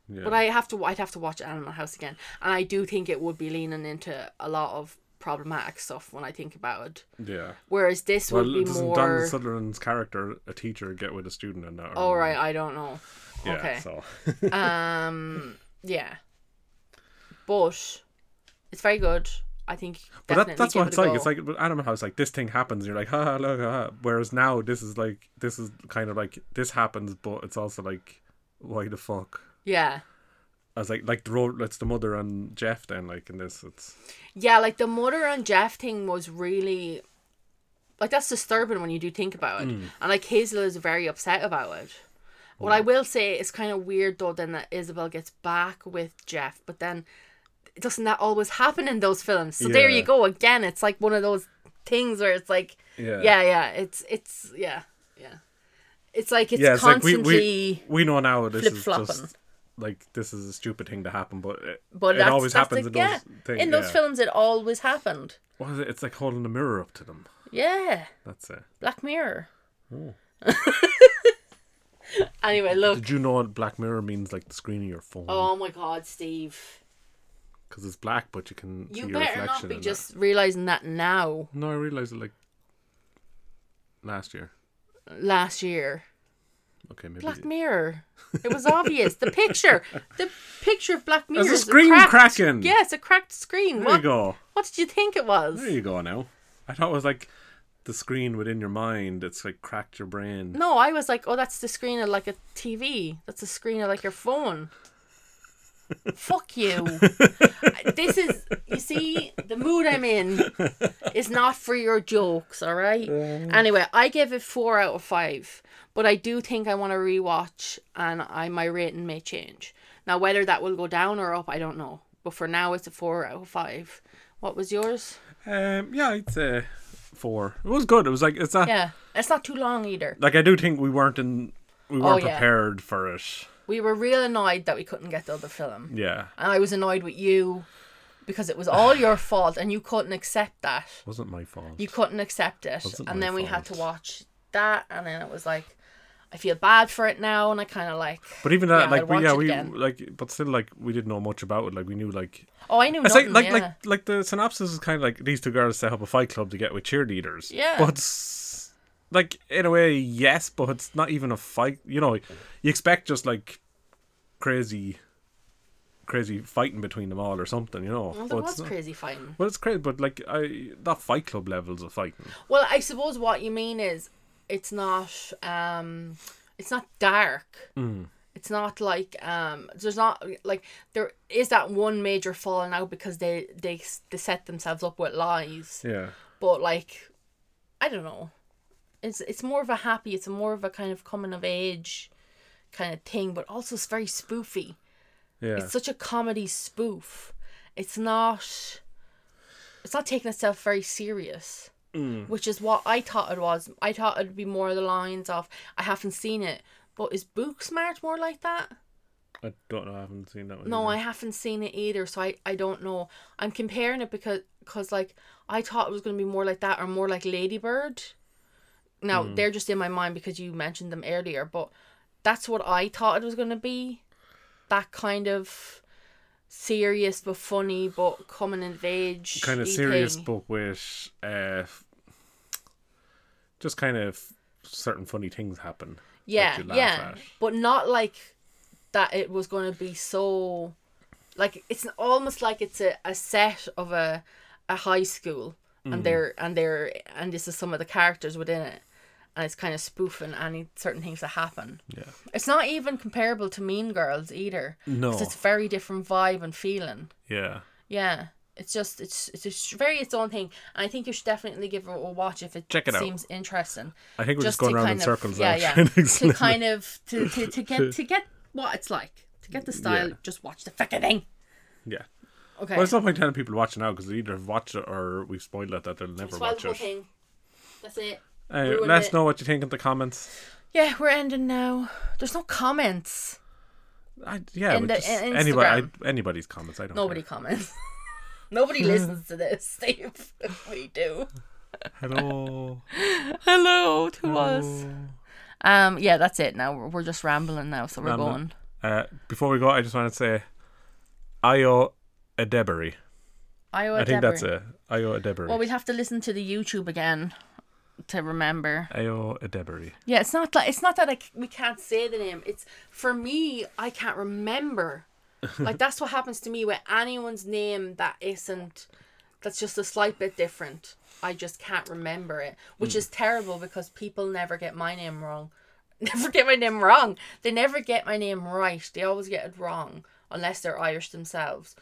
S1: yeah.
S2: but I have to. I'd have to watch Animal House again, and I do think it would be leaning into a lot of problematic stuff when I think about it.
S1: yeah
S2: Whereas this
S1: well
S2: would be
S1: doesn't
S2: more.
S1: Donald Sutherland's character a teacher get with a student and that
S2: All right, I don't know.
S1: yeah
S2: okay.
S1: so
S2: Um, yeah, but it's very good. I think.
S1: But
S2: definitely
S1: that, that's
S2: give
S1: what
S2: it
S1: it's
S2: a
S1: like.
S2: go.
S1: It's like with Animal House, like this thing happens, and you're like, ha ha, look, ha, ha. Whereas now, this is like, this is kind of like, this happens, but it's also like, why the fuck?
S2: yeah.
S1: I was like, like the road, it's the mother and Jeff then, like in this, it's
S2: Yeah, like the mother and Jeff thing was really like that's disturbing when you do think about
S1: Mm.
S2: it. And like Hazel is very upset about it. What I will say it's kind of weird though then that Isabel gets back with Jeff, but then doesn't that always happen in those films? So there
S1: Yeah.
S2: you go again. It's like one of those things where it's like
S1: yeah,
S2: yeah, yeah, it's it's yeah, yeah. It's like it's
S1: yeah. It's like we
S2: constantly
S1: we we know now this is
S2: flip-flopping.
S1: just like this is a stupid thing to happen, but it,
S2: but
S1: it
S2: that's,
S1: always
S2: that's
S1: happens
S2: the-
S1: in
S2: yeah.
S1: those things.
S2: in those
S1: yeah.
S2: films it always happened.
S1: What is it? It's like holding a mirror up to them.
S2: Yeah.
S1: That's it.
S2: Black Mirror. anyway, look.
S1: Hmm. Did you know Black Mirror means like the screen of your phone
S2: Oh my God, Steve!
S1: because it's black, but you can
S2: You
S1: see your
S2: better
S1: reflection.
S2: not be
S1: in it.
S2: just realizing that now.
S1: No, I realized it like last year.
S2: Last year,
S1: Okay, maybe.
S2: Black Mirror. It was obvious. The picture, the picture of Black Mirror.
S1: There's a
S2: is
S1: screen
S2: cracked-
S1: cracking.
S2: Yeah, it's a cracked screen.
S1: There
S2: what?
S1: you go.
S2: What did you think it was?
S1: There you go now. I thought it was like the screen within your mind. It's like cracked your brain.
S2: No, I was like, oh, that's the screen of like a TV. That's the screen of like your phone. Fuck you. this is, you see, the mood I'm in is not for your jokes, all right? Anyway, I give it four out of five, but I do think I want to rewatch and I my rating may change. Now, whether that will go down or up, I don't know. but for now it's a four out of five. What was yours?
S1: Um, yeah, I'd say four. It was good. It was like it's not
S2: Yeah, it's not too long either.
S1: like I do think we weren't in we weren't
S2: Oh, yeah.
S1: prepared for it.
S2: We were real annoyed that we couldn't get the other film,
S1: Yeah,
S2: and I was annoyed with you because it was all your fault, and you couldn't accept that.
S1: wasn't my fault.
S2: You couldn't accept it,
S1: Wasn't
S2: and
S1: my
S2: then we had to
S1: fault.
S2: watch that, and then it was like, I feel bad for it now, and I kind of like,
S1: But even that,
S2: Yeah, I'd
S1: like, we,
S2: watch
S1: yeah,
S2: it
S1: we
S2: again.
S1: like, but still, like, we didn't know much about it. Like, we knew, like,
S2: oh, I knew
S1: it's
S2: nothing.
S1: like, like,
S2: yeah.
S1: like, like the synopsis is kind of like these two girls set up a fight club to get with cheerleaders.
S2: Yeah.
S1: but s- like in a way, yes, but it's not even a fight. You know, you expect just like crazy, crazy fighting between them all or something. You know,
S2: well,
S1: but
S2: there
S1: it's
S2: was
S1: not-
S2: crazy fighting.
S1: Well, it's crazy, but like, I that fight club levels of fighting.
S2: Well, I suppose what you mean is it's not um it's not dark.
S1: Mm.
S2: It's not like um there's not like there is that one major falling out because they they s- they set themselves up with lies.
S1: Yeah,
S2: But like I don't know. It's it's more of a happy, it's more of a kind of coming of age kind of thing, but also it's very spoofy.
S1: yeah.
S2: It's such a comedy spoof. It's not. It's not taking itself very serious, which is what I thought it was. I thought it'd be more the lines of "I haven't seen it," but is Book Smart more like that?
S1: I don't know. I haven't seen that one.
S2: No,
S1: either.
S2: I haven't seen it either, so I, I don't know. I'm comparing it because cause like I thought it was gonna be more like that or more like Ladybird. Now
S1: Hmm.
S2: they're just in my mind because you mentioned them earlier, but that's what I thought it was gonna be. That kind of serious but funny but coming of age.
S1: kind of serious but with uh just kind of certain funny things happen
S2: Yeah,
S1: you laugh
S2: yeah.
S1: at.
S2: But not like that it was going to be so like it's almost like it's a, a set of a a high school
S1: Mm.
S2: and they're and they're and this is some of the characters within it and it's kind of spoofing any certain things that happen.
S1: yeah
S2: It's not even comparable to Mean Girls either. 'cause
S1: No.
S2: It's very different vibe and feeling.
S1: yeah
S2: Yeah. It's just it's it's just very its own thing, and I think you should definitely give it a watch if it,
S1: Check it out.
S2: seems interesting
S1: i think we're just,
S2: to
S1: going around in
S2: kind of-
S1: circles
S2: yeah,
S1: now
S2: yeah.
S1: trying to
S2: to
S1: explain
S2: kind of to, to, to get to get what it's like to get the style.
S1: Yeah.
S2: Just watch the fucking thing.
S1: it. yeah
S2: Okay.
S1: well it's not point telling people to watch it now because they either have watched it or we've spoiled it that they'll never watch it
S2: That's it.
S1: uh,
S2: Ruin
S1: let us
S2: it.
S1: know what you think in the comments
S2: Yeah, we're ending now. There's no comments.
S1: I, yeah
S2: In
S1: we
S2: the-
S1: just,
S2: in-
S1: anybody, I, anybody's comments i don't
S2: Nobody comments. Nobody listens to this, Steve. we do.
S1: care. hello
S2: Hello to us. Um. Yeah, that's it. Now we're, we're just rambling now, so we're
S1: Rambling.
S2: going.
S1: uh before we go i just want to say io adebery
S2: I,
S1: i think that's it io adebery
S2: Well, we'd have to listen to the YouTube again to remember.
S1: io adebery
S2: Yeah, it's not like it's not that I c- we can't say the name. It's for me, I can't remember. like that's what happens to me with anyone's name that isn't that's just a slight bit different. I just can't remember it, which is terrible because people never get my name wrong. Never get my name wrong. They never get my name right. They always get it wrong unless they're Irish themselves.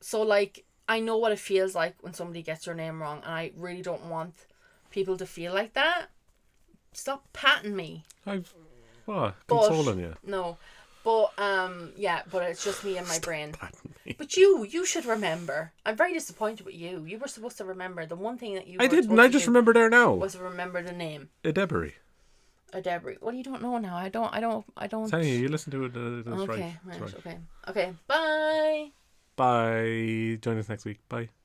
S2: So like I know what it feels like when somebody gets your name wrong and I really don't want people to feel like that stop patting me.
S1: I've well,
S2: But,
S1: consoling you.
S2: No. But um yeah, but it's just me and my brain. But you, you should remember. I'm very disappointed with you. You were supposed to remember the one thing that you
S1: I
S2: were
S1: didn't.
S2: supposed
S1: I
S2: to
S1: just
S2: do
S1: remember there now.
S2: was remember the name
S1: A Debury.
S2: of Deborah. Well, you don't know now. I don't. I don't. I don't.
S1: Tell you, you listen to it. Uh, that's
S2: okay.
S1: right. That's right.
S2: right. Okay. Okay. Bye.
S1: Bye. Join us next week. Bye.